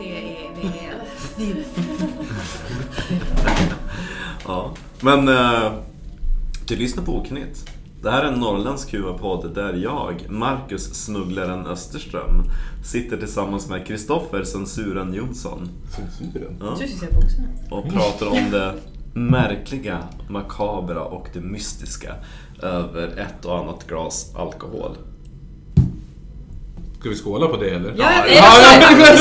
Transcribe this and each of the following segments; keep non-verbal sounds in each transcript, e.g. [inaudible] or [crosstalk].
E Steve. Ja. Men eh, du lyssnar på Oknytt. Det här är en norrländsk QA-podd där jag, Marcus Smugglaren Österström, sitter tillsammans med Kristoffer Censuren Jonsson Censuren? ja, Du syns jag på också. och pratar om det märkliga, makabra och det mystiska över ett och annat glas alkohol. Ska vi skåla på det eller? Ja, jag vet. Det känns verkligen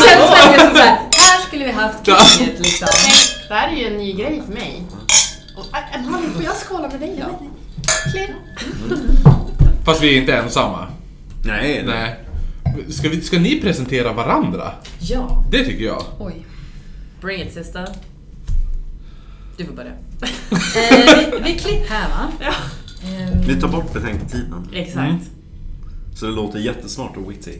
som såhär, här skulle vi haft kriget liksom. Det här är ju en ny grej för mig. Och, Aj, aj, Malin, får jag skåla med dig då? Klirr. Fast vi är inte ensamma. Nej, nej. Nej. Ska, vi, ska ni presentera varandra? Ja. Det tycker jag. Oj. Bring it sister. Du får börja. Eh, vi, vi klipp här va? [laughs] Ja. Ehm, Vi tar bort betänketiden. Exakt. Så det låter jättesmart och witty.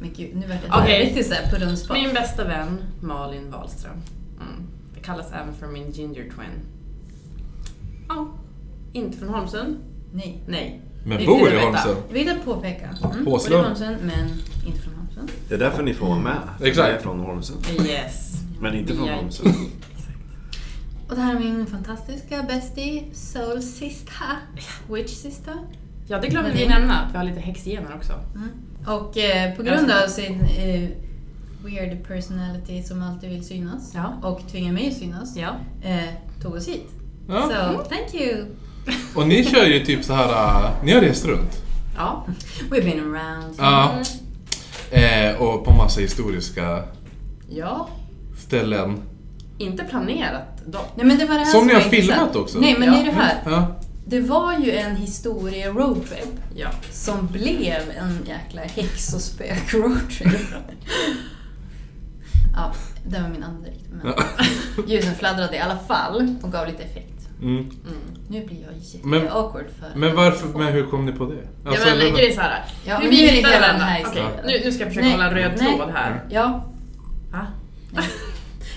men gud, nu vart det Okej. riktigt såhär på rund spot. Min bästa vän Malin Wahlström. Mm. Det kallas även för min ginger twin. Ja. Inte från Holmsund. Nej. Nej. Men Inte bor i det, vänta. Holmsund. Jag vill påpeka. Mm. Påslund. Både Holmsund, men inte från Holmsund. Det är därför ni får vara med. För Exakt. ni är från Holmsund. Yes. Men inte från Vi är- Holmsund. Och det här är min fantastiska bestie, soul sister, witch sister. Ja, det glömde Men vi det- nämna. Att vi har lite häxgener också. Och eh, på grund av sin eh, weird personality som alltid vill synas Ja. och tvingar mig att synas, Ja. eh, tog oss hit. Ja. So, thank you! Och ni kör ju typ så här. äh, ni har rest runt. Ja. Mm. We've been around. Ja. Eh, och på massa historiska Ja. ställen. Inte planerat dock. Nej, men det var det här Som ni var har filmat intressant. också. Nej, men Ja. det är det här. Ja. Det var ju en historie-roadtrip Ja. som blev en jäkla häx och spök-roadtrip. ja, det var min andedräkt. Men Ja. [laughs] ljusen fladdrade i alla fall och gav lite effekt. Mm. Nu blir jag jätte Men- awkward för... Men varför, men hur kom ni på det? Alltså, ja, men eller- grejen är såhär. Ja, hur men vi nu är det hittar hela varandra. den här Okej, historien. nu, nu ska jag försöka Nej. hålla en röd Nej. tråd här. Ja, Va? Nej. [laughs]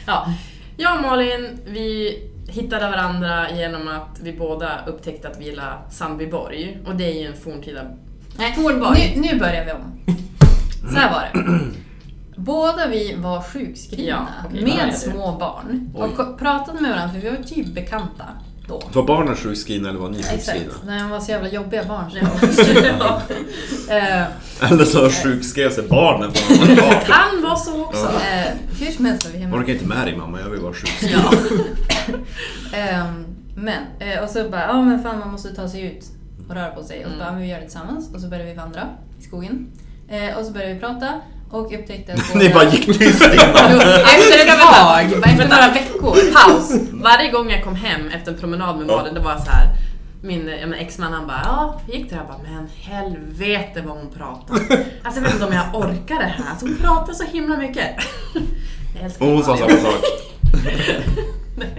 ja. Jag och Malin, vi hittade varandra genom att vi båda upptäckte att vi gillar Sandbyborg. Och det är ju en forntida... Nej, Fornborg. nu, nu börjar vi om. Så här var det. Båda vi var sjukskrivna Ja, okej, ja, med ja, det. små barn Oj. och ko- pratade med varandra för vi var typ bekanta då. Var barnen sjukskrivna eller var ni sjukskrivna? Exakt, när de var så jävla jobbiga barn så jag [laughs] var sjukskrivna. Eh, Eller så sjukskrev sig barnen för att de var barn. Kan vara så också! Ja. eh, Hur som helst var vi hemma. Orkar inte med dig mamma, jag vill vara sjukskriven. Ja. Ehm, men, eh, och så bara, ja men fan man måste ta sig ut och röra på Mm. sig. Och så bara, ja, men vi gör det tillsammans. Och så började vi vandra i skogen. Eh, och så började vi prata och upptäckte att [laughs] Ni bara gick tyst innan. Jo, Efter ett tag, bara efter Vänta. några veckor. Paus! Varje gång jag kom hem efter en promenad med Malin, det var så här. Min ja, men exman han bara, ja, vi gick till det här Jag bara, men helvete vad hon pratar. Alltså jag vet inte om jag orkar det här. Alltså hon pratar så himla mycket. Jag älskar Och hon sa Malin. samma sak.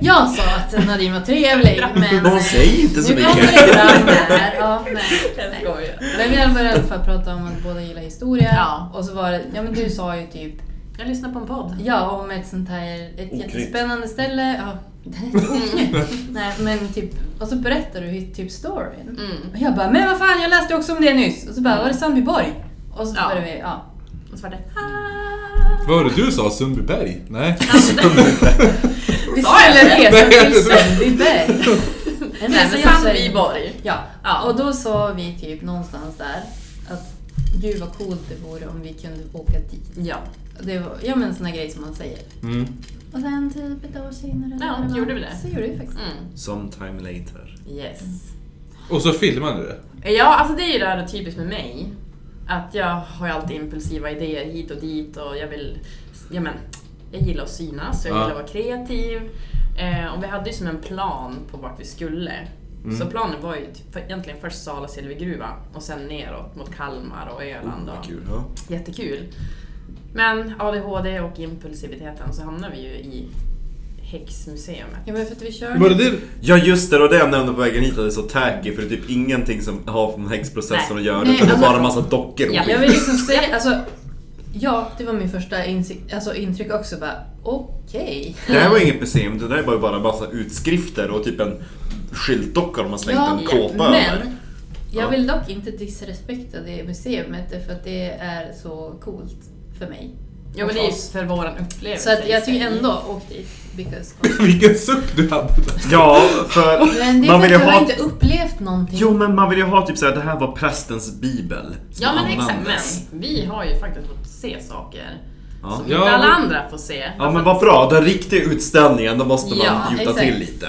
Jag sa att Nadine var trevlig [laughs] men... Men hon säger inte så nu kommer mycket. det fram här. Ja, nej. Jag skojar. Men vi började i alla fall prata om att båda gillar historia. Ja. Och så var det, ja men du sa ju typ, Jag lyssnar på en podd. ja om ett sånt här, ett jättespännande ställe. Ja. [laughs] nej men typ, och så berättar du ju typ storyn. Mm. Och jag bara, men vad fan jag läste också om det nyss. Och så bara, var det Sandbyborg? Och så Ja. började vi, ja. Och så var det "Ah." Vad var det du sa? Sundbyberg? Nej. Vi Sa jag skulle resa det? till Nej. [laughs] Sundbyberg. En Nej, resa men genom Sverige. Sandbyborg. Ja. Ja. och då sa vi typ någonstans där att gud vad coolt det vore om vi kunde åka dit. Ja, Det var, ja men såna grejer som man säger. Mm. Och sen typ ett år senare Ja, eller vad var, gjorde vi det? Så gjorde vi faktiskt. mm. Sometime later. yes. Och så filmade du det. Ja, alltså det är ju det här typiskt med mig. Att jag har ju alltid impulsiva idéer hit och dit och jag vill, ja men, jag gillar att synas, jag Ja. gillar att vara kreativ. Eh, och vi hade ju som en plan på vart vi skulle. Mm. Så planen var ju typ, för, egentligen först Sala silvergruva och sen neråt mot Kalmar och Öland. Oh, Vad och, kul. Ja. jättekul. Men ADHD och impulsiviteten så hamnar vi ju i häxmuseet. Ja men för att vi kör... Var det det? Ja just det, och det jag nämnde på vägen hit att det är så tacky för det är typ ingenting som har med häxprocessen Nej. att göra Nej, utan det är alltså- bara en massa dockor och Ja, Jag skit. vill [laughs] liksom säga, alltså. Ja, det var min första insi- alltså, intryck också bara, okej. Det här var inget museum, det där är bara- bara en massa utskrifter och typ en skyltdocka de har slängt en kåpa över. men jag Ja. vill dock inte disrespekta det museumet för att det är så coolt för mig. Jo men det är ju för våran upplevelse. Så att i jag sig. tycker ändå, åk dit. [laughs] Because of... Vilken suck du hade. Ja, för Men det är man för vill att du ju har ha... inte upplevt någonting. Jo, men man vill ju ha typ såhär, det här var prästens bibel. som Ja men exakt, användes. men vi har ju faktiskt fått se saker Ja. som Ja. inte alla andra får se. Ja men vad bra, den riktiga utställningen, då måste man Ja, bjuda exakt. till lite.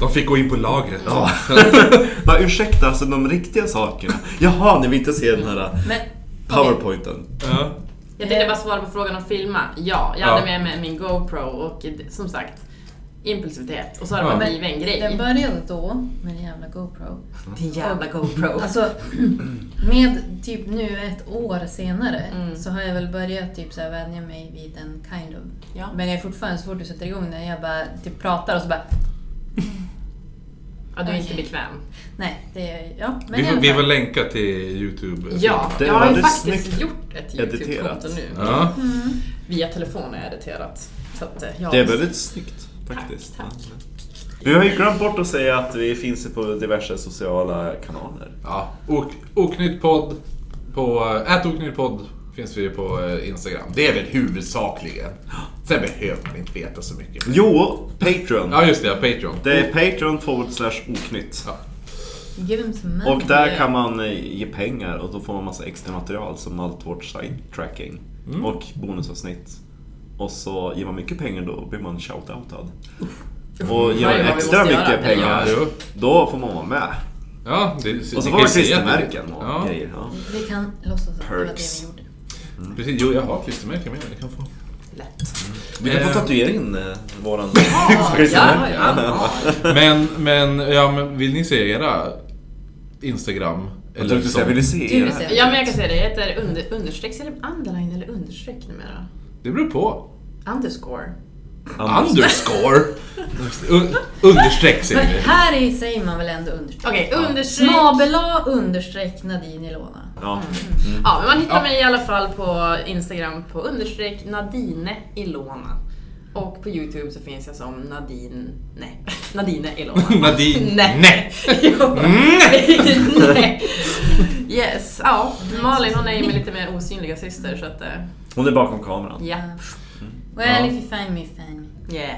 De fick gå in på lagret. Ja. [laughs] Bara, ursäkta, alltså de riktiga sakerna. Jaha, ni vill inte se den Mm. här äh, Men, okej. powerpointen? Ja. Jag tänkte bara svara på frågan om filma. Ja, jag hade Ja. med mig min GoPro och eh, som sagt impulsivitet. Och så har det Ja. bara blivit en Den grej. började då med en jävla GoPro. Din jävla GoPro. Alltså, [clears throat] med typ nu ett år senare Mm. så har jag väl börjat typ så här vänja mig vid den kind of. Ja. Men jag är fortfarande, så fort du sätter igång den, jag bara typ pratar och så bara Ja, du är inte bekväm. nej, det är ja. Men Vi, i får, alla vi fall. får länka till Youtube. Ja, Det jag har var ju det faktiskt snyggt gjort ett editerat. YouTube-konto nu. Ja. Via telefon har jag editerat. Så att, eh, ja. Det är väldigt snyggt faktiskt. Tack, Vi har ju glömt bort att säga att vi finns ju på diverse sociala kanaler. Ja. Ok, Oknytt podd på... Ät oknytt podd finns vi på eh, Instagram. Det är väl huvudsakligen. Sen behöver man inte veta så mycket. Jo, Patreon. Ja just det, ja, Patreon. Det är Patreon forward slash oknytt. Ja. Give him some money. Och där kan man eh, ge pengar och då får man massa extra material som allt vårt site-tracking och bonusavsnitt. Och så ger man mycket pengar då blir man shoutoutad. Och ger vad vi man extra måste göra. mycket pengar Ja, jo. då får man vara med. Ja, det, ni Och så kan får man ju se att- klistermärken och ja, grejer. Mm. Ja. Vi kan låtsas att det var det Perks. vi gjorde. Precis, jo jag har klistermärken med mig. Ni kan få. Lätt. Vi kan få Eh. tatuera in eh, våran Ja, ja, klistermärke. ja. Men, men, ja, men vill ni se era Instagram? Jag trodde du skulle säga, vill du se Du det ser. här? Ja men jag kan säga det, jag heter under, understreck, eller underline eller understreck numera? Det beror på. Underscore. Anders. [laughs] Underscore! Un- understreck Men säger vi. här i säger man väl ändå understreck? Okej, understreck. Snabel A understreck Nadine Ilona. Ja. Ja, men man hittar Ja. mig i alla fall på Instagram på understreck Nadine Ilona. Och på Youtube så finns jag som Nadine... Nej. Nadine [laughs] Ilona. Nadine- Mm. Nej. Nej. [laughs] Jo. Nej. Nej. Yes. Ja, Malin hon är ju min lite mer osynliga syster så att... eh, Hon är bakom kameran. Ja. Mm. Well Ja. if you find me, find me. Yeah.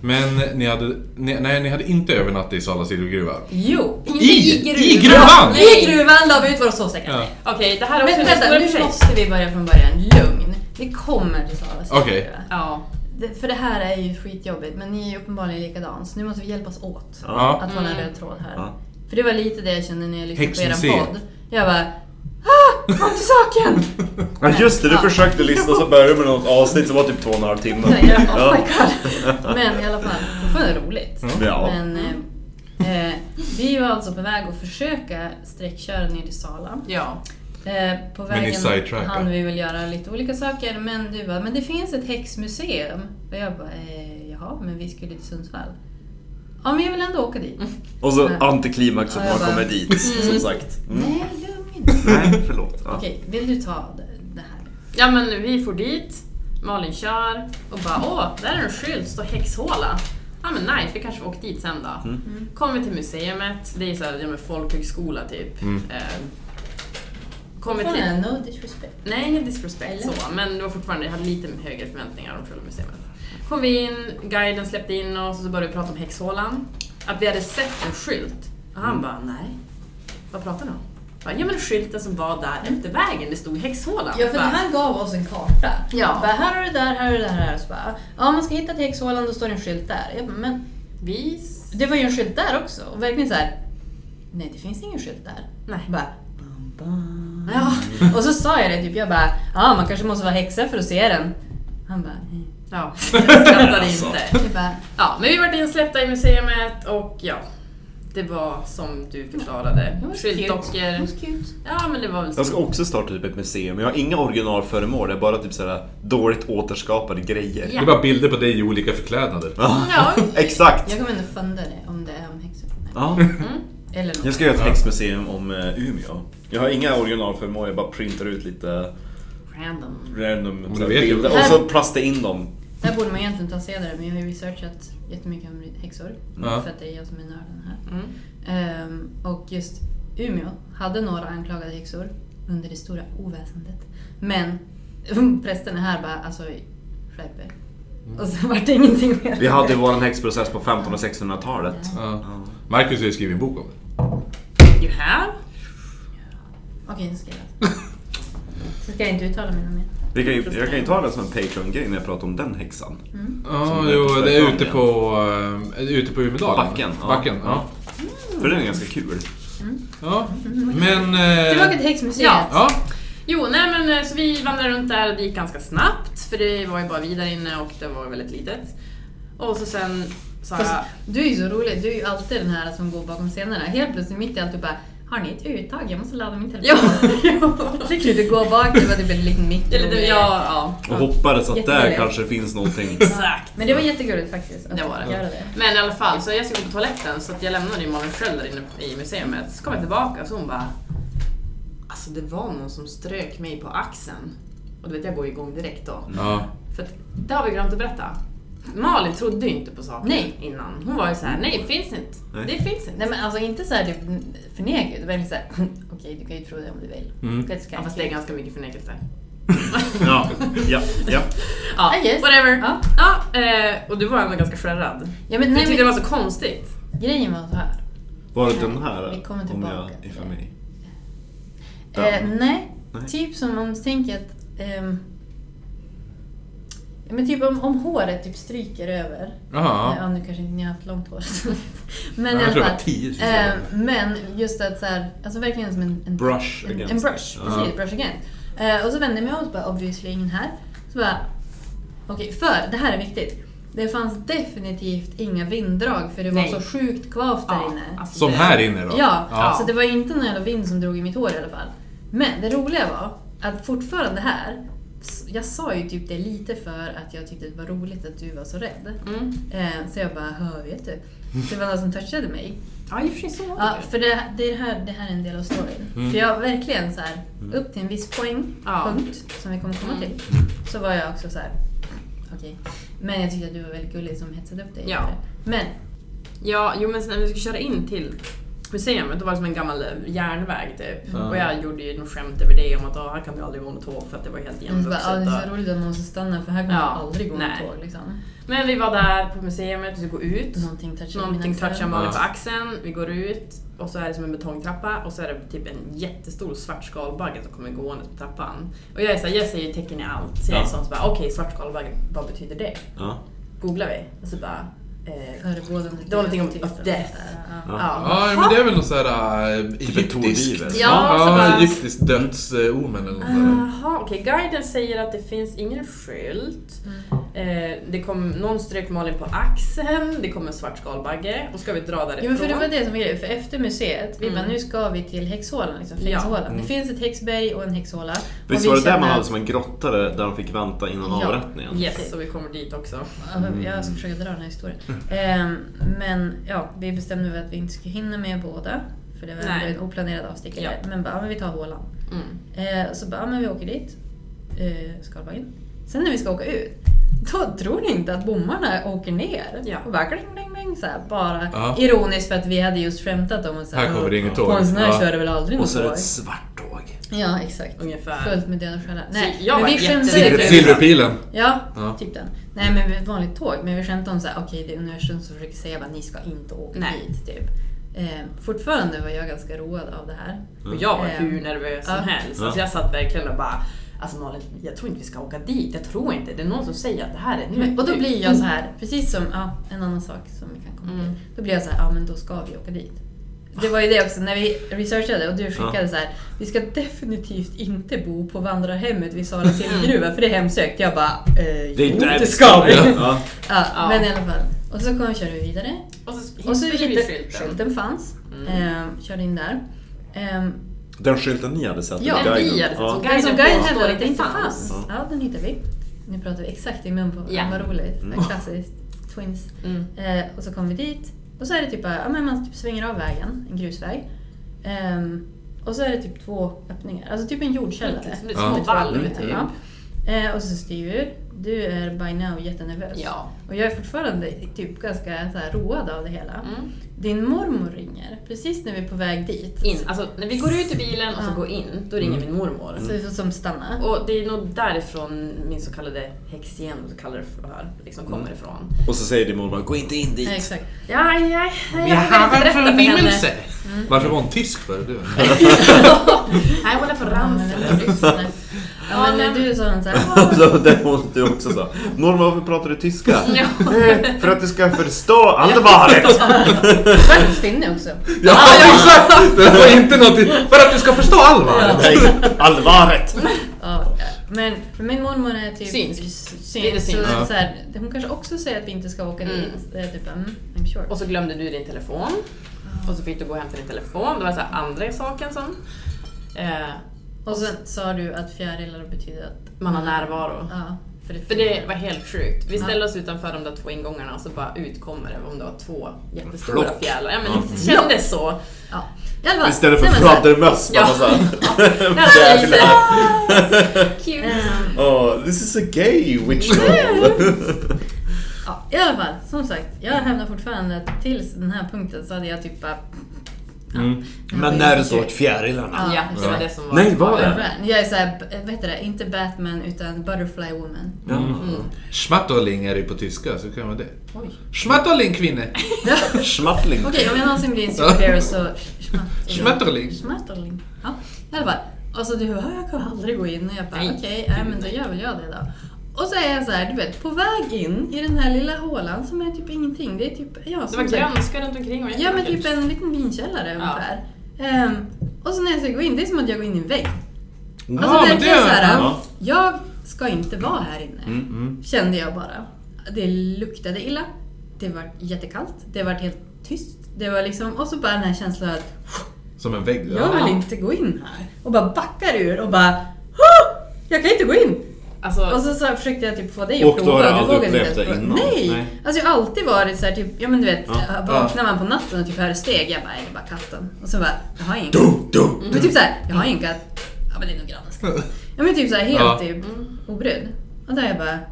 Men eh, ni hade, ni, nej, ni hade inte övernattat i Sala silvergruva? Jo! I- i gruvan! I gruvan la vi ut våra sovsäckar. Ja. Okej, det här är också Men en vänta, historia nu för sig. måste vi börja från början. Lugn. Vi kommer till Salas Okej. historia. Ja. Det- För det här är ju skitjobbigt, men ni är ju uppenbarligen likadans. Nu måste vi hjälpas åt Ja. att hålla en Mm. röd tråd här. Ja. För det var lite det jag kände när jag lyssnade på er Häxmuseet. podd. Jag bara ah, kom till saken! [laughs] Ja just det, du Ja. försökte lyssna så började du med något avsnitt som var typ två och en halv timme. Jag, oh my god. Men i alla fall, fortfarande roligt. [laughs] Ja. Men eh, eh, vi var alltså på väg att försöka sträckköra ner till Sala. Ja. Eh, på Men ni vägen sidetrackade. hann vi väl göra lite olika saker, men du bara, men det finns ett häxmuseum. Och jag bara, eh, jaha, men vi skulle till Sundsvall. Ja, men jag vill ändå åka dit. Och så Nej. antiklimax att Ja, jag man bara- kommer dit, som sagt. Mm. Nej, lugn. Nej, förlåt. Ja. Okej, vill du ta det- det här? Ja men vi får dit, Malin kör och bara åh, där är en skylt, står häxhåla. Ja men nice, vi kanske åker dit sen då. Mm. Kommer vi till museet, det är så här, ja, men folkhögskola typ. Eh, kommer Fan, till... No disrespect. Nej, ingen disrespect Eller? så, men det var fortfarande, jag hade lite högre förväntningar om själva museet. Kom vi in, guiden släppte in oss och så började vi prata om häxhålan. Att vi hade sett en skylt. Och han bara, nej. Vad pratar ni om? Jag bara, Ja men skylten som var där efter vägen, det stod häxhålan. Ja, för det Bara, här gav oss en karta. Ja. Bara, här har du där, här har du där, här. Så bara, ja, man ska hitta till häxhålan, då står det en skylt där. Jag bara, men Vi... det var ju en skylt där också. Och verkligen så här, nej det finns ingen skylt där. Nej. Jag Bara, bam, bam. Ja. [laughs] Och så sa jag det, typ, jag bara, ja man kanske måste vara häxa för att se den. Han bara, nej. Ja, jag [laughs] skrattade Alltså. inte. Jag bara, Ja, men vi vart insläppta i museet och ja, det var som du förklarade. det var så cute. Det var Skyltdockor. så cute. Ja, men det var väl Jag så. ska också starta typ ett museum. Jag har inga originalföremål, jag har bara typ sådär dåligt återskapade grejer. Ja. Det är bara bilder på dig i olika förklädnader. Ja. Exakt! Jag kommer ändå funda det om det är om häxor. Ja. Eller något. Jag ska göra ett häxmuseum om eh, Umeå. Jag har inga originalföremål, jag bara printar ut lite Random. random du vet ju. bilder och så plastar in dem. Där borde man egentligen ta sedare, men jag har ju researchat jättemycket om häxor. Ja. För att det är jag som är nörden här. Mm. Ehm, och just Umeå hade några anklagade häxor under det stora oväsendet. Men [laughs] prästen är här bara, alltså skärp er. Och så vart det ingenting mer. Vi hade ju vår häxprocess på 1500 och 1600-talet. Ja. Marcus har ju skrivit en bok om det. You have? Okej, nu ska jag [laughs] Så ska jag inte uttala mig mer. Vi kan ju, jag kan ju ta det som en Patreon-grej när jag pratar om den häxan. Ja, Som jo, heter det är ute Sverige. på, eh, ute på Umedalen. Backen, ja. Backen, ja. För den är ganska kul. ja. Men... eh, Tillbaka till häxmuseet. Ja. Ja, Jo, nej men eh, så vi vandrade runt där och det gick ganska snabbt för det var ju bara vi där inne och det var väldigt litet. Och så sen sa Fast, jag... du är ju så rolig, du är ju alltid den här som går bakom scenerna. Helt plötsligt mitt i allt du bara har ni ett uttag? Jag måste ladda min telefon. [laughs] jo. Så kan du gå bak, det var typ en liten mick. Eller det, ja, ja. Och hoppades att där Jättegulligt. kanske [laughs] finns någonting. Exakt. Men det var jättegulligt faktiskt. att Det var det. Göra det. Men i alla fall, så jag skulle gå på toaletten så att jag lämnade ju Malin själv där inne i museet. Så kom jag tillbaka och så hon bara... Alltså det var någon som strök mig på axeln. Och du vet, jag går ju igång direkt då. ja. För att, det har vi glömt att berätta. Malin trodde ju inte på saker Nej. innan. Hon var ju så här: nej det finns inte. Nej. Det finns inte. Nej men alltså inte såhär typ förneka, det var lite såhär [laughs] okej du kan ju tro det om du vill. Mm. Let's go. Ja, fast det är ganska mycket förnekelse. [laughs] Ja, ja, ja. Ja, I guess. whatever. Ja. Ja. eh, och du var ändå ganska skärrad. Ja, men, jag nej, tyckte men, det var så konstigt. Grejen var så här. Var det den här? Vi kommer Om tillbaka jag, till if I det. may. Eh, Den. nej, Nej. typ som om du tänker att... ehm, ja, men typ om, om håret typ stryker över. Eh, Jaha. Ja, nu kanske inte ni har haft långt hår. [laughs] men Ja, i jag tror alla fall. det var 10 000 eh, men just att så här, alltså verkligen som en... en Brush en, against. en brush, Ja. precis. Brush against. Eh, och så vände jag mig om och bara obviously ingen här. Så bara, okej, för det här är viktigt. Det fanns definitivt inga vinddrag för det var Nej. så sjukt kvavt där Ja, inne. alltså Som det- här inne då? Ja, Ja. så det var inte någon jävla vind som drog i mitt hår i alla fall. Men det roliga var att fortfarande här, s- jag sa ju typ det lite för att jag tyckte det var roligt att du var så rädd. Mm. Eh, så jag bara, hör vet du. Det var någon som touchade mig. Ja, i och för sig så var det. Ja, för det, det, är det, här, det här är en del av storyn. För jag verkligen så här, upp till en viss poäng, Mm. Ja. Mm. punkt, som vi kommer komma till, så var jag också så här. okej. Men jag tyckte att du var väldigt gullig som hetsade upp dig. Ja. Men, Ja, jo men sen när vi skulle köra in till museet, då var det som en gammal eh, järnväg typ. Mm. Och jag gjorde ju något skämt över det om att "Ah, här kan vi aldrig gå med tåg för att det var helt jag bara, igenvuxet. ah, det är och- så roligt att man måste stanna för här kan man Ja, aldrig gå med nej. tåg liksom. eh, Men vi var där på museet, vi skulle gå ut. Någonting touchar Någonting mina touchar axlar. Malin Ja. på axeln, vi går ut och så är det som en betongtrappa och så är det typ en jättestor svart skalbagge som kommer gående på trappan. Och jag är såhär, jag säger ju tecken i allt. Så jag är Ja. sån som bara, okej svart skalbagge, vad betyder det? Ja. Googlar vi och så bara, eh, ja. Förebådande Det var någonting om- till- of death. Ja. Ja, men det är väl någon sån här äh, Typ ett egyptisk... tordivel. Ja, så ja, bara- egyptisk dödsomen eller något där. Jaha, okej. Guiden säger att det finns ingen skylt. Eh, det kom, någon strök Malin på axeln, det kom en svart skalbagge och ska vi dra därifrån. Jo, men för det var det som var grejen. För efter museet, vi Mm. bara nu ska vi till häxhålan. Liksom, för Ja. häxhålan. Det finns ett häxberg och en häxhåla. Och Visst vi var det där man känner- hade som en grotta där där de fick vänta innan Ja. avrättningen? Yes, så vi kommer dit också. Ja, Jag ska försöka dra den här historien. Ehm, men ja, vi bestämde väl att vi inte skulle hinna med båda. För det var Nej. ändå en oplanerad avstickare. Ja. Men bara, ja, men vi tar hålan. Mm. Eh, så bara, ja, men vi åker dit. Eh, Skalbaggen. Sen när vi ska åka ut, då tror ni inte att bommarna åker ner. Ja. Och bara kling, kling, kling, så här, bara Ja. ironiskt för att vi hade just skämtat om att så Här kommer det inget tåg. På en sån här Ja. kör det väl aldrig Och något så är det tåg. ett svart tåg. Ja, exakt. Ungefär. Fullt med döda själar. Nej, Så jag men var vi skämtade jätterädd. typ- Silver, silverpilen. Ja, Ja. typ den. Nej men ett vanligt tåg. Men vi skämtade om så här, okej det är universum som försöker säga att ni ska inte åka Nej. dit. Typ. Eh, fortfarande var jag ganska road av det här. Och jag var Mm. hur nervös Ja. som helst. Ja. Alltså jag satt verkligen och bara Alltså Malin, jag tror inte vi ska åka dit. Jag tror inte. Det är någon som säger att det här är typ- nu. Men, och då blir jag så här, precis som ja, en annan sak som vi kan komma till. Mm. Då blir jag så här, ja men då ska vi åka dit. Det var ju det också, när vi researchade och du skickade så här, vi ska definitivt inte bo på vandrarhemmet vid Sala Mm. silvergruva för det är hemsökt. Jag bara, eh, Oh, Det är jo, där det ska vi. [laughs] Ja. Ja. Ja. Men i alla fall. Och så kom vi köra vidare. Och så, Och så hittade hittade vi skylten. skylten. fanns. Mm. Ehm, körde in där. Ehm, Den skylten ni hade sett? Ja, med den guiden. vi hade sett som ja. guide. den som påstår guiden att hävdade att den den inte fanns. fanns. Ja. Ja, den hittade vi. Nu pratar vi exakt i mun på varandra, Ja. vad roligt. Mm. Klassiskt. Twins. Mm. Eh, och så kom vi dit. Och så är det typ bara, ja, men man typ svänger av vägen, en grusväg. Ehm, och så är det typ två öppningar, alltså typ en jordkällare. Som Med blir två små valv, öppningar, typ. ja. Eh, och så styr du är by now jättenervös. Ja. Och jag är fortfarande typ ganska så här road av det hela. Mm. Din mormor ringer precis när vi är på väg dit. In. Alltså, när vi går ut ur bilen och så Ja. går in, då ringer min mormor. Så vi får som stanna. Och det är nog därifrån min så kallade häxgen, så kallar det för här, liksom Mm. kommer ifrån. Och så säger din mormor gå inte in [laughs] dit. Ja, exakt. Ja, ja, ja, Vi har en förnimmelse! henne. Varför var hon tysk för? Du? Nej, hon är från Ja, men Ramsele. eller lyssna. Ja, men när du sa han såhär, [laughs] Så det måste du också säga. Mormor varför pratar [laughs] du tyska? Ja. Eh, För att du ska förstå allvaret! skönt finne också. [laughs] Ja, exakt! Det var inte något För att du ska förstå allvar! [laughs] Nej, allvaret! Ja, men för min mormor är typ Synsk. syns. Lite synsk. Så Ja. så här, hon kanske också säger att vi inte ska åka Mm. dit. Det är typ, mm, I'm sure. Och så glömde du din telefon. Och så fick du gå och hämta din telefon. Det var så här andra saken som... Eh, Och sen sa du att fjärilar betyder att... man har närvaro. Mm. Ja, för det, För det var helt sjukt. Vi Ja. ställde oss utanför de där två ingångarna och så bara utkommer det om det var två jättestora Flock. fjärilar. Ja, men det kändes så. Ja. I alla fall, Istället för nej, men så här, fladdermöss. Ja. Ja. [laughs] Det var lite... Fjärilar. [laughs] Cute. ehm, Oh, this is a gay [laughs] witch novel. ja, I alla fall, som sagt, jag hävdar fortfarande att tills den här punkten så hade jag typ bara... Mm. Men när du såg fjärilarna. Ja, Ja. det var det som var... Nej, vad var det? Jag är såhär, b- vad heter det, inte Batman utan Butterfly Woman. Ja. Mm. Schmatterling är det på tyska, så kan man det. Oj. Schmatterling kvinne! Schmattling. Okej, om jag någonsin blir en superhero så... Schmetterling. Schmetterling. Ja, i alla fall. Och så du bara, jag kommer aldrig gå in. Och jag bara, Nej. okej, nej, men då gör väl jag det då. Och så är jag så här, du vet, på väg in i den här lilla hålan som är typ ingenting. Det är typ, ja, Det som var sagt- grönska runt omkring och Ja men jättevackert. typ en liten vinkällare ungefär. Ehm, och så när jag ska gå in, det är som att jag går in i en vägg. Alltså Ja, men verkligen det- så här, ja. jag ska inte vara här inne. mm. Kände jag bara. Det luktade illa, det var jättekallt, det var helt tyst. Det var liksom, och så bara den här känslan att Som en vägg. jag Ja. vill inte gå in här. Och bara backar ur och bara "Hå! Jag kan inte gå in! Och Alltså, så, så försökte jag typ få dig att Och då prova. har du aldrig vågade upplevt inte ens det prova. innan? Nej. Nej. Alltså jag har alltid varit såhär typ, ja men du vet, Ja. vaknar man på natten och typ hör steg, jag bara, "Nej, det är bara katten. Och så bara, jag har ingen katt. Men typ såhär, jag har ingen katt. Ja men det är nog grannens katt. [laughs] Ja men typ såhär helt Ja. typ obrydd. Och där jag bara, mm.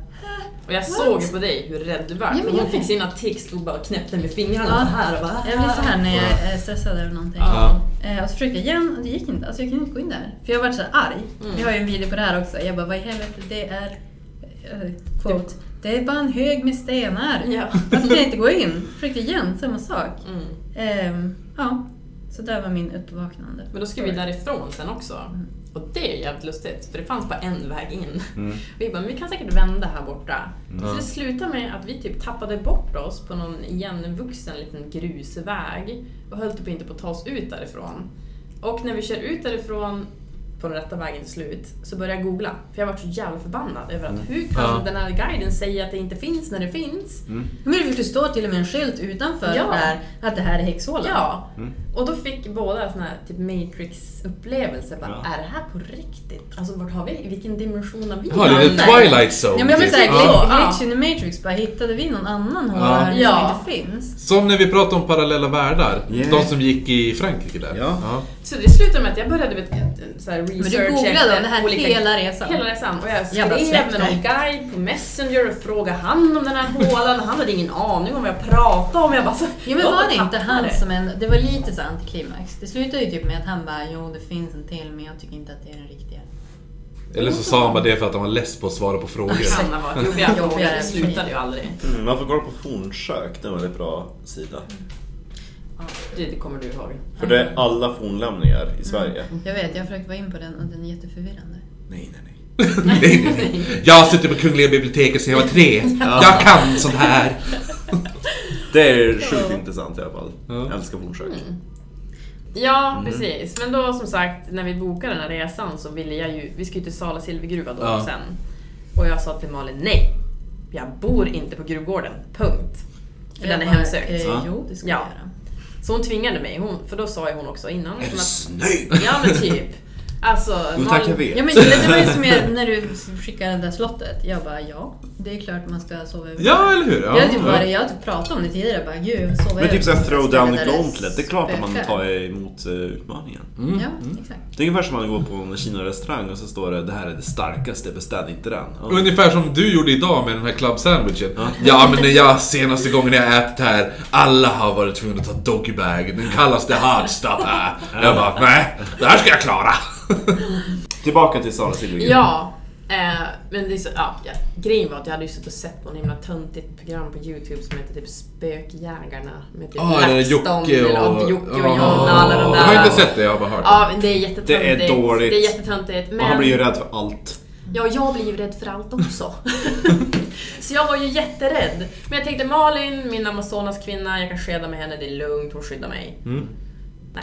och jag What? såg på dig hur rädd du var. Ja, men hon jag fick vet. sina tics och bara knäppte med ja, fingrarna så här och bara... jag blir såhär när jag är stressad över någonting. Ja. Eh, och så försökte jag igen och det gick inte. Alltså jag kunde inte gå in där. För jag vart så här arg. Mm. Vi har ju en video på det här också. Jag bara, vad i helvete, det är... eh, Quote. Det är bara en hög med stenar. [laughs] "Ah." Ja. Varför kan jag inte gå in? Försökte igen, samma sak. Mm. Ehm, ja, så där var min uppvaknande. Men då ska vi därifrån sen också. Mm. Och det är jävligt lustigt, för det fanns bara en väg in. Mm. Vi bara, men vi kan säkert vända här borta. Mm. Så det slutade med att vi typ tappade bort oss på någon igenvuxen liten grusväg och höll typ inte på att ta oss ut därifrån. Och när vi kör ut därifrån på den rätta vägen till slut så började jag googla. För jag var så jävla förbannad över att hur kan Mm. Ja. den här guiden säga att det inte finns när det finns? Men det fick ju stå till och med en skylt utanför Ja. där att det här är häxhålan. Ja, Mm. och då fick båda såna här typ Matrix-upplevelser. Bara, Ja. Är det här på riktigt? Alltså vart har vi, vilken dimension har vi Ja, lite hamnat i?" Twilight Zone. Ja, men jag menar såhär, typ. glad. Ja. glitch, Ja. glitch in the matrix, bara hittade vi någon annan håla Ja. här Ja. som inte finns? Som när vi pratade om parallella världar. Yeah. De som gick i Frankrike där. Ja. Så det slutade med att jag började vet, så här, research Men du googlade om det här hela resan? Hela resan. Och jag skrev Jävla släkt med någon guide på Messenger och frågade han om den här hålan. Han hade ingen aning om vad jag pratade om. Jag bara, så, Ja men jag var det tappade inte han det. som en... Det var lite så antiklimax. Det slutade ju typ med att han bara jo det finns en till men jag tycker inte att det är den riktiga. Eller så sa han bara det för att han var less på att svara på frågor. [laughs] Kan ha varit. Jo, för jag frågade, Jobbigare. det slutade ju aldrig. Mm, man får kolla på fornsök, det är en väldigt bra sida. Ja, det, det kommer du ihåg. För det är alla fornlämningar Mm. i Sverige. Jag vet, jag har försökt vara in på den och den är jätteförvirrande. Nej, nej, nej. nej, nej, nej. Jag har suttit på Kungliga biblioteket sedan jag [laughs] var tre. Jag kan sånt här. Det är sjukt intressant i alla fall. Ja. Jag älskar fornsök. Mm. Ja, precis. Men då som sagt, när vi bokade den här resan så ville jag ju... Vi skulle ju till Sala silvergruva då Ja. sen. Och jag sa till Malin, nej! Jag bor inte på gruvgården, punkt. För den är Jag bara, hemsökt. Eh, Ja. jo det ska Ja. jag göra. Så hon tvingade mig, hon, för då sa ju hon också innan... Är du att- snygg? Ja men typ. Alltså, Jo, tack, jag vet. Ja, men det, det var ju som [laughs] jag, när du skickade det där slottet. Jag bara ja, det är klart man ska sova över. Ja, eller hur? Ja, jag, har typ bara, ja. jag har typ pratat om det tidigare. Bara, Gud, jag vill sova Men typ såhär throw down the Stället där gauntlet, det är klart att man spökar. tar emot eh, utmaningen. Mm. Ja, exakt. Det är ungefär som att man går på en Kina-restaurang och så står det det här är det starkaste, beställ inte den. Ja. Ungefär som du gjorde idag med den här club sandwichen. Ja. Ja, men när jag senaste gången jag ätit här, alla har varit tvungna att ta doggybag. Den kallas det hard stuff här. Jag bara, nej, det här ska jag klara. Tillbaka till Sara Silvergren. Ja, eh, men det är så, ja, ja. grejen var att jag hade ju suttit och sett någon himla töntigt program på Youtube som heter typ Spökjägarna. Med typ Ah, det är LaxTon, Jocke eller, och... och Jocke och Ah. Jonna och alla de där. Jag har inte sett det, jag har bara hört Ja, men det är jättetöntigt. Det är dåligt. Det är jättetöntigt. Men Och han blir ju rädd för allt. ja, jag blir ju rädd för allt också. [laughs] så jag var ju jätterädd. Men jag tänkte Malin, min Amazonas kvinna, jag kan skeda med henne, det är lugnt, hon skyddar mig. Nej.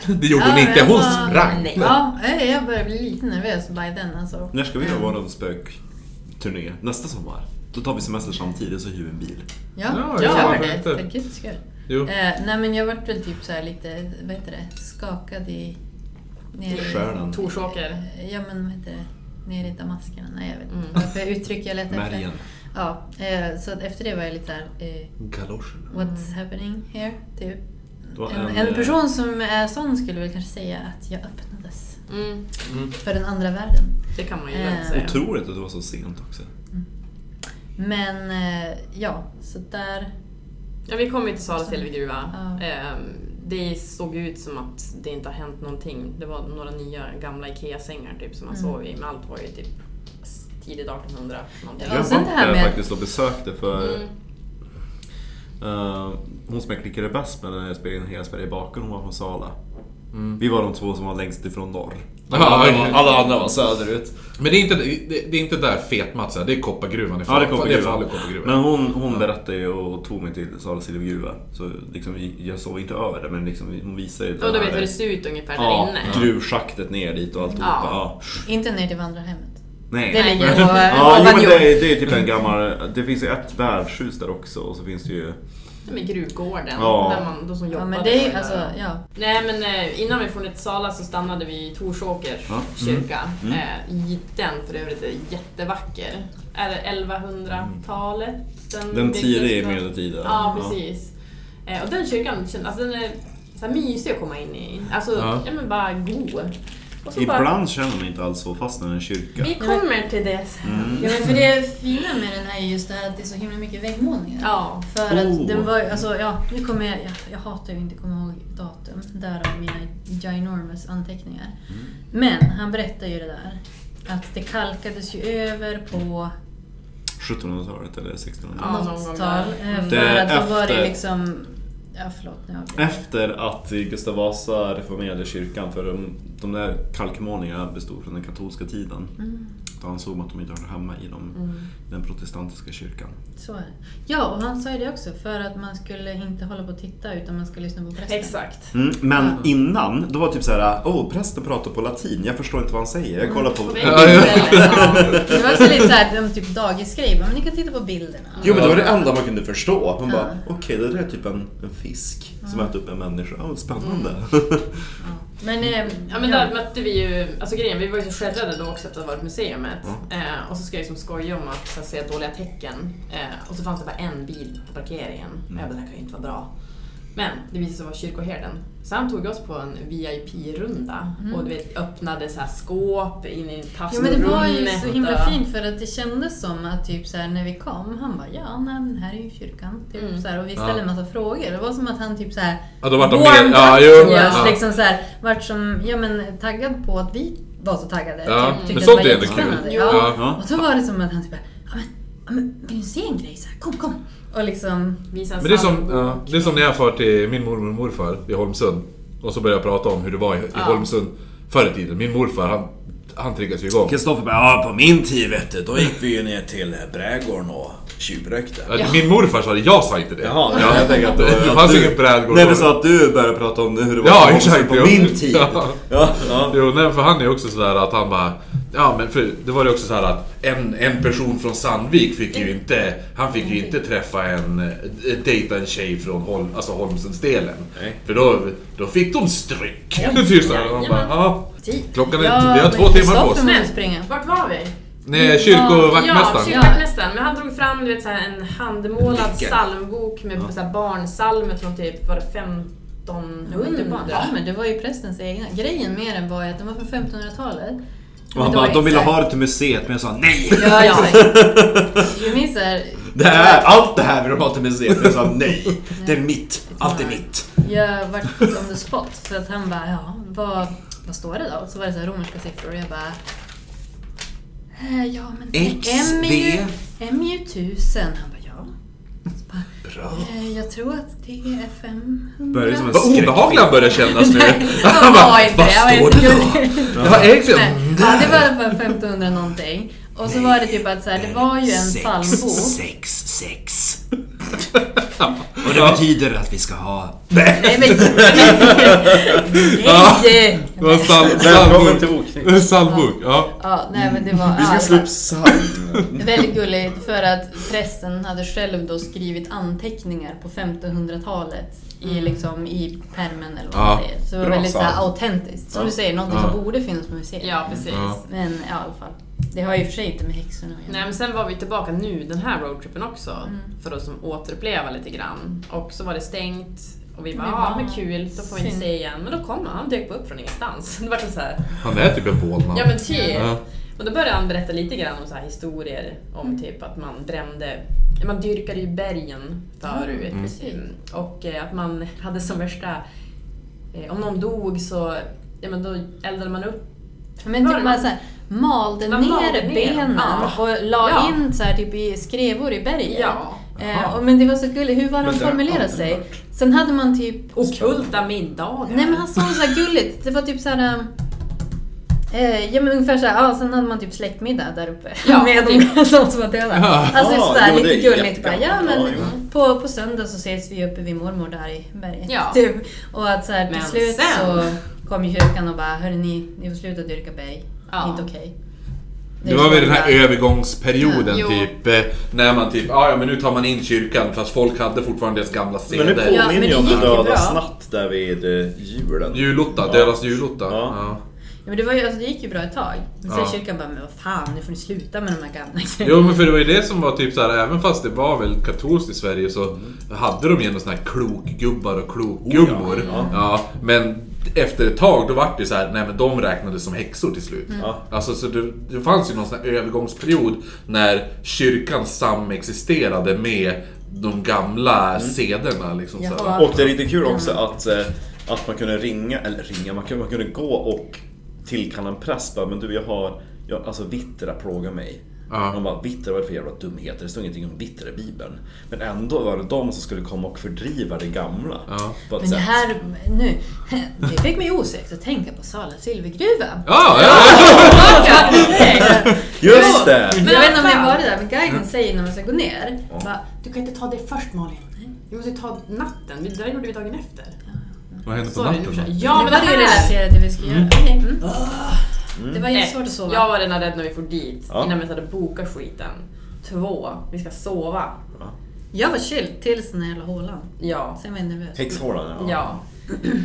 Det gjorde hon Ja, inte, jag hon bara- sprang. Nej. Ja, nej, jag börjar bli lite nervös by then alltså. När ska vi göra vår spökturné? Nästa sommar? Då tar vi semester samtidigt så hyr vi en bil. Ja, jag Ja, ja, gör varför det. inte? För guds skull. Jo. Eh, nej men jag vart väl typ så här lite, vad heter det, skakad i... Nere i Eh, Skölen. Torsåker. Ja men vad heter det? Nere i damaskerna? Nej jag vet inte. Mm. Varför jag uttryck jag letar efter. Märgen. Ja, eh, så att efter det var jag lite såhär, eh, Galoscherna. what's Mm. happening here? Typ. Det var En, eh, en person som är sån skulle väl kanske säga att jag öppnades Mm, för den andra världen. det kan man ju lugnt Eh. säga. Otroligt att det var så sent också. Men eh, ja, så där. Ja, vi kom ju till Sala silvergruva. Ja. Ehm, Det såg ut som att det inte har hänt någonting. Det var några nya gamla IKEA-sängar typ som man Mm. sov i, men allt var ju typ s- tidigt 1800 någonting. Ja, och sen det här med- faktiskt och besökte för Mm. eh, hon som jag klickade bäst med när jag spelade in Hela Sverige bakar, hon var från Sala. Vi var de två som var längst ifrån norr. Ja, Alla, okej. var, Mm. alla andra var söderut. Men det är inte, det, det är inte där fet-Mats är, det är koppargruvan. Ja, det Det är kommer Falu gruvan. koppargruva. Men hon, hon berättade ju och tog mig till Sala silvergruva. Så liksom, jag sov inte över det, men liksom, hon visade ju. Och då vet vi hur det ser ut ungefär där Ja, inne. gruvschaktet ner dit och alltihopa. Ja. Ja. Inte ner till vandrarhemmet. Nej. Det ligger Nej. på [laughs] Ja, jo, ovan men jord. det, är- det är typ en gammal... Det finns ju ett värdshus där också och så finns det ju... Mm, Det med gruvgården, Ja. där man, de som jobbade. Ja men det är ju där. alltså, ja. Nej men eh, innan vi for ner till Sala så stannade vi i Torsåker Ja. kyrka. Mm. Eh, i- Den för övrigt är jättevacker. Är det 1100-talet? Den byggdes tidiga då? medeltiden. Ja, precis. Eh, och den kyrkan, känns- alltså den är så här mysig att komma in i. Alltså, Ja. ja. men bara god. Och så bara, Ibland känner man inte alls så fast när det är en kyrka. vi kommer till det sen. Mm. ja men för det fina med den är ju just det här att det är så himla mycket väggmålningar. Ja. För att Oh. den var ju, alltså ja, nu kommer jag, jag, jag hatar ju inte att komma ihåg datum, därav mina ginormous anteckningar. Mm. Men han berättar ju det där, att det kalkades ju över på 1700-talet eller 1600-talet. Ja, någon gång något tal. där. Mm. eh, För Det är att då var efter- det liksom, ja förlåt nu avbryter jag. Efter att Gustav Vasa reformerade kyrkan, för de, de där kalkmålningarna bestod från den katolska tiden. Mm. Då ansåg man att de inte hörde hemma i de, den protestantiska kyrkan. Så är det. Ja, och han sa ju det också, för att man skulle inte hålla på och titta utan man skulle lyssna på prästen. Exakt. Mm, men innan, då var det typ såhär, åh oh, prästen pratar på latin, jag förstår inte vad han säger. Jag kollar Mm. på... På väggen. Ja, ja. [laughs] Ja. Det var också lite såhär, de typ dagisgrej, bara, men ni kan titta på bilderna. Jo men det var det enda man kunde förstå. Man bara, Ja. okej det där är typ en, en fisk som äter upp en människa. Åh, spännande. Mm. [laughs] Ja. Men, eh, Ja men där mötte vi ju, alltså grejen vi var ju så skärrade då också efter att ha varit på Mm. museet. Eh, och så ska jag liksom skoja om att så här, se dåliga tecken. Eh, och så fanns det bara en bil på parkeringen. Mm. Och jag bara, det här kan ju inte vara bra. Men det visade sig vara kyrkoherden. Så han tog oss på en VIP-runda och du vet, öppnade så här skåp in i Mm. Jo men Alltså, det var ju tassrummet så himla och- fint för att det kändes som att typ så här, när vi kom, han bara ja nej, men här är ju kyrkan. Typ, Mm. så här, och vi ställde en massa frågor. Det var som att han typ så här, Ja, då vart de warmed mer- ja, up jo, till oss, ja. Liksom så här, vart som, ja men taggad på att vi var så taggade. Ja, typ, tyckte men att sånt det är var ändå kul. jättespännande. Ja. Ja. Ja. Och då var det som att han typ bara, ja men, ja, men vill du se en grej så här, kom kom. Och liksom, Visa en Men det är, som, psalmbok. ja, det är som när jag far till min mormor och morfar i Holmsund. Och så börjar jag prata om hur det var i, i Holmsund förr i tiden. Min morfar, han, han triggas ju igång. Kristoffer bara, ja på min tid vet du, då gick vi ju ner till brädgården och tjuvrökte. Ja. Min morfar sa det, jag sa inte det. Jaha, ja. jag tänker att då- Det att fanns du- ingen brädgård Nej då. men så att du började prata om hur det var Ja, för honom exakt, på ja. min tid. Ja. Ja, ja. Jo, nej, för han är också sådär att han bara... Ja, men för det var ju också så här att en, en person från Sandvik fick ju inte... Han fick ju inte träffa en... eh, Dejta en tjej från Holm, alltså Holmsundsdelen. Nej. För då, då fick de stryk. Typ så här, och man bara, ja. tid. Klockan är vi har två timmar på oss. Men springa. Vart var vi? Nej, Ja, kyrkovaktmästaren. kyrkovaktmästaren. Men han drog fram du vet, så här, en handmålad Vilken? psalmbok med så här, barnsalmer från typ, var det 1500? Underbart. Ja, men det var ju prästens egna. Grejen med den var ju att den var från 1500-talet. Och Men han bara, då- de ville ha det till museet, men jag sa nej! Ja, exakt. Jag minns såhär... Det här, allt det här vill de ha till museet, men jag sa nej! Det är mitt, allt är mitt! Jag vart on the spot. För att han bara, ja, vad, vad står det då? Och så var det så här romerska siffror och jag bara... eh, Ja, men X, M är ju, V. M är ju tusen. Han bara, ja. Så bara, Bra. eh, jag tror att det är 500. Börjar som en Vad obehaglig han börjar kännas [laughs] nu. [laughs] Nej, Han han bara, var inte Vad Jag var står det då? jättegullig. Jag har [laughs] ägt [laughs] Nej, ja, det var i alla fall 1500 någonting. Och så var det typ att så här, det var ju en psalmbok. Sex, sex. Och det betyder att vi ska ha... Nej men Ja. nej! Det var sal- Välkommen till salmbok. Oknytt. Salmbok, ja. Ja, nej men det var Vi ja, ska slå upp det psalm. var väldigt gulligt för att prästen hade själv då skrivit anteckningar på 1500-talet i, liksom, i pärmen eller vad man Ja, säger. Så det var bra väldigt så här, sagt. autentiskt. Som Ja. du säger, någonting Ja. som borde finnas på museet. Ja, precis. Ja. Men ja, i alla fall. Det har ju i och för sig inte med häxorna att Nej göra. men sen var vi tillbaka nu den här roadtripen också för att som återuppleva lite grann. Och så var det stängt och vi bara, Vi ja bara, men kul, då får vi inte synd." se igen. Men då kom han, han dök bara upp från ingenstans. [laughs] Det var så här, Han är typ en bålman. ja men typ. Ja. Och då började han berätta lite grann om så här historier Mm. om typ att man drämde man dyrkade ju bergen förut. Mm, precis. Mm. Och eh, att man hade som värsta... Eh, om någon dog så ja, men då eldade man upp Men Var typ det man någon- så här, malde Man malde ner ner. benen Ja. och la Ja. in så här, typ i skrevor i berget. ja, Eh, och, men det var så gulligt, hur var han Men det har jag formulerade aldrig sig? hört. Sen hade man typ... okulta middagar. Nej men han sa så här gulligt, det var typ så här... Eh, ja men ungefär såhär, ja sen hade man typ släktmiddag där uppe [laughs] Ja, med typ. de som var döda. Ja. Alltså Ja, sådär jo, det lite är gulligt bara, jättegammalt. ja men Ja, jo. på, på söndag så ses vi uppe vid mormor där i berget. Ja. Typ. Och att såhär till Men slut sen- så kom ju kyrkan och bara, hörni ni, ni får sluta dyrka berg. Ja. Inte okej. Det var väl den här övergångsperioden Jo. typ, eh, när man typ, ah, ja men nu tar man in kyrkan fast folk hade fortfarande deras gamla Men nu Ja, seder. men påminner det jag om gick ju bra. Dödas natt där vid eh, julen. Julotta, Ja. deras julotta. Ja. Ja. Ja, men det, var ju, alltså, det gick ju bra ett tag. Men sen Ja. kyrkan bara, men vad fan, nu får ni sluta med de här gamla grejerna. Jo men för det var ju det som var typ så här, även fast det var väldigt katolskt i Sverige så hade de ju ändå såna här klokgubbar och klokgummor. Oh, ja. ja. men efter ett tag då vart det så här, nej men de räknades som häxor till slut. Mm. Ja. Alltså så det, det fanns ju någon sån här övergångsperiod när kyrkan samexisterade med de gamla Mm. sederna liksom. Så Jaha. här. Och det är lite kul också att, eh, att man kunde ringa, eller ringa, man kunde, man kunde gå och tillkalla en präst bara, men du jag har, jag, alltså vittra plågar mig. Ja. Man bara, vittra vad är det för jävla dumheter? Det står ingenting om vittra i Bibeln. Men ändå var det de som skulle komma och fördriva det gamla. Ja. På ett Men det sätt. här, nu, det fick mig osökt att tänka på Sala silvergruva. Ja, ja, [laughs] Just det! Mm. Men jag vet inte om ni har varit där, men guiden säger när man ska gå ner. Bara, Du kan inte ta det först Malin. Du måste ta natten. Det där gjorde vi dagen efter. Vad hände på Sorry, nu natten försöker då? jag- Ja det men var ju det här! relaterat till det vi skulle göra. Okej. Mm. Det var ju Ett, svårt att sova. Jag var redan rädd när vi for dit. Ja. Innan vi ens hade bokat skiten. Två, vi ska sova. Jag var chill tills den här jävla hålan. Ja. Sen var jag nervös. Häxhålan Ja.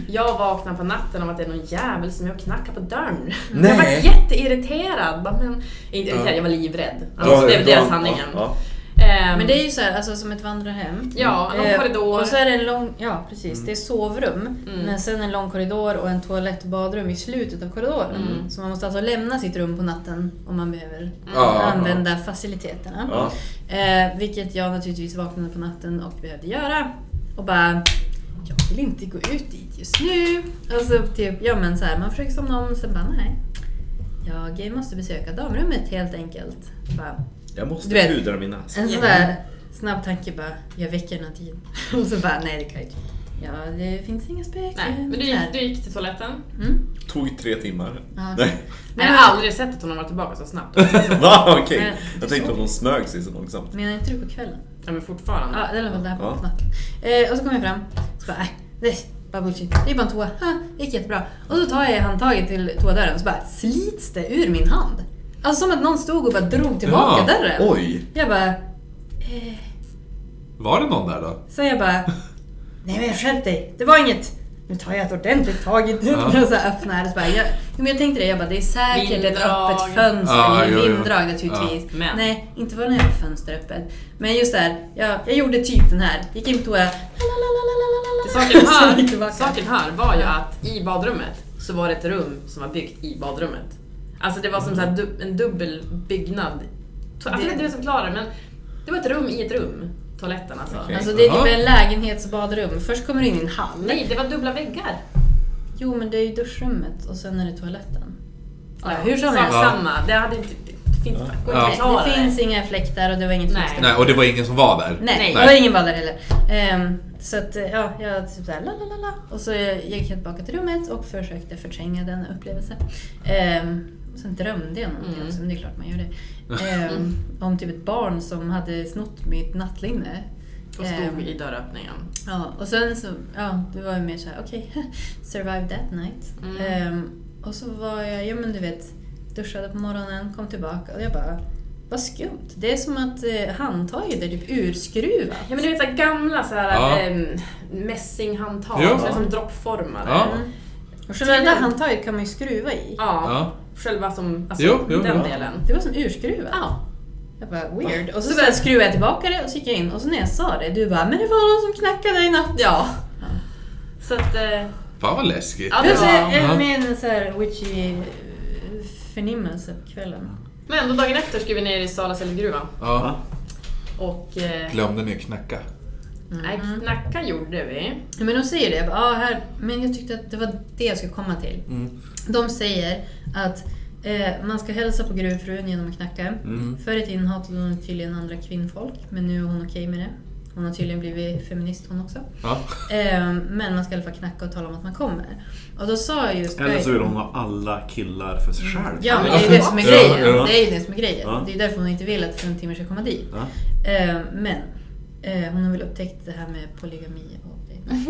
Jag vaknar på natten av att det är någon jävel som jag knackar på dörren. Nej. Jag var jätteirriterad. Bara, men, inte irriterad, jag var livrädd. Alltså, det är väl Ja, det ja, sanningen. ja. Ehm, Men det är ju så här, alltså som ett vandrarhem. Ja, en lång Eh, korridor. Mm. Och så är det en lång, ja precis, Mm. det är sovrum. Men sen en lång korridor och en toalett och badrum i slutet av korridoren. Mm. Så man måste alltså lämna sitt rum på natten om man behöver Ja, använda faciliteterna. Ja. Eh, vilket jag naturligtvis vaknade på natten och behövde göra. Och bara, jag vill inte gå ut dit just nu. Och så typ, ja men så här, man försöker somna om och sen bara nej. Jag måste besöka damrummet helt enkelt. Bara, Jag måste Du vet. pudra min näsa. en sån där snabb tanke bara, jag väcker den här tiden. [laughs] Och så bara, nej det kan jag inte. Ja, det finns inga spöken. Nej, men du Så gick, här. du gick till toaletten. Mm. Tog tre timmar. Ja. Nej. [laughs] Men jag har aldrig sett att hon har varit tillbaka så snabbt. Nej, Va? Okej. Nej, det Jag tänkte såg att de smög sig så långsamt. Menar inte du på kvällen? men fortfarande. Ja, i alla fall det här på Ja. natten. Eh, och så kom jag fram, så bara, "Äh, nej, det är bara bullshit. Det är bara en toa. Ha, det gick jättebra. Och så tar jag handtaget till toadörren och så bara slits det ur min hand. Alltså som att någon stod och bara drog tillbaka Ja, dörren. Oj! Jag bara, eh, Var det någon där då? Sen jag bara, nej men skärp dig, det var inget. nu tar jag ett ordentligt tag i det. Ja. Och så här öppnar här och så bara, jag, men jag tänkte det, jag bara, det är säkert ett Vinddrag. öppet fönster, Ja, eller jo, jo. vinddrag naturligtvis. Ja. Men. Nej, inte var det något jävla fönster öppet. Men just där, jag, jag gjorde typ den här, gick in på toa, Till [laughs] [laughs] Saken Så gick här, tillbaka. saken här var ju att i badrummet så var det ett rum som var byggt i badrummet. Alltså det var som så här dub- en dubbel byggnad. To- Alltså jag vet inte hur jag ska förklara det men det var ett rum i ett rum. Toaletten alltså. Okej. Alltså det är Jaha. typ en lägenhetsbadrum. Först kommer du in i en hall. Nej, det var dubbla väggar. Jo men det är ju duschrummet och sen är det toaletten. Ja, Ja, hur som sak helst. samma. Det hade inte... Det finns inte går inte Ja. att förklara Det finns inga fläktar och det var inget Nej. fönster. Nej, och det var ingen som var där. Nej, Nej. det var ingen badare heller. Ehm, så att eh, ja, jag typ såhär la la la la. Och så eh, gick jag tillbaka till rummet och försökte förtränga den upplevelsen. Ehm, och sen drömde jag någonting Mm. också, men det är klart man gör [laughs] det. Ehm, om typ ett barn som hade snott mitt nattlinne. Och stod Ehm, i dörröppningen. Ja, och sen så, ja, det var ju mer såhär, okej, [laughs] survive that night. Mm. Ehm, och så var jag, ja men du vet, duschade på morgonen, kom tillbaka och jag bara, vad skumt. Det är som att eh, handtaget är typ urskruvat. Ja men du vet såhär gamla såhär Ja. ehm, mässinghandtag, Ja. såhär som droppformade. Ja. Mm. Och själva det där handtaget kan man ju skruva i. Ja, Ja. själva som, alltså Jo, jo, den ja. delen. Det var som urskruvat. Ja. Jag bara, weird. Och så, så skruvade jag tillbaka det och så gick jag in och så när jag sa det, du bara, men det var någon som knackade i natt. ja. Så att, eh, Fan vad läskigt. Ja. Det var så, Ja. jag menar en sån här witchy eh, förnimmelse på kvällen. men då dagen efter skulle vi ner i Salasällgruvan Ja. och eh, Glömde ni knacka? nej, knacka gjorde vi. Ja, Men de säger det. Jag bara, ah, här. Men jag tyckte att det var det jag skulle komma till. De säger att eh, man ska hälsa på gruvfrun genom att knacka. Mm. Förr i tiden hatade hon tydligen andra kvinnfolk, men nu är hon okej med det. Hon har tydligen blivit feminist hon också. Ja. Eh, men man ska i alla fall knacka och tala om att man kommer. Och då sa jag just... Eller så vill hon ha alla killar för sig själv. Ja, men det är ju det som är Ja, grejen. ja. Det är ju det som är grejen. Ja. Det är därför hon inte vill att fruntimmer ska komma dit. Ja. Eh, men eh, hon har väl upptäckt det här med polygami och det.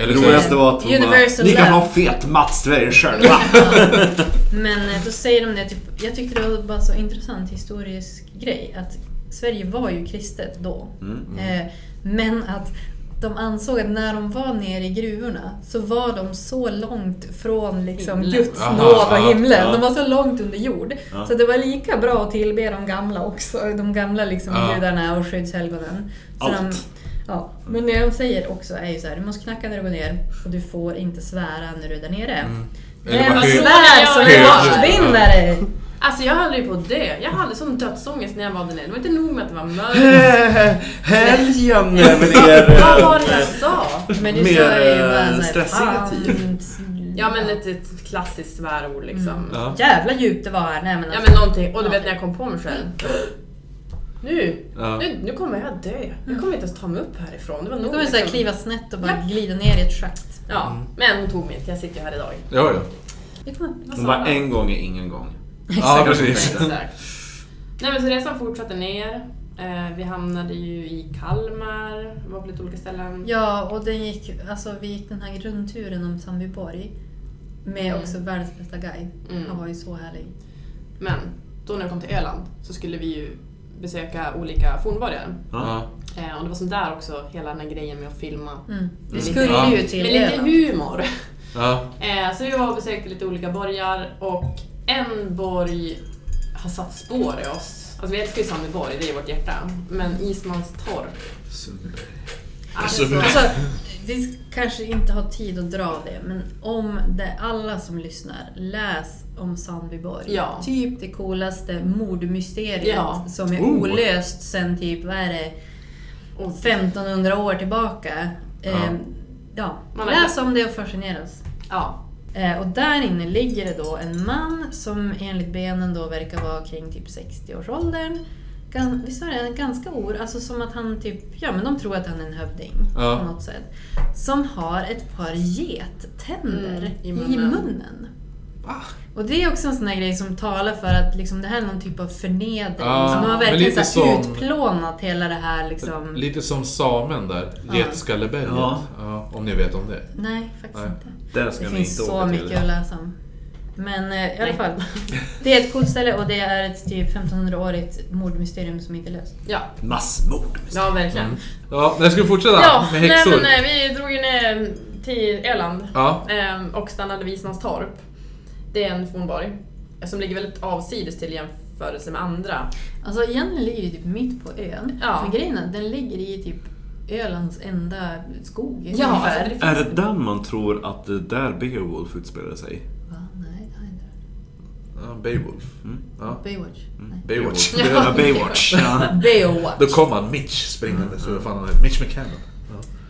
[laughs] Eller Det så... roligaste var att hon Universal bara, Ni kan love." ha fet Mats för er själva! Men eh, då säger de det, typ, jag tyckte det var bara så intressant historisk grej att Sverige var ju kristet då. Mm. Eh, men att de ansåg att när de var nere i gruvorna så var de så långt från liksom, Himlen. Guds Aha, nåd och ja, himlen. ja. De var så långt under jord. Ja. Så det var lika bra att tillbe de gamla också. De gamla liksom, Ja. gudarna och skyddshelgonen. Så Allt. De, ja. Men det de säger också är ju så här, du måste knacka när du går ner och du får inte svära när du är där nere. Eller Vem bara, hur- svär som hur- en borstbindare? Alltså jag höll ju på att dö. Jag hade sån dödsångest när jag var där nere. Det var inte nog med att det [laughs] var mörkt. Eh, [laughs] Helgen är väl [laughs] er... Vad var det eh, jag sa? Men du Mer, sa ju eh, bara såhär, stressiga fan... tider. typ. Ja men ett, ett klassiskt svärord liksom. Ja. Jävla djupt det var här. Nej, men Ja alltså, men någonting. Och du vet när jag kom på mig själv. Nu, Ja. nu, nu kommer jag dö. Jag kommer inte ens ta mig upp härifrån. Det var nog. Du kommer liksom. såhär kliva snett och bara Ja. glida ner i ett schakt. Ja, men hon tog mitt. Jag sitter ju här idag. Ja, ja. Jag kommer upp. Hon bara, en gång är ingen gång. ja precis. Exakt. Nej men så resan fortsatte ner. Eh, Vi hamnade ju i Kalmar, var på lite olika ställen. Ja, och den gick, alltså, vi gick den här rundturen om Sandbyborg. Med Mm. också världens bästa guide. Mm. Han var ju så härlig. Men då när vi kom till Öland så skulle vi ju besöka olika fornborgar. Ja. Ja. Eh, Och det var som där också, hela den här grejen med att filma. Mm. Vi lite- skulle Ja. ju till Med lite Öland. humor. Ja. Eh, Så vi var och besökte lite olika borgar och en borg har satt spår i oss. Alltså vi älskar ju Sandöborg, det är ju vårt hjärta. Men Ismanstorp. Sundberg. Alltså, Alltså, vi kanske inte har tid att dra det, men om det alla som lyssnar, läs om Sandbyborg. Ja. Typ det coolaste mordmysteriet Ja. som är Oh. olöst sen typ, vad är det, 1500 år tillbaka. Ja. Ehm, ja. Man har- Läs om det och fascineras. ja, Eh, och där inne ligger det då en man som enligt benen då verkar vara kring typ 60-årsåldern. Gan, visst var det ganska or... Alltså som att han typ... Ja men de tror att han är en hövding Ja. på något sätt. Som har ett par gettänder Mm, i i munnen. munnen. Och det är också en sån här grej som talar för att liksom, det här är någon typ av förnedring. Ja, som har men verkligen lite så här som- utplånat hela det här liksom... Lite som samen där, Getskalleberget. Ja. Ja, om ni vet om det. Nej, faktiskt Nej. inte. Där ska Det ni finns inte så åka till. mycket att läsa om. Men eh, i alla Nej. [laughs] fall, det är ett coolt ställe och det är ett typ 1500-årigt mordmysterium som inte är löst. ja, Massmord. ja verkligen. Ja, men jag ska fortsätta Ja, [laughs] med nej, eh, häxor. men, nej, vi drog ju ner till Öland Ja. ehm, och stannade vid Islandstorp. Det är en fornborg eh, som ligger väldigt avsides till jämförelse med andra. Alltså egentligen ligger det typ mitt på ön. Ja. Men grejen är att den ligger i typ Ölands enda skog. Ja, ungefär. alltså, Är det där man tror att det där Beowulf utspelade sig? Va? Nej, det har jag inte hört. Ja, Beowulf. Mm. Ja. Baywatch. Nej. [laughs] Baywatch. Ja. Det är Baywatch. [laughs] Ja. Baywatch. [laughs] Då kom han, Mitch, springande. Så vad fan han heter. Mitch McCannon.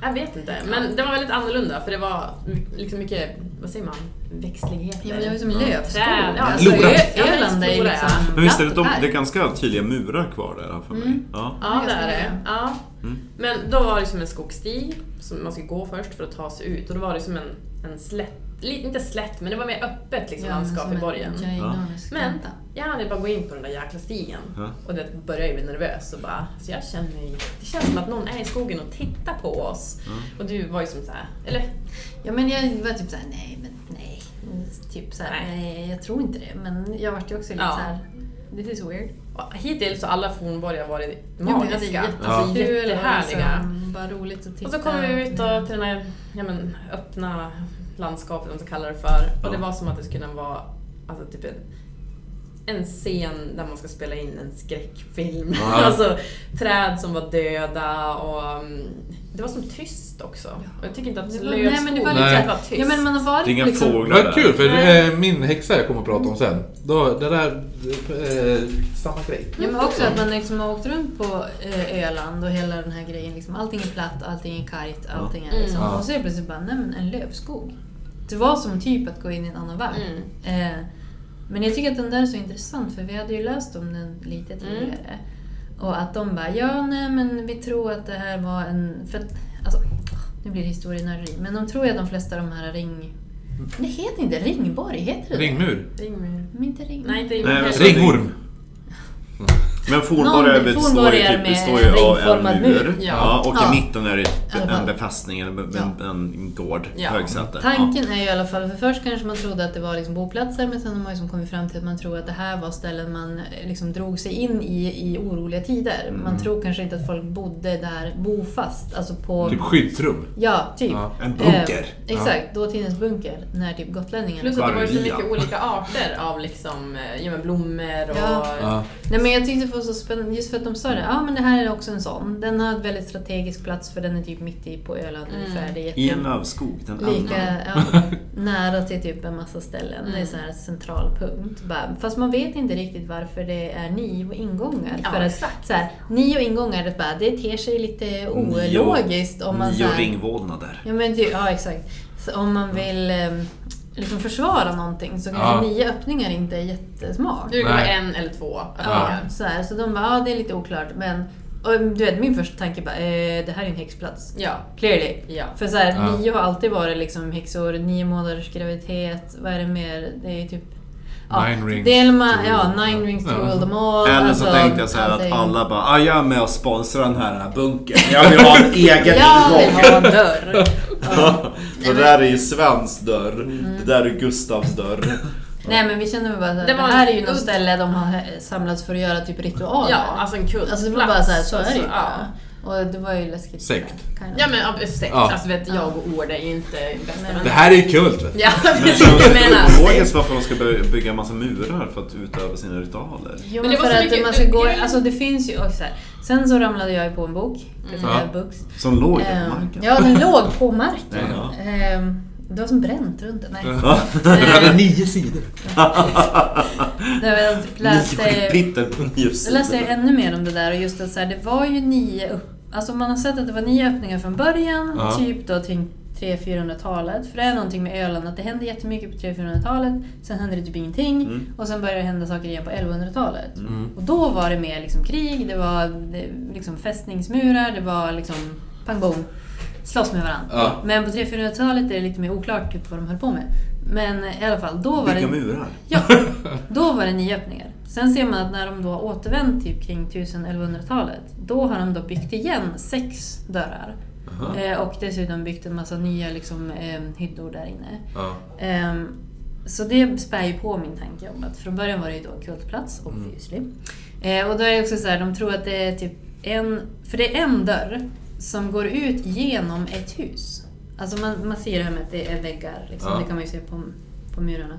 Jag vet inte, men det var väldigt annorlunda för det var my- liksom mycket, vad säger man, växtligheter. Ja, men det var ju som Ja. lövskog. Träd, ja. Alltså, Lora. Ö- Ja, Öland är ju Lora, liksom... ja. Men visst är det, de, lappberg. det är ganska tydliga murar kvar där har jag för mig. Mm. Ja. Ja, Ja, det är jag det. skulle- Ja. Mm. Men då var det som en skogsstig som man skulle gå först för att ta sig ut och då var det som en, en slätt, lite, inte slätt men det var mer öppet liksom, Ja, men landskap som i en borgen. gigantisk Men- planta. Jag hade bara gå in på den där jäkla stigen Ja. och det började jag bli nervös och bara, så jag känner mig, det känns som att någon är i skogen och tittar på oss. Och du var ju som såhär, eller Ja, men jag var typ såhär, nej, men nej. Typ såhär, Nej. nej. jag tror inte det. Men jag vart ju också lite Ja. såhär, this is weird. och hittills har alla fornborgar har varit Jo, men jag hade magiska. jätte- Alltså kul och jättehärliga. liksom Bara roligt att titta. Och så kom vi ut och, till den här ja, men, öppna landskapet, om man kallar det för. Och det Ja. var som att det skulle kunna vara alltså, typ en, en scen där man ska spela in en skräckfilm. Ja. [laughs] alltså träd som var döda och mm, det var som tyst också. Och jag tycker inte att Det det var- lövskog nej, men det var lite- nej. var tyst. Ja, men man har varit Det är inga liksom... Det fåglar var kul där. för eh, min häxa jag kommer att prata om sen. Då, det där... Eh, samma grej. Ja, men också att man liksom har åkt runt på eh, Öland och hela den här grejen. Liksom, allting är platt, allting är kargt, allting är liksom... Mm. Och så är det plötsligt bara, nej men en lövskog. Det var som typ att gå in i en annan värld. Mm. Eh, men jag tycker att den där är så intressant för vi hade ju läst om den lite Mm. tidigare. Och att de bara, ja nej men vi tror att det här var en... För, att- alltså, nu blir det historienörderi, men de tror ju att de flesta av de här ring... Mm. Det heter inte ringborg, heter det Ringmur. Ring mig. Men inte ring... Nej, inte Nej, men ring. så- Ringorm. Men fornborgar Någon- består ju, fornborgar typ, med består ju av en ringformad mur. mur. Ja. Ja, och Ja. i mitten är det ett- I alla en fall. befästning, eller en, en, en gård, Ja. högsäte. Ja. Tanken är ju i alla fall, för först kanske man trodde att det var liksom boplatser men sen har man ju som kommit fram till att man tror att det här var ställen man eh, liksom drog sig in i i oroliga tider. Mm. Man tror kanske inte att folk bodde där bofast. Alltså på... Typ skyddsrum. Ja, typ. Ja. En bunker. Eh, exakt, dåtidens bunker. När typ gotlänningarna... Plus att det var ju så Varg, ja. mycket olika arter [laughs] av liksom, eh, ja, men blommor och... Ja. Ja. Nej men jag tyckte det var så spännande, just för att de sa det. Ja men det här är också en sån. Den har en väldigt strategisk plats för den är typ mitt i på Öland Mm. ungefär. Det är jätte- I en lövskog, den andra. Lika [laughs] ja, nära till typ en massa ställen. Det Mm. är så här central punkt. Bara, Fast man vet inte riktigt varför det är nio ingångar. Ja, för att, exakt. Så här, nio ingångar, det, bara, det ter sig lite Nio- ologiskt om man så Nio här, ringvålnader. Ja, men det, ja exakt. Så om man vill ehm, liksom försvara någonting så kanske Ja. nio öppningar inte är jättesmart. Nu kan det vara Nej. en eller två Ja, öppningar. så, här, så de bara, ja det är lite oklart. Men och, ehm, du vet, min första tanke bara, eh, det här är en häxplats. Ja. Clearly. ja. För så här, Ja. nio har alltid varit liksom häxor, nio månaders graviditet, vad är det mer? Det är ju typ... Nine rings det är en ma- to- ja, nine rings to Ja. rule them all. Eller så alltså, tänkte jag så här att allting. alla bara, ah, jag är med och sponsrar den här, här bunkern. Jag vill [laughs] ha en egen Jag vill ingång. ha en dörr! [laughs] det där är ju Svens dörr. Mm. Det där är [laughs] Gustavs dörr. Nej men vi kände väl bara att det, Det det var här är ju en något udd. ställe de har eh, samlats för att göra typ ritualer. Ja, alltså en kultplats. alltså det var bara så här, så är det ju. alltså, ja. Och det var ju läskigt. Sekt. Kind of. ja men ja, sex, Ja. alltså vet jag och ord är ju inte bästa Nej. vänner. Det här är ju kult vet du. [laughs] Ja, Det precis. känns Jag menar. ologiskt varför de ska börja bygga en massa murar för att utöva sina ritualer. Jo, Men men det var för så att mycket- man ska gå, grejen- alltså det finns ju också så här. Sen så ramlade jag ju på en bok, mm. Ja. books. Som låg i Ehm, marken. Ja, den låg på marken. Ja. Ehm, Det var som bränt runt den. Nej. Ehm, Ja. [laughs] Den hade nio sidor. Nej, [laughs] men jag typ Nio läste, kapitel på nio jag läste sidor. ännu mer om det där och just att så här, det var ju nio upp, Alltså man har sett att det var nio öppningar från början, Ja. typ då kring 300-400-talet. För det är någonting med Öland att det händer jättemycket på 300-400-talet, sen händer det typ ingenting Mm. och sen börjar det hända saker igen på 1100-talet. Mm. Och då var det mer liksom krig, det var eh, liksom fästningsmurar, det var liksom pang bom, slåss med varandra. Ja. Men på 300-400-talet är det lite mer oklart typ, vad de höll på med. Men i alla fall, då var Bygga det, murar. ja, då var det nyöppningar. Sen ser man att när de då har återvänt typ kring 1100-talet, då har de då byggt igen sex dörrar. Aha. Eh, och dessutom byggt en massa nya liksom, eh, hyddor där inne. Ja. Ehm, så det spär ju på min tanke om att från början var det ju då kultplats, Mm. obviously. Eh, och då är det också så här, de tror att det är typ en... För det är en dörr som går ut genom ett hus. Alltså man, man ser det här med att det är väggar, liksom. Ja. det kan man ju se på, på murarna.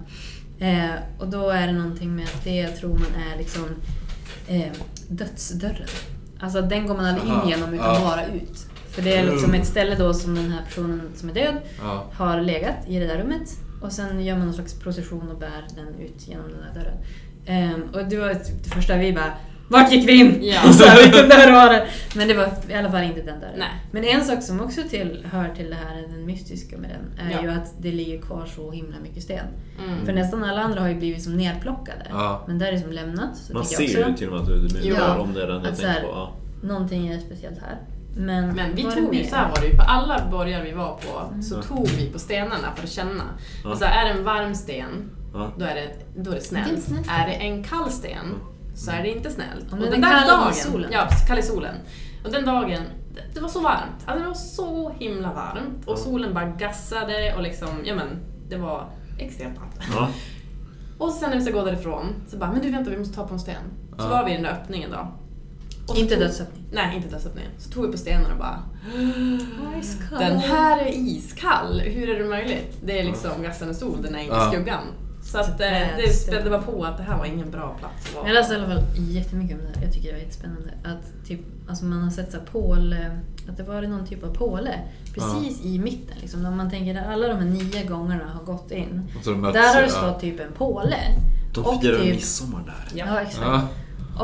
Eh, och då är det någonting med att det jag tror man är liksom eh, dödsdörren. Alltså den går man aldrig Aha. in genom utan Ja. Mm. bara ut. För det är liksom ett ställe då som den här personen som är död Ja. har legat i det där rummet och sen gör man någon slags procession och bär den ut genom den där dörren. Ehm, och det var typ det första vi bara vart gick vi in? Ja. Och [laughs] så här, vilken dörr var det? Men det var i alla fall inte den dörren. Nej. Men en sak som också till, hör till det här, den mystiska med den, är Ja. ju att det ligger kvar så himla mycket sten. Mm. För nästan alla andra har ju blivit som nerplockade. Ja. Men där är som lämnat. Så Man tycker jag ser ju också, till och med att det är Ja. murar om det är den jag Att så tänker här- på. Ja. Någonting är speciellt här. Men, Men vi var det tog mer? ju, Mm. så här var det ju, på alla borgar vi var på så tog vi på stenarna för att känna. Ja. Och så här, är det en varm sten, Ja. då är det, då är det snällt. Det är snällt. Är det en kall sten, så är det inte snällt. Om den är kall i solen. Ja, precis, kall i solen. Och den dagen, det, det var så varmt. Alltså det var så himla varmt. Och Ja. solen bara gassade och liksom, ja men, det var extremt varmt. Ja. Och sen när vi ska gå därifrån, så bara, men du vänta vi måste ta på en sten. Så Ja. var vi i den där öppningen då. Och så Inte tog- dödsöppning. Nej, inte dödsöppningen. Så tog vi på stenen och bara Ice den här är iskall, hur är det möjligt? Det är liksom gassande sol, den är inte Ja. i skuggan. Så att eh, det spädde bara på att det här var ingen bra plats att vara Jag läste i alla fall jättemycket om det här. Jag tycker det var jättespännande. Att typ, alltså man har sett så här pål, eh, att det var någon typ av påle precis i mitten. Liksom. Om man tänker att alla de här nio gångerna har gått in. Och så de möts, Där har det ja. stått typ en påle. De och firar typ- midsommar där. Ja, exakt. Ja.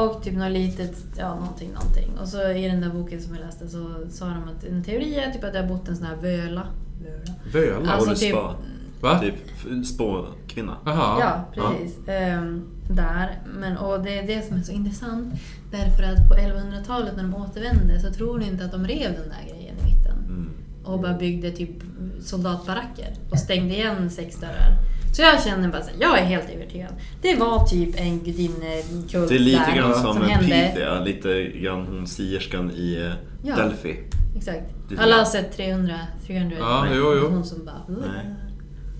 Och typ något litet, ja någonting, någonting. Och så i den där boken som jag läste så sa de att en teori är typ att det har bott en sån här völa. Völa? Völa? Alltså Har du typ- spa? Va? Typ f- spåkvinna? Jaha. Ja, precis. Ehm, där. Men, och det är det som är så intressant. Därför att på 1100-talet när de återvände så tror ni inte att de rev den där grejen i mitten. Mm. Och bara byggde typ soldatbaracker och stängde igen sex dörrar. Så jag känner bara såhär, jag är helt övertygad. Det var typ en gudinnekult Det är lite där grann som, en hände. Pythia, lite grann hon sierskan i eh, Ja. Mm. Delphi. Exakt. Det är Alla det. har sett 300, 300 Ja, jo, jo. hon som bara... Nej.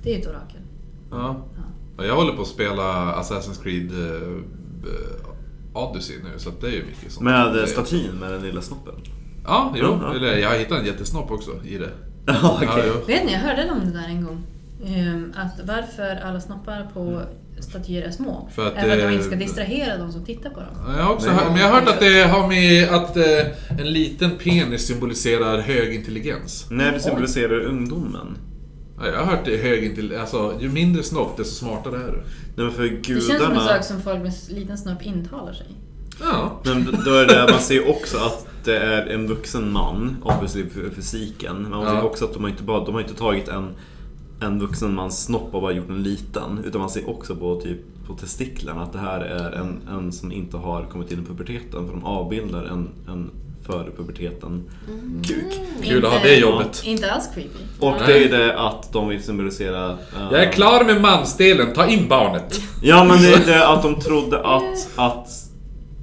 Det är ett orakel. Ja. Ja, Jag håller på att spela Assassin's Creed eh, eh, Odyssey nu, så att det är ju mycket sånt. Med Det- eh, statyn med den lilla snoppen. [laughs] Ja, jo. Ja, ja. Eller jag har hittat en jättesnopp också i det. Ja, okej. Ja, jo. Vet ni, jag hörde om det där en gång. Ehm, Att varför alla snoppar Mm. på statyer är små. För att, är för att eh, de inte ska distrahera de som tittar på dem. Ja, Jag har också Nej. hört, men jag har hört att det har med att eh, en liten penis symboliserar hög intelligens. När du symboliserar ungdomen. Ja, jag har hört det hög intelligens, alltså ju mindre snopp desto smartare är du. Nej, men för Det känns som en gudarna... sak som folk med liten snopp intalar sig. Ja. Men då är det, man [laughs] ser ju också att det är en vuxen man, obviously för fysiken. Men man ser Ja. också att de har inte, bara, de har inte tagit en, en vuxen mans snopp och bara gjort en liten. Utan man ser också på, typ, på testiklarna att det här är en, en som inte har kommit in i puberteten. För de avbildar en, en före puberteten kuk. Kul att ha Inte- det jobbet. Inte alls creepy. Och det är ju det att de vill symbolisera... eh, Jag är klar med mansdelen, ta in barnet. Ja men det är [laughs] det att de trodde att, att,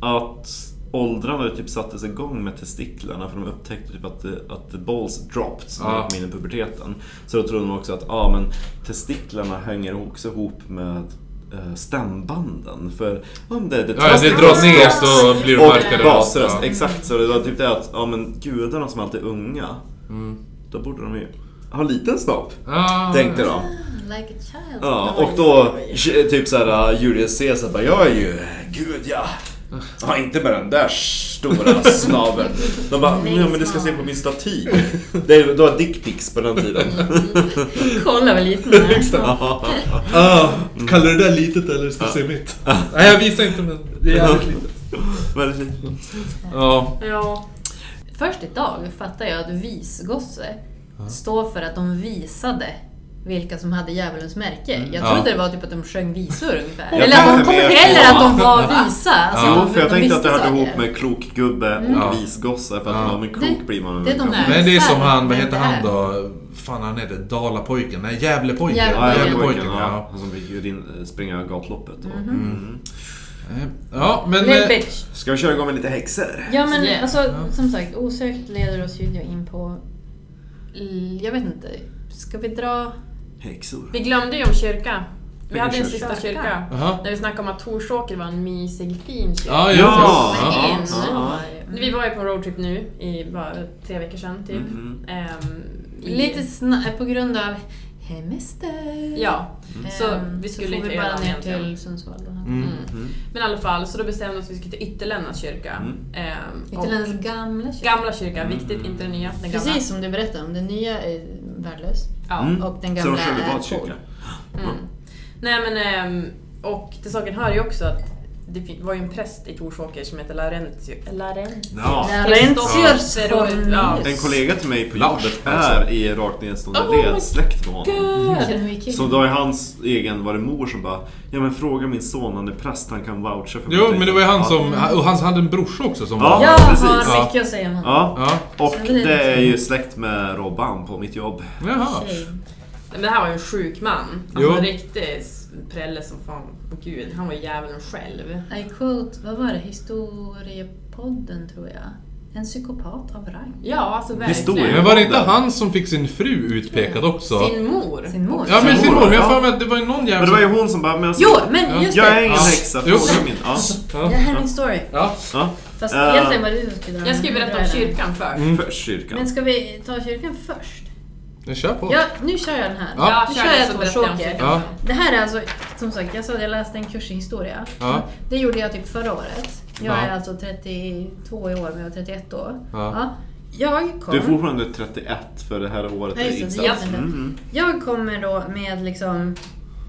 att åldrarna typ sattes igång med testiklarna för de upptäckte typ att, det- att the balls dropped när de Ja. kom in i puberteten. Så då trodde de också att ah, men testiklarna hänger också ihop med eh, stämbanden. För om det, det Ja, det dras ner så blir du och mörkare. basröst, Ja. exakt. Så det var typ det att ja, men gudarna som alltid är unga, då borde de ju ha liten snopp. Mm. Ja. Tänkte de. Ah, Like a child. Ja, och då typ såhär Julius Caesar bara, jag är ju gud ja. Ah. Ja, inte med den där stora snaveln. De bara, [laughs] Nej, ja men du ska se på min staty. Det är, det var dickpics på den tiden. [laughs] Kolla vad liten [laughs] den är. Ah, kallar du det där litet eller ska du Ah. se mitt? Nej, jag visar inte men det är jävligt litet. Väldigt liten. Ja. Ja, Först idag fattar jag att visgosse står för att de visade vilka som hade djävulens märke. Jag Ja. trodde det var typ att de sjöng visor ungefär. Mm. Jag Eller att, de tänkte mer på- eller att de var visa. Alltså, Jo, de, för jag de tänkte att det visste hörde saker. ihop med klokgubbe Ja. och visgosse. För att Ja. ja men klok blir man Mm. Det är de kanske. där. Men det är som Fan, han, vad vem heter det han är? Äh, då? Fan han heter Dalapojken? Nej, Gävlepojken. Gävlepojken. Ja, Jävla jag är Gävlepojken, pojken. Ja. ja. Han som fick ju din- eh, springa gatloppet. Och. Mhm. Mm. Ja, men... Little eh, bitch. Ska vi köra igång med lite häxor? Ja men Yeah. alltså som sagt, osökt leder oss ju in på... l- Jag vet inte. Ska vi dra... Häxor. vi glömde ju om kyrka. Vi Vilken hade en kyrka? sista kyrka. Aha. Där vi snackade om att Torsåker var en mysig fin kyrka. Ja, just det. Ja! Ja, in? ja. Vi var ju på en roadtrip nu, i bara tre veckor sedan typ. Mhm. Ehm, Lite snabbt på grund av hemester. Ja, så Ehm, vi skulle så får inte vi göra bara det ner egentligen. till Sundsvall. då. Mm. Mm. Men i alla fall, så då bestämde vi oss att vi skulle till Ytterlännas kyrka. Mm. Ehm, och Ytterländsk gamla kyrka. Gamla kyrka, viktigt, inte den nya. Den gamla. Precis som du berättade om, den nya är värdelös. Ja. Mm. Och den Så de gamla kör är vid Badkyrka. cool. Mm. Nej men, ehm, och till saken hör ju också att det fin- var ju en präst i Torsåker som hette Laurentius. Laurentius. Ja. Laurentius Ja. Ja. En kollega till mig på Lars, jobbet alltså. är i rakt nedstående Oh my led släkt med honom. Mm. Kornelius. Så då är hans egen, var det mor som bara Ja men fråga min son, han är präst, han kan voucha för Jo, mig." men det var ju han Ja. som... Och han hade en brorsa också som Ja. var... Jag precis. har Ja. mycket att säga om honom. Ja, Ja. och Så det är det är liksom- ju släkt med Robban på mitt jobb. Jaha. Tjej. Men det här var ju en sjuk man. Jo. Alltså en riktig s- prälle som fan. Åh gud, han var djävulen själv. I quote, vad var det? Historiepodden tror jag. En psykopat av rang. Ja, alltså Historia. verkligen. Men var det inte han som fick sin fru utpekad också? Sin mor. Sin mor. Ja, men sin Sin mor. mor, Men jag ja. har för mig att det var ju någon jävla... Men det var ju hon som bara, men alltså, Jo, men just jag är det. ingen Ja. häxa, Jo. fråga min. Ja. Det Ja. här är min story. ja. Ja. Fast Eh, egentligen var det du som skulle dra Jag den. ska ju berätta Dra om den. kyrkan först. Mm. För kyrkan. Men ska vi ta kyrkan först? Men kör på. Ja, nu kör jag den här. Ja. Nu kör kör det jag så berättar om Torsåker. kyrkan Ja. sen. Det här är alltså, som sagt, jag sa att jag läste en kurs i historia. Ja. Det gjorde jag typ förra året. Jag Ja. är alltså 32 i år, men jag var 31 då. Ja. Jag kom... Du är fortfarande 31 för det här året. Ja, det just det, gick det så. är jättebra. Mm, mm. Jag kommer då med liksom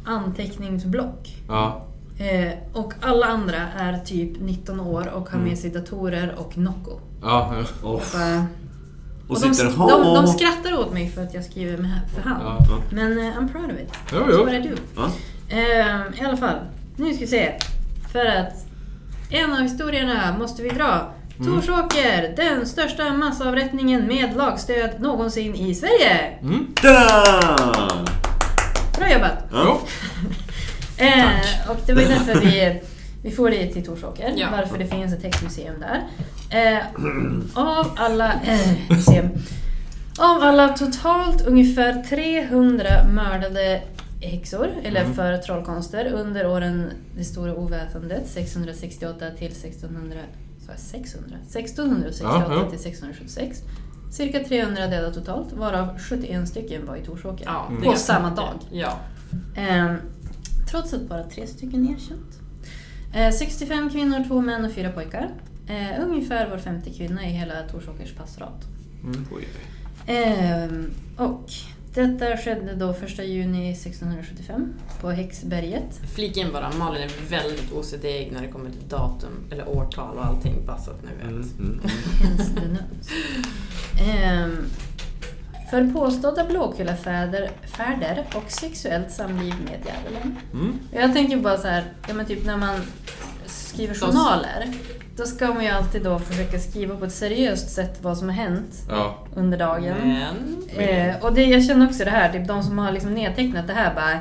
anteckningsblock. Ja. Eh, och alla andra är typ 19 år och har Mm. med sig datorer och Nocco. Ja. ja. Åh, Bara- Och de, sitter sk- de, de skrattar åt mig för att jag skriver med för hand. Ja. Men eh, I'm proud of it. Jo, That's what jo. I do. Ja. Ehm, I alla fall, nu ska vi se. För att en av historierna måste vi dra. Mm. Torsåker, den största massavrättningen med lagstöd någonsin i Sverige. Mm. Ta-da! Bra jobbat! Jo. Eh, och det var ju därför vi, vi får det till Torsåker, Ja. varför det finns ett textmuseum där. Eh, av alla eh, museum, av alla totalt ungefär 300 mördade häxor, eller Mm. för trollkonster, under åren det stora oväsendet 668 till 1600, sa jag 600? 1668 Ja, ja. till 676. Cirka 300 döda totalt, varav 71 stycken var i Torsåker. Ja, Mm. det är På ganska samma mycket. dag. Ja. Ehm, trots att bara tre stycken erkänt. Eh, 65 kvinnor, två män och fyra pojkar. Eh, ungefär var femte kvinna i hela Torsåkers pastorat. Oj. Ehm, och detta skedde då 1 juni 1675 på Häxberget. Flik in bara, Malin är väldigt OCD när det kommer till datum eller årtal och allting. Bara så att ni vet. Mm, mm, mm. Hence the nose. Ehm, för påstådda blåkullafäder färder och sexuellt samliv med djävulen. Mm. Jag tänker bara så här, ja men typ när man skriver Då- journaler, då ska man ju alltid då försöka skriva på ett seriöst sätt vad som har hänt Ja. under dagen. Men... Eh, och det, jag känner också det här, typ de som har liksom nedtecknat det här bara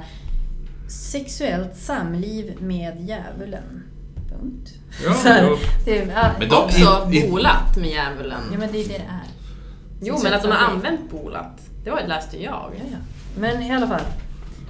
Sexuellt samliv med djävulen. Punkt. Ja, så här, jo. typ, ja, Men de- Också i- i- bolat med djävulen. ja men det är det det är. Jo men att de har använt bolat, det var, läste jag. Ja, ja. Men i alla fall.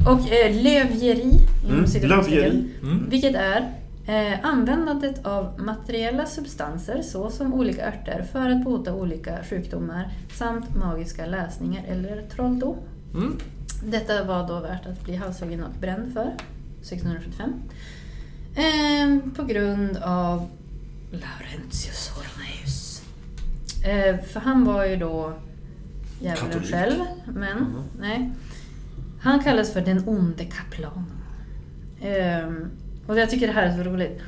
Och eh, lövgeri, inom Mm, citationstecken, lövgeri. Mm. vilket är eh, användandet av materiella substanser såsom olika örter för att bota olika sjukdomar samt magiska läsningar eller trolldom. Mm. Detta var då värt att bli halshuggen och bränd för 1675. Eh, på grund av Laurentius Horneus. Eh, för han var ju då djävulen Katolik. själv, men Mm. nej. Han kallas för den onde kaplanen. Ehm, och jag tycker det här är så roligt.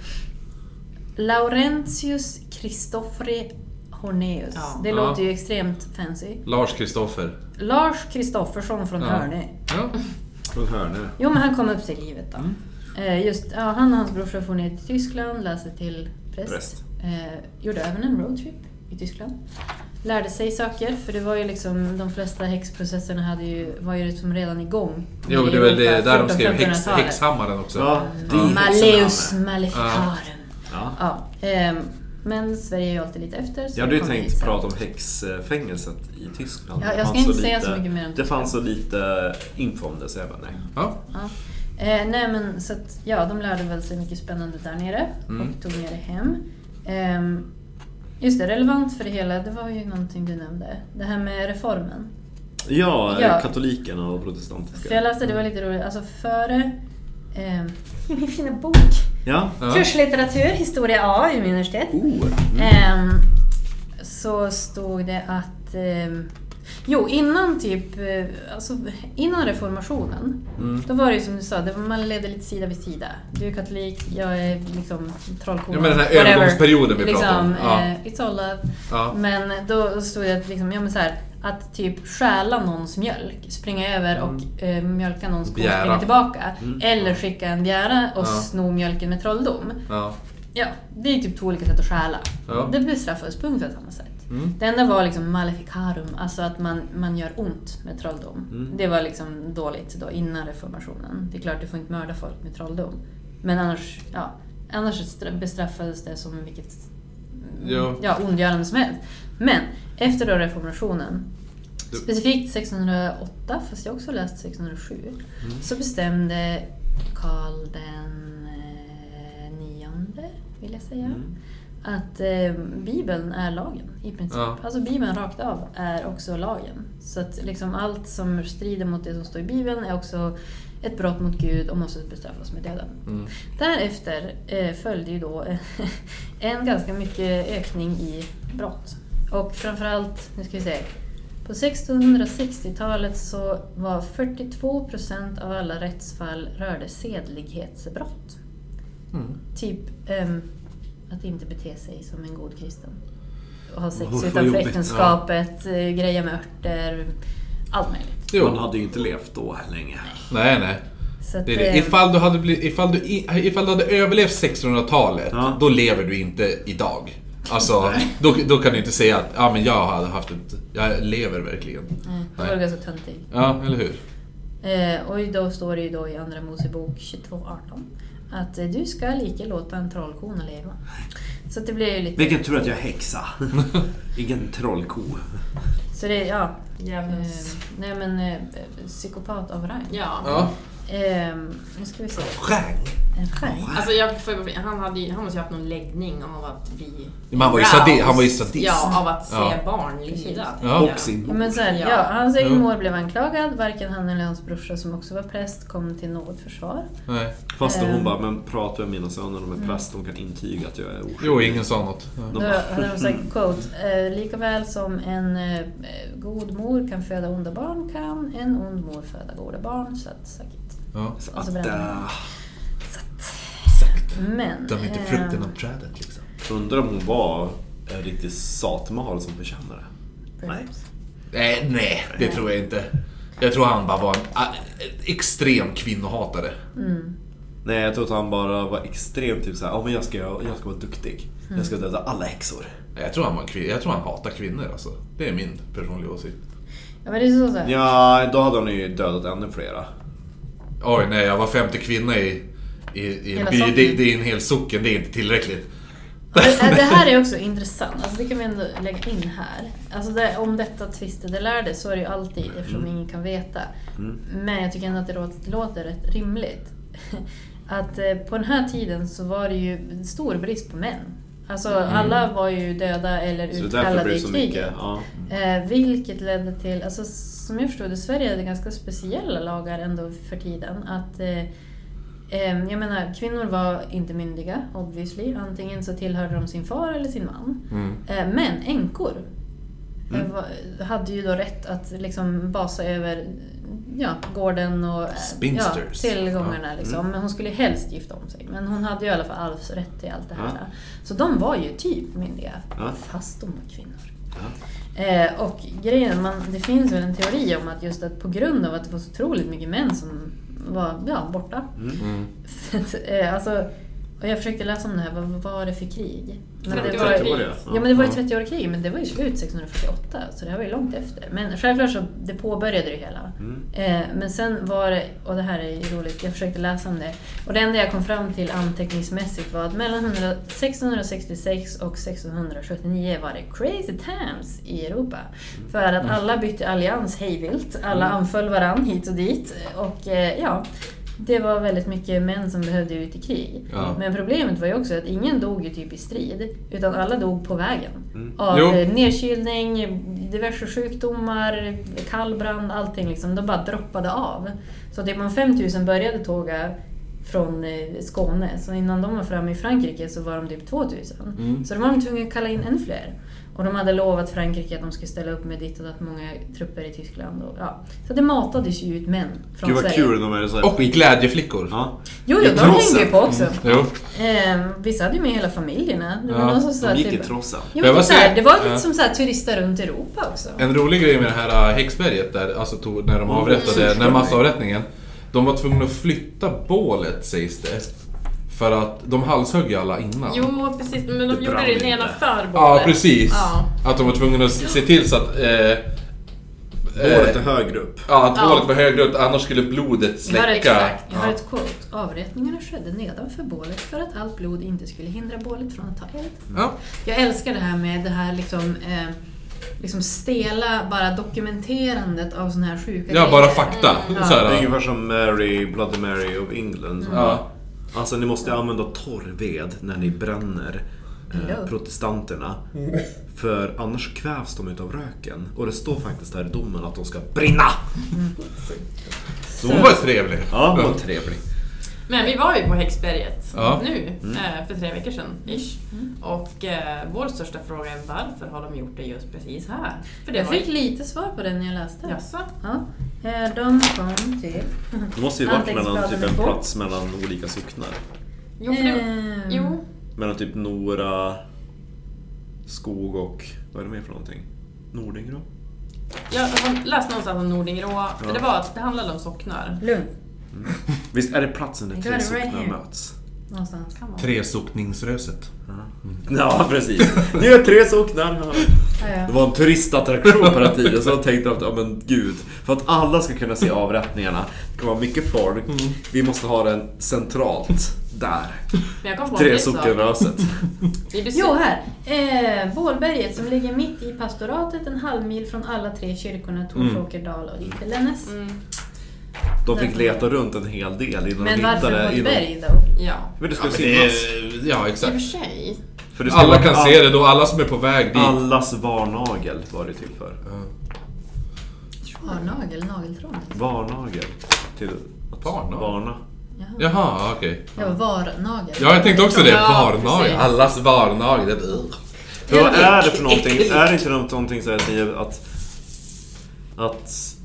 Laurentius Christofferi Horneus. Ja. det Ja. låter ju extremt fancy. Lars Kristoffer. Lars Kristoffersson från Ja. Hörne. Ja. Från Hörne. Jo, men han kom upp till livet då. Eh, just, ja, han och hans brorsa for ner till Tyskland, läste till präst. Präst. Eh, gjorde även en roadtrip i Tyskland. Lärde sig saker, för det var ju liksom de flesta häxprocesserna hade ju, var ju liksom redan igång. Jo, i det är väl det, Europa, där de skrev häx, 1400-1500-talet. häxhammaren också. Ja, det är Malleus häxan maleficarum. Ja. Ja. ehm, men Sverige är ju alltid lite efter. så Jag hade ju det kom tänkt hit sen. prata om häxfängelset i Tyskland. Ja, jag Det ska fanns inte säga så mycket mer om Det Tyskland. fanns så lite info om det så jag bara nej. Ja. Ja. Eh, nej men så att, ja, de lärde väl sig mycket spännande där nere och tog med det hem. Ehm, just det, relevant för det hela, det var ju någonting du nämnde. Det här med reformen. Ja, eh, Ja. katolikerna och protestantiska. För jag läste, det var lite roligt, alltså före... Eh, [laughs] Min fina bok. Ja. Ja. Kurslitteratur, historia A, Umeå universitet. Oh. Mm. Ehm, så stod det att... ehm, jo, innan typ... eh, Alltså, innan reformationen, Mm. då var det ju som du sa, det var, man levde lite sida vid sida. Du är katolik, jag är liksom trollkona. Ja, men den här whatever. övergångsperioden vi pratar om. Liksom, Ja. eh, it's all love. Ja. Men då stod det att, liksom, ja, men så här, att typ stjäla någons mjölk, springa över och Mm. eh, mjölka någons ko och Bjära. springa tillbaka. Mm. Eller skicka en bjära och Ja. sno mjölken med trolldom. Ja. Ja, det är ju typ två olika sätt att stjäla. Ja. Det bestraffades på ungefär samma sätt. Mm. Det enda var liksom maleficarum, alltså att man, man gör ont med trolldom. Mm. Det var liksom dåligt då innan reformationen. Det är klart, du får inte mörda folk med trolldom. Men annars, ja, annars stra- bestraffades det som vilket mm, Ja. ja, ondgörande som helst. Men efter då reformationen, Du- specifikt 608, fast jag har också läst 607, så bestämde Karl den eh, nionde, vill jag säga, Mm. att eh, Bibeln är lagen i princip. Ja. Alltså Bibeln rakt av är också lagen. Så att liksom allt som strider mot det som står i Bibeln är också ett brott mot Gud och måste bestraffas med döden. Mm. Därefter eh, [laughs] följde ju då en ganska mycket ökning i brott. Och framförallt, nu ska vi se, på 1660-talet så var 42 procent av alla rättsfall rörde sedlighetsbrott. Mm. Typ ehm, att inte bete sig som en god kristen. Och ha sex Usch, vad utanför jobbigt, ja. äktenskapet, eh, greja med örter, allt möjligt. Jo. Man hade ju inte levt då länge. Nej, nej. Så att, Det är det. eh, Ifall, du hade blivit, ifall, du, i- ifall du hade överlevt 1600-talet, Ja. då lever du inte idag. Alltså, då, då kan du inte säga att ja, men jag hade haft ett... Jag lever verkligen. eh, nej, då var Nej. du ganska töntig. Ja, eller hur? Eh, och då står det ju då i Andra Mosebok 22.18 att eh, du ska lika låta en trollkona leva. Så att det blir ju lite... Vilken tur att jag är [laughs] häxa. Ingen trollko. Så det, ja. Eh, Djävulens... nej men, eh, psykopat av rang. Ja. Ja. Eh, nu ska vi se. Rang. En stjärn. Alltså jag, får- han, hade, ju- han måste ju haft någon läggning av att bli... Men han var ju aroused. sadi- han var ju sadist. Ja, av att se Ja. barn lida. Ja. Och sin Ja, men så här, Ja. ja, hans egen Ja. mor blev anklagad. Varken han eller hans brorsa som också var präst kom till något försvar. Nej. Fast hon Ehm. bara, men prata med mina söner, Mm. de är präst, de kan intyga att jag är oskyldig. Jo, ingen sa något. De Då bara, Mm. hade de sagt, quote, eh, likaväl som en eh, god mor kan föda onda barn kan en ond mor föda goda barn. Så att, säkert. Ja. "Så Och så att, brände äh, Men... De är inte eh, frukten av trädet liksom. Undrar om hon var en riktig satmal som förtjänar det. Nej. Nej, nej, det tror jag inte. Jag tror han bara var en ah, extrem kvinnohatare. Nej, jag tror att han bara var extremt typ såhär, ja men jag ska, jag ska vara duktig. Jag ska Mm. döda alla häxor. Jag tror han, var en kvin- jag tror han hatar kvinnor alltså. Det är min personliga åsikt. Ja, men det är så, så här. Ja, då hade hon ju dödat ännu flera. Oj, nej, jag var femte kvinna i, i, i en Hela by. socknen. Det, det är en hel socken, det är inte tillräckligt. Det, det här är också intressant, alltså det kan vi ändå lägga in här. Alltså det, om detta tvistade lärde så är det ju Mm. alltid eftersom ingen kan veta. Men jag tycker ändå att det låter, låter rätt rimligt. [laughs] Att eh, på den här tiden så var det ju en stor brist på män. Alltså alla var ju döda eller Mm. Så det är därför det utkallade blev i så kriget. mycket. Ja. Eh, vilket ledde till, alltså, som jag förstod det, Sverige hade ganska speciella lagar ändå för tiden. Att, eh, eh, jag menar, kvinnor var inte myndiga, obviously. Antingen så tillhörde de sin far eller sin man. Eh, men änkor eh, var- hade ju då rätt att liksom basa över ja, gården och eh, ja, Spinsters. tillgångarna. Liksom. Men hon skulle ju helst gifta om sig. Men hon hade ju i alla fall arvsrätt till allt det här. Ja. Så de var ju typ myndiga, Ja. fast de var kvinnor. Eh, och grejen, man, det finns väl en teori om att just att på grund av att det var så otroligt mycket män som var ja, borta. [laughs] Så att, eh, alltså, och jag försökte läsa om det här, vad vad var det för krig? Men det 30 var, år ja. ja men det var ju 30 år krig, men det var ju slut 1648 så det här var ju långt efter. Men självklart så det påbörjade det hela. Eh, men sen var det, och det här är ju roligt, jag försökte läsa om det. Och det enda jag kom fram till anteckningsmässigt var att mellan 100 1666 och 1679 var det crazy times i Europa. För att alla bytte allians hejvilt, alla anföll varann hit och dit. Och eh, ja, det var väldigt mycket män som behövde ut i krig. Ja. Men problemet var ju också att ingen dog ju typ i strid, utan alla dog på vägen. Mm. Av Jo. eh, nedkylning, diverse sjukdomar, kallbrand, allting liksom. De bara droppade av. Så typ man 5000 började tåga från eh, Skåne, så innan de var framme i Frankrike så var de typ 2000. Mm. Så då var de tvungna att kalla in ännu fler. Och de hade lovat Frankrike att de skulle ställa upp med ditt och datt många trupper i Tyskland. Och, ja. Så det matades ju ut män från Gud vad Sverige. kul de är så här Och glädjeflickor. Ja. Jo, jo, I de trossen. hängde ju på också. Alltså. Jo. Eh, vissa hade ju med hela familjerna. Det var Mm. Ja, någon som sa De att gick i det, trossen. jo, Jag men var typ så här, så- det var lite ja. som så här, turister runt Europa också. En rolig grej med det här äh, häxberget, där, alltså tog, när de avrättade, Mm. när massavrättningen. De var tvungna att flytta bålet sägs det. För att de halshögg ju alla innan. Jo, precis. Men Det de gjorde brann det ena inte. för Ja, bålet. precis. Ja. Att de var tvungna att se till så att... Eh, Året är eh, högre upp. ja, att Ja. bålet var högre upp, annars skulle blodet Ja, det är släcka. exakt. Jag har ett quote. Avrättningarna skedde nedanför bålet för att allt blod inte skulle hindra bålet från att ta eld. Ja. Jag älskar det här med det här liksom, eh, liksom stela bara dokumenterandet av såna här sjuka Mm. ja, bara fakta. Ja. Så Det är här, ja. ungefär som Mary, Bloody Mary of England. Ja. Alltså ni måste använda torrved när ni bränner eh, Hello. protestanterna. För annars kvävs de utav röken. Och det står faktiskt här i domen att de ska brinna! Så Hon var trevlig. Ja, vad trevligt. Men vi var ju på Häxberget Ja. Mm. nu eh, för tre veckor sedan ish. Mm. Och eh, vår största fråga är varför har de gjort det just precis här? För det Jag var ju... fick lite svar på den när jag läste. Jaså? Ja. Eh, De kom till... Det måste ju varit mellan typ en Anteckningsbladen är plats mellan olika socknar. Jo, för det... Ehm, jo. Mellan typ Nora, Skog och... Vad är det mer för någonting? Nordingrå? Jag har läst någonstans om Nordingrå, Ja. för det, var, att det handlade om socknar. Lugn. Visst är det platsen där I tre got it right socknar here. möts? Någonstans. Kan vara. Tresockningsröset. Ja, precis. Ni är tre socknar. Ja. Ja, ja. Det var en turistattraktion på den tiden, så de tänkte att, ja men gud. För att alla ska kunna se avrättningarna, det kommer vara mycket folk. Vi måste ha den centralt, där. Men jag kom på en Tre till sak. sockenröset. Vi besö- Jo, här. Eh, Bålberget som ligger mitt i pastoratet en halv mil från alla tre kyrkorna Torsåkerdal och Ytterlännäs. Mm, De fick leta runt en hel del innan Men de hittade... varför inom- Bålberg då? ja. Men det Ja, skulle men det är- synas. ja, I och för exakt. sig. För det skulle Alla vara kan all- se det då, alla som är på väg dit. Allas varnagel var det till för. Varnagel, nageltrång. Varnagel. Till att Varnagel? varna. Jaha. Jaha, okej. Ja, varnagel. Ja, jag tänkte också det. Ja, Varnagel. precis. Allas varnagel. Men vad är det för någonting? Är det inte något- någonting så här att, ni- att... Att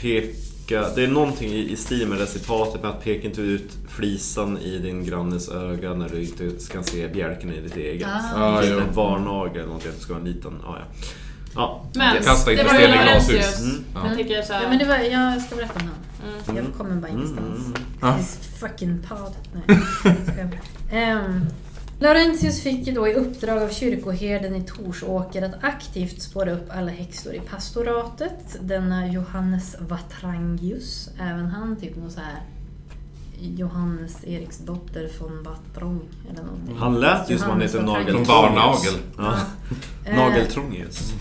peka... Det är någonting i, i stil med recitatet med att peka inte ut flisan i din grannes öga när du inte kan se bjälken i ditt eget. Ah. Ja, Typ jo. en varnagel eller någonting, att det ska vara en liten... Ja, ja. ja. Men Kasta inte det var ju sten i Laurentius. glashus. Mm. Jag tycker så här, Ja, men det var, jag ska berätta om honom. Mm. Jag kommer bara ingenstans. Mm. Ja. This fucking pod. Nej. [laughs] um, Laurentius fick ju då i uppdrag av kyrkoherden i Torsåker att aktivt spåra upp alla häxor i pastoratet. Denna Johannes Vatrangius, även han typ någon så här Johannes Eriksdotter von Vattrong eller någonting. Han lät ju som han Johannes hette von Frank. Nageltrångius. Från Varnagel. Ja. Eh, Nageltrångius.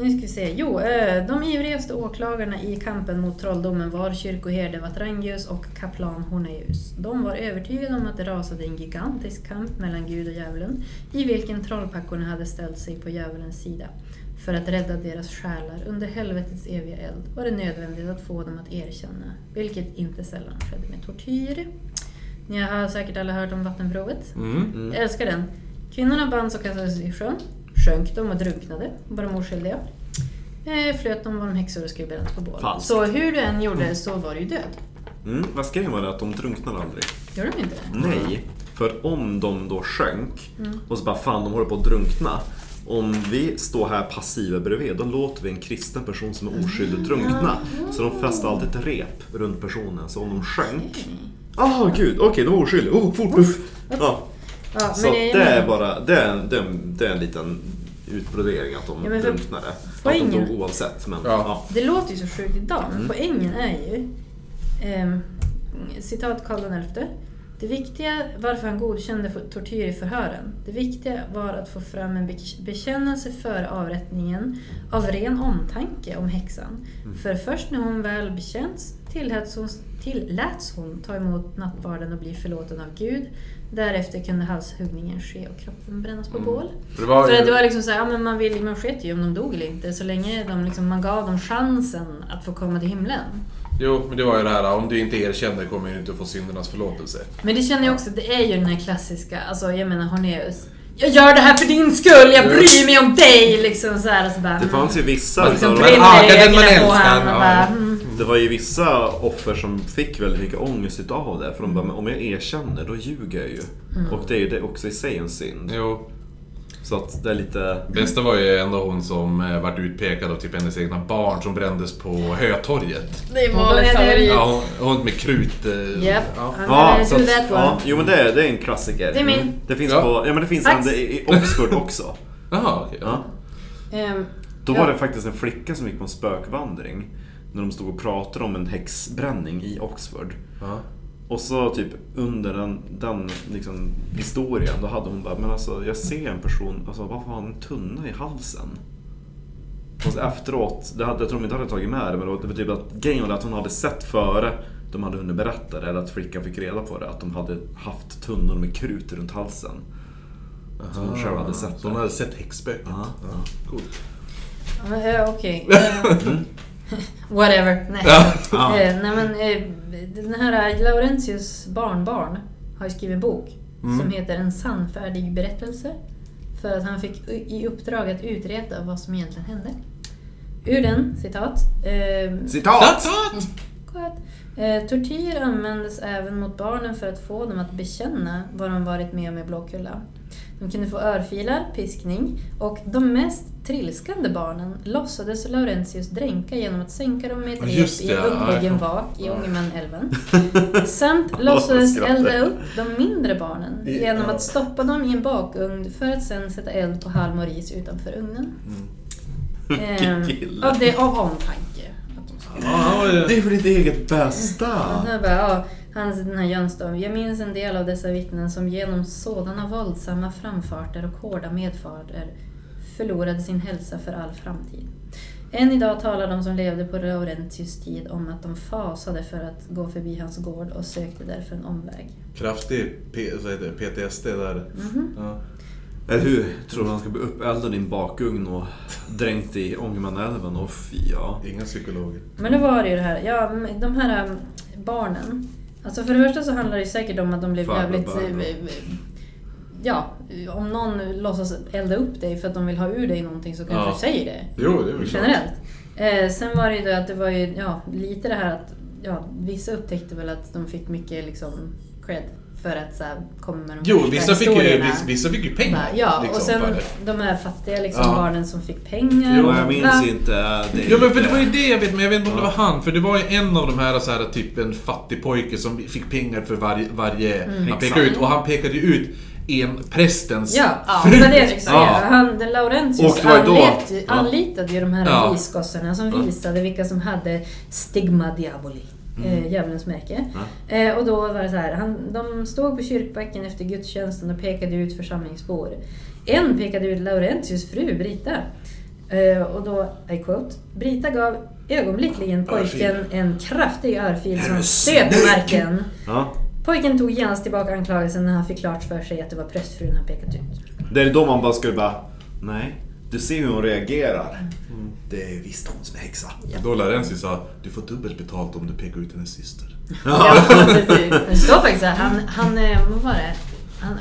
Nu ska vi se. Jo, eh, de ivrigaste åklagarna i kampen mot trolldomen var kyrkoherde Vatrangius och kaplan Horneus. De var övertygade om att det rasade en gigantisk kamp mellan Gud och djävulen, i vilken trollpackorna hade ställt sig på djävulens sida. För att rädda deras själar under helvetets eviga eld var det nödvändigt att få dem att erkänna, vilket inte sällan skedde med tortyr. Ni har säkert alla hört om vattenprovet. Mm. Jag älskar den. Kvinnorna bands och kastades i sjön. Sjönk de och drunknade, var de oskyldiga. Eh, flöt de var de häxor och skulle brännas på bål. Falskt. Så hur du än gjorde så var du ju död. Mm, vad skrev man det? Att de drunknade aldrig? Gjorde de inte det? Nej. För om de då sjönk och så bara fan de håller på att drunkna. Om vi står här passiva bredvid då låter vi en kristen person som är Mm. oskyldig drunkna. Så de fäste alltid ett rep runt personen. Så om de sjönk. Ah gud, okej de var oskyldiga. Oh, fort, puff. Ja. Ja, Så eh, men det är bara det är, en- det är, en- det är en liten utbrodering att de Ja, men för- drunknade. Att de poängen- dog oavsett. Men, Ja. ja. Det låter ju så sjukt idag, men poängen är ju... ehm, citat Karl XI. Det viktiga varför han godkände for- tortyr i förhören. Det viktiga var att få fram en bek- bekännelse före avrättningen av ren omtanke om häxan. För först när hon väl bekänts tilläts hon, tilläts hon ta emot nattvarden och bli förlåten av Gud. Därefter kunde halshuggningen ske och kroppen brännas på Mm. bål. För det var För ju... att det var liksom såhär, ja, men man, vill, man sket ju om de dog eller inte. Så länge de liksom, man gav dem chansen att få komma till himlen. Jo, men det var ju det här om du inte erkänner kommer du inte få syndernas förlåtelse. Men det känner jag också, det är ju den här klassiska, alltså jag menar Horneus. Jag gör det här för din skull, jag bryr mig om dig! Liksom så här, och så bara, Det fanns ju vissa liksom, utav de- brinner Ah, i den man ögonen på älskar, honom. ja. och bara, mm. Det var ju vissa offer som fick väldigt mycket ångest utav det. För de bara, men om jag erkänner då ljuger jag ju. Och det är ju det också i sig en synd. Jo. Så att det är lite... Bästa var ju ändå hon som eh, vart utpekad av typ hennes egna barn som brändes på Hötorget. Det Ja, var det är väl det. favorit. Ja, hon, hon med krut... eh, Japp. Ja. I'm gonna så do att- that one. ja, jo men det är, det är en klassiker. Det är min. Mm. Det finns Ja. på, ja men det finns Tack. en i i Oxford också. Jaha, okej. Ja. Ehm, typ Då var det faktiskt en flicka som gick på en spökvandring. När de stod och pratade om en häxbränning i Oxford. Ja. Och så typ under den, den liksom, historien, då hade hon bara, men alltså jag ser en person, alltså varför har han en tunna i halsen? Och så efteråt, det hade, jag tror de inte hade tagit med det, men det var typ att grejen var att hon hade sett före de hade hunnit berätta det, eller att flickan fick reda på det, att de hade haft tunnor med krut runt halsen. Som hon själv hade sett. Ah, Så hon det. hade sett häxspöket. Ja. Ja, [laughs] Coolt. Ja, men, eh, [laughs] Okej. whatever. Nej. [laughs] Ja. Ja. Eh, nej men, eh, den här eh, Laurentius barnbarn har ju skrivit en bok Mm. som heter En sannfärdig berättelse. För att han fick u- i uppdrag att utreda vad som egentligen hände. Ur den, citat. Eh, Citat! citat. Eh, tortyr användes även mot barnen för att få dem att bekänna vad de varit med om i Blåkulla. De kunde få örfilar, piskning och de mest trilskande barnen låtsades Laurentius dränka genom att sänka dem med ett Ja, rep just i det, ja. Uggboggen Ja. vak i [laughs] Ångermanälven. Samt låtsades skrattar. elda upp de mindre barnen I- genom ja. att stoppa dem i en bakugn för att sen sätta eld på halm och ris utanför ugnen. Mm. Ehm, kille. ja, det är av omtanke. Att de ska Ja, han var ju... Det är för ditt eget bästa! Han här bara, ja, han, den här Jöns då. Jag minns en del av dessa vittnen som genom sådana våldsamma framfarter och hårda medfarter förlorade sin hälsa för all framtid. Än idag talar de som levde på Laurentius tid om att de fasade för att gå förbi hans gård och sökte därför en omväg. Mhm. Kraftig P- vad heter det, PTSD där. Ja. Eller hur? Tror du han ska bli uppeldad i en bakugn och dränkt i Ångermanälven? Och fy ja. Inga psykologer. Men då var det ju det här, ja, men de här äm, barnen. Alltså för det första så handlar det ju säkert om att de blev Farbror, jävligt... eh, farbror. eh, Ja, om någon låtsas elda upp dig för att de vill ha ur dig någonting så kanske Ja. du säger det. Jo, det är väl klart. Generellt. Eh, sen var det ju det att det var ju, ja, lite det här att ja, vissa upptäckte väl att de fick mycket liksom cred för att så här, komma med de Jo, värsta vissa fick, ju, historierna. vissa, vissa fick ju pengar. Ja, liksom, och sen för det. de här fattiga liksom, Ja. barnen som fick pengar. Jo, jag Va? minns inte. Det är Mm. Ja men för det lite- var ju det jag vet, men jag vet inte om det var han. För det var ju en av de här, så här typ en fattig pojke som fick pengar för varje... varje han pekade ut, och han pekade ju ut en prästens Ja, fru. det var det jag skulle säga. Ja. Han, den Laurentius Och det var ju då- anlit, Ja. anlitade ju de här Ja. visgossarna som visade vilka som hade stigma diaboli. Eh, djävulens märke. Eh, och då var det så här, han, de stod på kyrkbacken efter gudstjänsten och pekade ut församlingsbor. En pekade ut Laurentius fru, Brita. Eh, och då, I quote, Brita gav ögonblickligen pojken en kraftig örfil som stöp på marken. Ja. Pojken tog genast tillbaka anklagelsen när han fick klart för sig att det var prästfrun han pekat ut. Det är då man bara skulle bara... Nej. Du ser hur hon reagerar. Mm. Det är visst hon som är häxa. Då Laurentius sa, du får dubbelt betalt om du pekar ut hennes syster. Ja, [laughs] precis. Det står faktiskt så här, han, han, eh, vad var det? Han,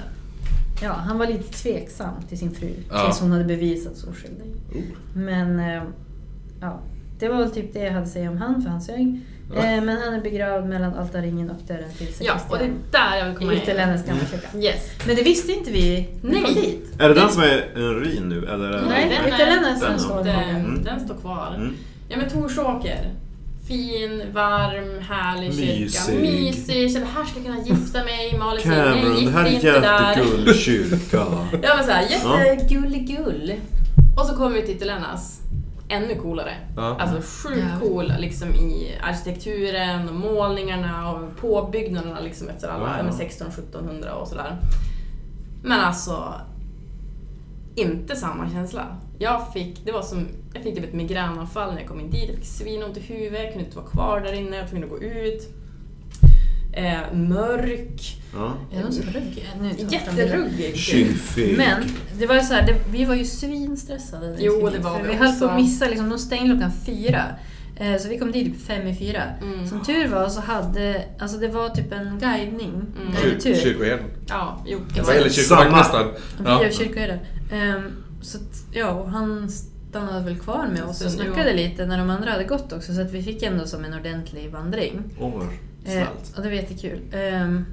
ja, han var lite tveksam till sin fru Ja. tills hon hade bevisat så oskyldig. Men eh, ja, det var väl typ det jag hade att säga om han för han sög. Eh, Men han är begravd mellan altarringen och dörren till Ja, och det är Sebastian. där jag vill komma I Ytterlännäs gamla kyrka. Yes. Men det visste inte vi. Nej. Kom dit. Är det den som är en ruin nu eller? är det- Nej, den är- Ytterlännäs den står Den, kvar. Mm. den står kvar. Mm. Ja men Torsåker. Fin, varm, härlig Mysig. kyrka. Mysig. Kände här ska jag kunna gifta mig. Malin säger nej, Cameron, det gift här dig är inte där. jättegullig kyrka. Ja men såhär Ja. jättegulligull. Och så kommer vi till Lennas. ännu coolare. Ja. Alltså sjukt Ja. cool liksom, i arkitekturen och målningarna och påbyggnaderna liksom, efter alla Ja, ja. ja, 1600-1700 och sådär. Men alltså, inte samma känsla. Jag fick, det var som, jag fick typ ett migränanfall när jag kom in dit. Jag fick svinont i huvudet, jag kunde inte vara kvar där inne, jag var tvungen att gå ut. Eh, mörk, Ja. Är de så ruggiga? Nu tar jag fram bilden. jätteruggig. Kyffig. Men det var ju så här, det, vi var ju svinstressade. när vi Jo, skulle det dit, var för vi Vi höll på också. att missa, liksom, de stängde klockan fyra. Eh, Så vi kom dit typ fem i fyra. Mm. Som tur var så hade, alltså det var typ en guidning, Mm. guidetur. Kyrkoherden. Ja, jo. det var- Eller kyrkovaktmästaren. Han Ja. blev kyrkoherde. Ehm, så att, ja, och han stannade väl kvar med oss och Sen, ja. snackade lite när de andra hade gått också. Så att vi fick ändå som en ordentlig vandring. Åh, vad Eh, snällt. och det var jättekul. Ehm,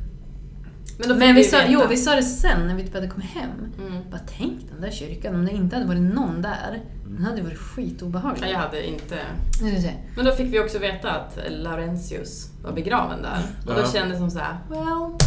Men, då fick men vi ju sa, veta. jo, vi sa det sen när vi började komma hem. Mm. Bara tänk den där kyrkan, om det inte hade varit någon där. Den hade varit skitobehaglig. Ja, jag hade inte... Nu ska vi se. Men då fick vi också veta att Laurentius var begraven där. Och Ja. då kändes det som så här, well,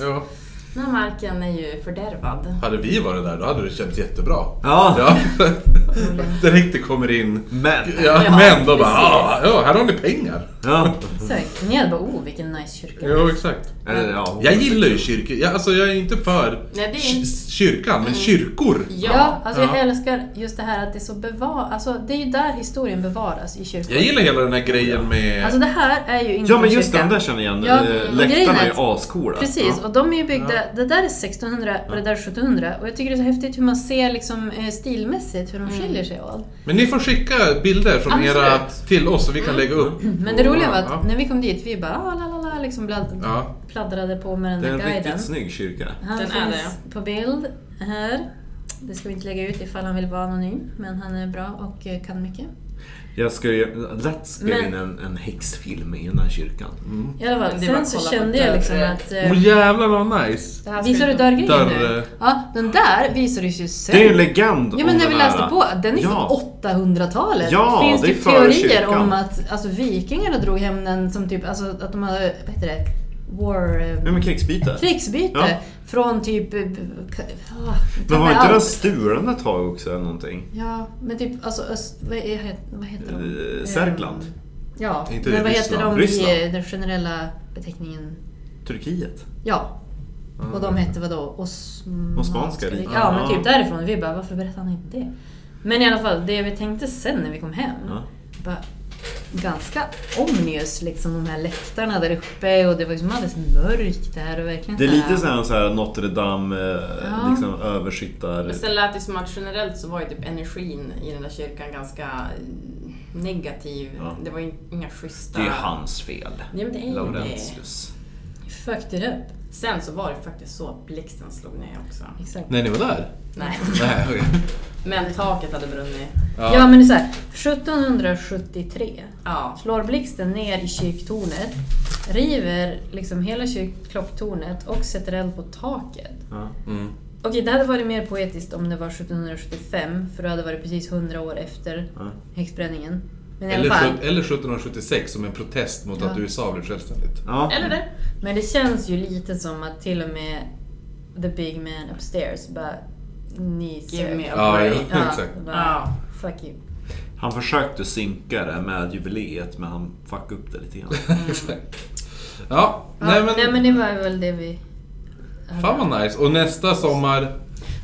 Ja. den här marken är ju fördärvad. Hade vi varit där, då hade det känts jättebra. Ja. Ja. [laughs] Direkt det kommer in. Men. Ja, Ja, men då bara, precis. "Ah, ja, här har ni pengar. Ja. Så, ni hade bara, oh vilken nice kyrka. Jo, exakt. Eller, ja. Jag gillar ju kyrkor. Jag, alltså, jag är inte för Nej, det är ky- inte- kyrkan, men kyrkor. Mm. Ja, alltså Ja. jag älskar just det här att det är så bevarat. Alltså, det är ju där historien bevaras i kyrkan. Jag gillar hela den här grejen med... Alltså det här är ju inte Ja men en just kyrka. den där känner jag igen. Ja, Eh, och Läktarna grejen är är ju att- ascoola. Precis, och de är ju byggda, det där är 1600 och det där är 1700 och jag tycker det är så häftigt hur man ser liksom eh, stilmässigt hur de Mm. skiljer sig åt. Men ni får skicka bilder från Absolut. Mm. era till oss så vi kan lägga upp. Men det roliga var Ja. att när vi kom dit, vi bara ah, la la la liksom blad, Ja. pladdrade på med den Det är där en guiden. riktigt snygg kyrka. Han Den är finns på bild här. Det ska vi inte lägga ut ifall han vill vara anonym, men han är bra och eh, kan mycket. Jag ska ju lätt spela Men- in en, en häxfilm i den här kyrkan. I alla fall, Men det är bara sen att så kolla kände på jag dörr- liksom att... eh, Åh jävlar vad nice! Det här ska Visar du inte- dörrgrejen Dörr, eh. nu? Ja, den där visades ju sen. Det är ju en legend Ja men när om vi den här. läste på, den är Ja. från 800-talet. Ja, Finns det det är före teorier kyrkan. om att alltså, vikingarna drog hem den som typ, alltså att de hade, vad heter det, war... eh, Ja men krigsbitar. Krigsbyte Ja. från typ... eh, k- ah, Men tappar var jag inte den allt. stulen ett tag också eller någonting? Ja, men typ alltså öst... Vad, är, vad heter de? Eh, Särkland? Eh, Ja, Inte men vad Ryssland. heter de Ryssland. i eh, den generella beteckningen? Turkiet? Ja. Ah. Och de hette vadå? Osmanska, Osmanska riket. riket. Ja, men Ja. typ därifrån. Vi bara, varför berättar han inte det? Men i alla fall, det vi tänkte sen när vi kom hem. Ja. Bara, ganska omnius liksom, de här läktarna där uppe och det var liksom alldeles mörkt där och verkligen Det är såhär- lite såhär, såhär Notre Dame, eh, Ja. liksom översittar... Men sen lät det som att generellt så var ju typ energin i den där kyrkan ganska eh, negativ. Ja. Det var ju inga schyssta... Det är hans fel. Ja, men det är ju det. Laurentius. Fucked it up. Sen så var det faktiskt så att blixten slog ner också. Exakt. När ni [laughs] var där? Nej, Nej, okej. men taket hade brunnit. Ja. Ja. men det är såhär, 1773 Ja. slår blixten ner i kyrktornet, river liksom hela kyrk- klocktornet och sätter eld på taket. Ja. Mm. Okej, det hade varit mer poetiskt om det var 1775, för då hade det varit precis 100 år efter Ja. häxbränningen. Men i alla Eller, fall. sjut- eller 1776 som en protest mot att Ja. USA blev självständigt. Ja. Eller det? Men det känns ju lite som att till och med the big man upstairs bara... Ni Give sög. me a Ja, break. jo, Ja, exakt. bara, Ja. Fuck you. Han försökte synka det med jubileet men han fuckade upp det lite grann. [laughs] Exakt. Ja, Ja, nej men, det var väl det vi... fan vad nice. Och nästa sommar...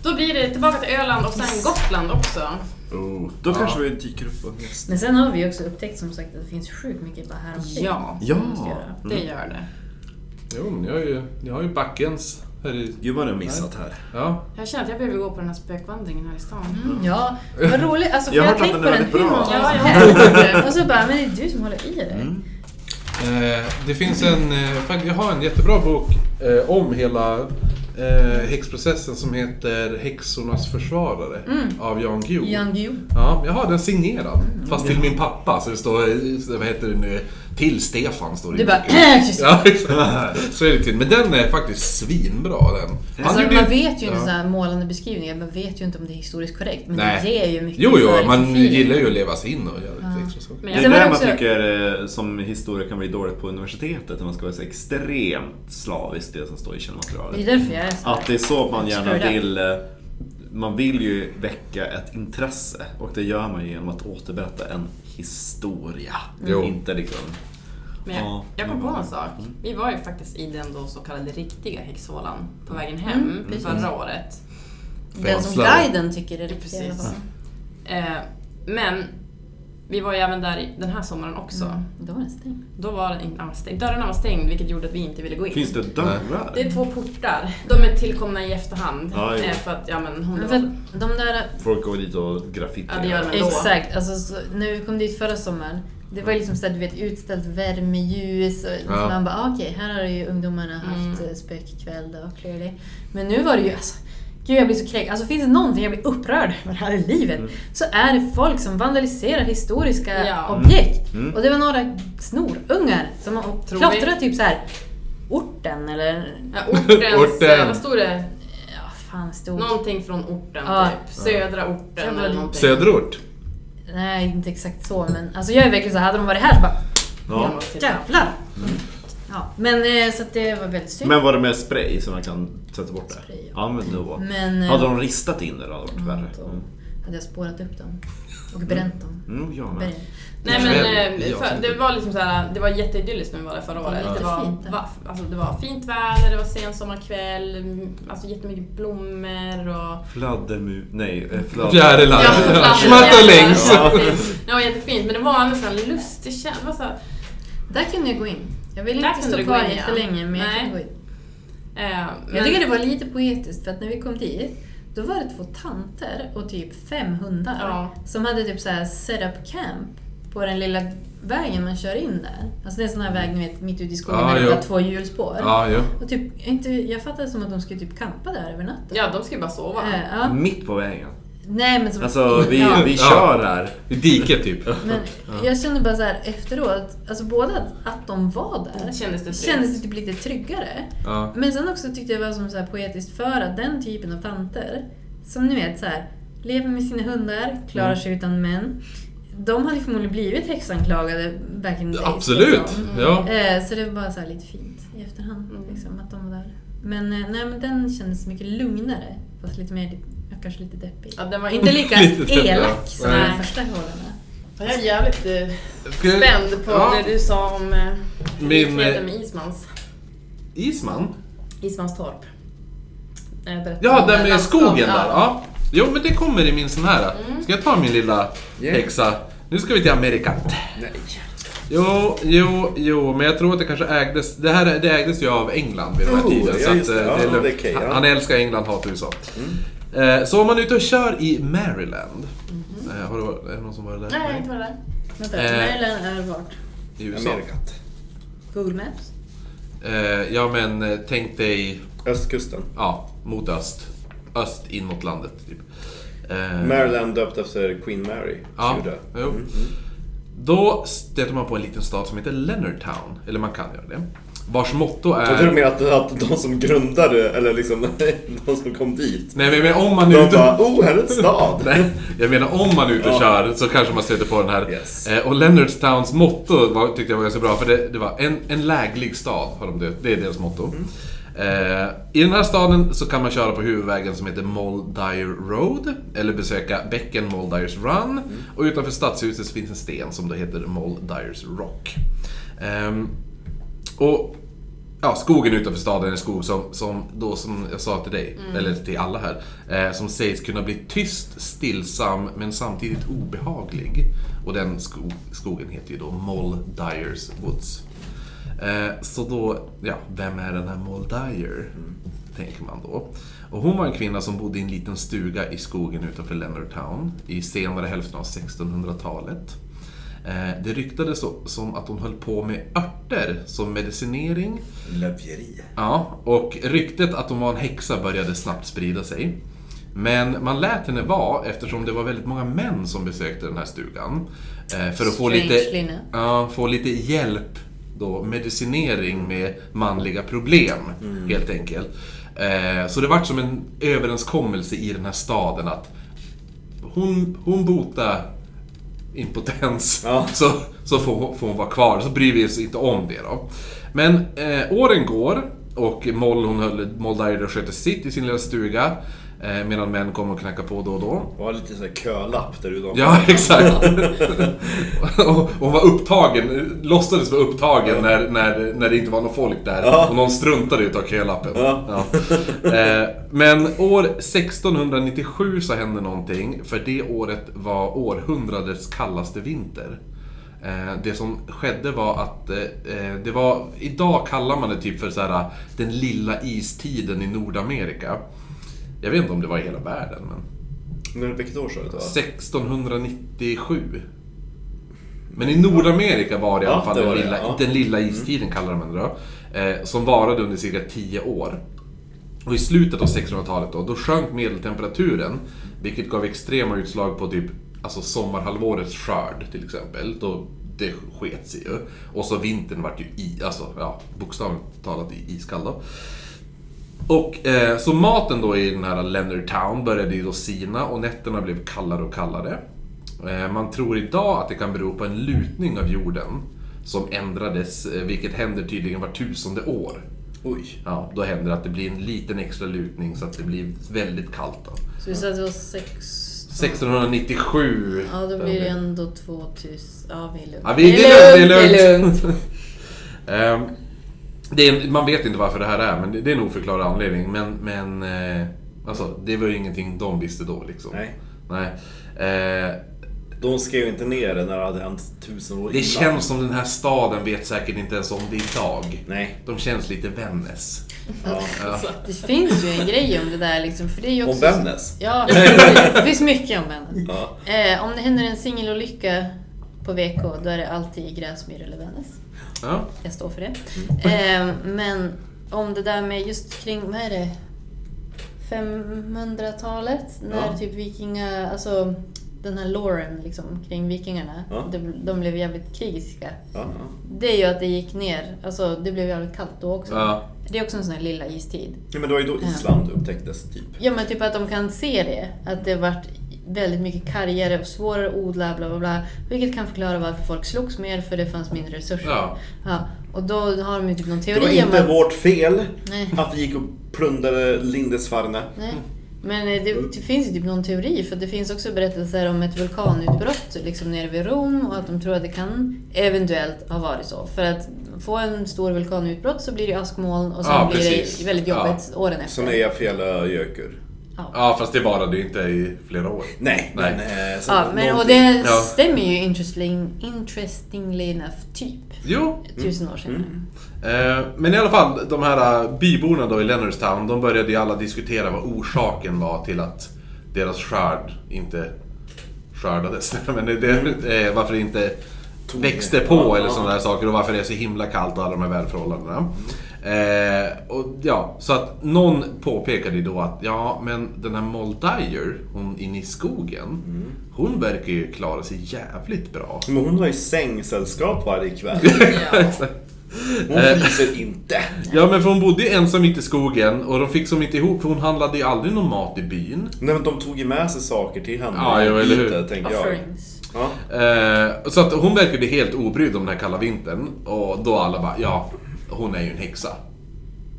Då blir det tillbaka till Öland och sen Gotland också. Oh, Då kanske vi dyker upp på en häst. Men sen har vi ju också upptäckt som sagt att det finns sjukt mycket bara här omkring. Ja, Ja! Mm. Vi måste göra. det gör det. Jo, men ni har ju, ni har ju backens här i... Gud vad du har missat här. Ja. Jag känner att jag behöver gå på den här spökvandringen här i stan. Ja, vad roligt. Alltså, för Jag jag har har hört att tänkt på den är den väldigt hur bra. många gånger Ja, som ja. helst. Och så bara, men det är du som håller i det. Eh, det finns en... eh, fakt- Jag har en jättebra bok eh, om hela eh, häxprocessen som heter Häxornas försvarare av Jan Guillou. Mm. Jan Mm. Guillou. Ja, jag har den signerad. Fast till min pappa så det står, eh, vad heter det nu, till Stefan står det. Du inte. bara... äh, just det. Ja, exakt. Så är det till. Men den är faktiskt svinbra den. Han Alltså, gjorde man vet ju inte ja. så här målande beskrivningar, man vet ju inte om det är historiskt korrekt. Men Nej. det ger ju mycket Jo, jo, för liksom man feeling. gillar ju att leva sig in och göra lite extra saker. Men Det jag är Sen var det det man också- tycker eh, som historia kan bli dåligt på universitetet, när man ska vara så extremt slaviskt det som står i Det är källmaterialet. därför jag är så här. Att det är så man gärna Screw it up. vill eh, man vill ju väcka ett intresse och det gör man ju genom att återberätta en historia. Jo. Inte liksom... Men jag, Ja, jag kom det på var en det. sak. Mm. Vi var ju faktiskt i den då så kallade riktiga häxhålan Mm. på vägen hem förra året. Den som Fängslade. guiden tycker är riktigt Precis. i alla fall. Eh, men vi var ju även där i- den här sommaren också. Mm. Mm. Då var den stängd. Då var den inte alls stängd. Dörrarna var stängd vilket gjorde att vi inte ville gå in. Finns det dörrar? Det är två portar. De är tillkomna i efterhand. Ja, jo. eh, för att, ja men hon Men var... för att de där Folk går dit och graffiterar. Ja, det gör de. ändå. Exakt, alltså, så, när vi kom dit förra sommaren, det var ju liksom så här, du vet utställt värmeljus och Ja. man bara ah, okej, här har ju ungdomarna haft Mm. mm. spökkväll då, clearly. Men nu var det ju alltså, gud jag blir så kränkt. Alltså finns det någonting jag blir upprörd över här i livet Mm. så är det folk som vandaliserar historiska Ja. objekt. Mm. Och det var några snorungar som har Tror vi. klättrat typ så här orten eller Ja, ortens... Orten. eh, Vad stod det? ja, fan stod... Någonting från orten Ja. typ. Södra orten Södra- eller någonting. Söderort? Nej, inte exakt så men alltså jag är verkligen så här, hade de varit här så bara Ja. Jävlar! Ja, men eh, så att det var väldigt synd. Mm. Men var det med spray så man kan sätta bort det? Spray, ja. ja. men det var. Men, eh, hade de ristat in det då hade det varit Mm, värre. då Mm. hade jag spårat upp dem. Och bränt dem. Mm, jag med. Berg. Nej men Ja, eh, för, jag det var liksom såhär, det var jätteidylliskt när vi var där förra året. Ja. Det var, Jättefint. va, alltså, det var fint väder, det var sen sommarkväll, mm, alltså jättemycket blommor och... Fladdermu... Nej, Mm. eh, fladder... Fjärilar? Ja, fladdrar. Schmetterlings? Ja, precis. Det var jättefint men det var ändå en lustig känsla. Så här, Där kunde jag gå in. Jag ville Där inte kunde stå du gå kvar in, ja. jättelänge men jag Nej. kunde gå in. eh, men, Jag tycker det var lite poetiskt för att när vi kom dit då var det två tanter och typ fem hundar Ja. som hade typ så här setup camp på den lilla vägen man kör in där. Alltså det är en sån här väg ni vet mitt ute i skogen Ja, där det ja. var två hjulspår. Ja, ja. Och typ, inte, jag fattade som att de skulle typ campa där över natten. Ja, de ska ju bara sova. Eh, ja. Mitt på vägen. Nej men som Alltså vi, Ja. vi Ja. kör här. I diket typ. Men jag kände bara så här efteråt, alltså både att, att de var där Kändes det tryggt? kändes det typ lite tryggare. Ja. Men sen också tyckte jag det var som så här poetiskt för att den typen av tanter, som ni vet så här, lever med sina hundar, klarar Mm. sig utan män. De hade förmodligen blivit häxanklagade back in the days. Absolut! liksom. Mm. Mm. Ja. Eh, Så det var bara så här lite fint i efterhand liksom, att de var där. Men, eh, nej, men den kändes mycket lugnare, fast lite mer, ja, kanske lite deppig. Ja, den var Inte lika [laughs] typ, Lite deppig, ja. elak som Nej. den första hålen. Jag är jävligt eh, Ska jag- spänd på Ja. det du sa om eh, Min, likheten med Ismans, Isman? Ismanstorp. Eh, berätta Ja, om där den med landskap- skogen där. Ja. Jo, men det kommer i min sån här. Mm. Ska jag ta min lilla Yeah. häxa? Nu ska vi till Amerika. Nej. Jo, jo, jo, men jag tror att det kanske ägdes. Det här det ägdes ju av England vid den här Oh, tiden. ja, så att, just det. eh, Ja, det är lugnt. det är okej, ja. Mm. Han- Han älskar England, hatar USA. Eh, Så om man är ute och kör i Maryland. Eh, Har du, är det någon som varit där? Mm-hmm. Nej, jag har inte varit där. Vänta, Eh. Maryland är vart? I USA. Google Maps? Eh, Ja, men eh, tänk dig Östkusten. ja, mot öst. Öst in mot landet. Typ. Eh, Maryland döpt efter Queen Mary. Ja, Gjorde. Mm, jo. Då stöter man på en liten stad som heter Leonardtown, eller man kan göra det. Vars motto Jag tror är... mer att, att de som grundade, eller liksom [laughs] de som kom dit, Nej men- men om man är de ute bara oh, här är en [laughs] stad! Nej, jag menar om man är ute och Ja. kör så kanske man stöter på den här. Yes. Eh, och Leonardstowns motto var, tyckte jag var ganska bra för det, det var en, en läglig stad har de döpt. Det är deras motto. Mm. Eh, I den här staden så kan man köra på huvudvägen som heter Moldire Road eller besöka bäcken Moldires Run. Mm. Och utanför stadshuset finns en sten som då heter Moldires Rock. Ehm, och ja, skogen utanför staden är skog som, som, då, som jag sa till dig, eller till alla här, eh, som sägs kunna bli tyst, stillsam men samtidigt obehaglig. Och den sko- skogen heter ju då Moldyers Woods. Eh, så då, ja, vem är den här Moldyer? Tänker man då. Och hon var en kvinna som bodde i en liten stuga i skogen utanför Leonardtown i senare hälften av 1600-talet. Eh, det ryktades så, som att hon höll på med örter som medicinering. Lövjeri. Ja, och ryktet att hon var en häxa började snabbt sprida sig. Men man lät henne vara eftersom det var väldigt många män som besökte den här stugan. Eh, för att få lite, Strangely, nej. ja, få lite hjälp, då, medicinering med manliga problem helt enkelt. Eh, så det vart som en överenskommelse i den här staden att hon, hon botar impotens Ja. [laughs] så, så får, hon- får hon vara kvar. Så bryr vi oss inte om det då. Men eh, åren går och Moll, hon höll, Moll Dyer sköter sitt i sin lilla stuga. Eh, medan män kommer och knackar på då och då. Det var lite så här kölapp där utanför. Ja, [laughs] exakt. och hon var upptagen, låtsades vara upptagen när, när, när det inte var något folk där. Ja. Och någon struntade i att ta kölappen. Ja. Ja. Eh, Men år 1697 så hände någonting. För det året var århundradets kallaste vinter. Eh, Det som skedde var att eh, eh, det var, idag kallar man det typ för så här, den lilla istiden i Nordamerika. Jag vet inte om det var i hela världen men... Men vilket år sa du det var? 1697. Men i Nordamerika var det i Ja, alla fall det den, var det, lilla, ja. Mm. den lilla istiden, kallar de den då. Eh, som varade under cirka 10 år. Och i slutet av 1600-talet då, då sjönk medeltemperaturen. Vilket gav extrema utslag på typ alltså sommarhalvårets skörd till exempel. Då det sket sig ju. Och så vintern vart ju i, alltså, ja, bokstavligt talat i- iskall då. Och eh, så maten då i den här Leonard Town började ju då sina och nätterna blev kallare och kallare. Eh, man tror idag att det kan bero på en lutning av jorden som ändrades, eh, vilket händer tydligen var tusende år. Oj. Ja, då händer det att det blir en liten extra lutning så att det blir väldigt kallt då. Så vi sa att det var 16... 1697. Ja, då blir det ändå 2000... Ja, vi är lugnt. Ja, vi, det är lugnt, det är lugnt. [laughs] Ehm, det är, man vet inte varför det här är, men det, det är en oförklarad anledning. Men, men eh, alltså, det var ju ingenting de visste då liksom. Nej. Nej. Eh, De skrev inte ner det när det hade hänt tusen år det känns som den här staden vet säkert inte ens om det idag. Nej. De känns lite Vännäs. Ja. Det finns ju en grej om det där liksom, för det är ju också... Om Vännäs? [laughs] Ja, precis. det finns mycket om Vännäs. Ja. Eh, om det händer en singelolycka på VK, då är det alltid i Gräsmyr eller Vännäs. Ja. Jag står för det. Mm. Eh, men om det där med just kring, vad är det? 500-talet? När Ja. typ vikinga, alltså den här loren liksom kring vikingarna. Ja. De, de blev jävligt krigiska. Ja. Det är ju att det gick ner, alltså det blev jävligt kallt då också. Ja. Det är också en sån här lilla istid. ja. Men det var ju då Island upptäcktes, typ. Ja men typ att de kan se det. Att det varit väldigt mycket kargare och svårare att odla bla bla bla. Vilket kan förklara varför folk slogs mer för det fanns mindre resurser. Ja. Ja, och då har de ju typ någon Det var teori om inte att... vårt fel Nej. att vi gick och plundrade Lindisfarne. Nej. Men eh, det, det finns ju typ någon teori för det finns också berättelser om ett vulkanutbrott liksom nere vid Rom och att de tror att det kan eventuellt ha varit så. För att få en stor vulkanutbrott så blir det askmoln och sen Ja, blir precis. det väldigt jobbigt åren Som efter. är Fjällajökull. ja, fast det varade ju inte i flera år. Nej, Nej. men... eh, så- Ja, men, och någonting- det alltså, Ja. stämmer ju interesting, interestingly enough, typ. Jo, Tusen år senare. Eh, Men i alla fall, de här eh, byborna då i Leonardstown, de började ju alla diskutera vad orsaken var till att deras skörd inte skördades. [laughs] Men det, det, eh, varför det inte växte på eller sådana där saker och varför det är så himla kallt och alla de här väderförhållandena. Eh, och ja, så att någon påpekade ju då att ja, men den här Moldayer, hon inne i skogen, hon verkar ju klara sig jävligt bra. Men hon har ju sängsällskap varje kväll. [laughs] Exakt. Hon fryser inte. Ja men för hon bodde ju ensam mitt i skogen och de fick som inte ihop för hon handlade ju aldrig någon mat i byn. Nej, men de tog ju med sig saker till henne. Ja, jo, eller hur. Lite, tänker jag. Offerings. Ja. Eh, så att hon verkade helt obrydd om den här kalla vintern och då alla bara ja, hon är ju en häxa.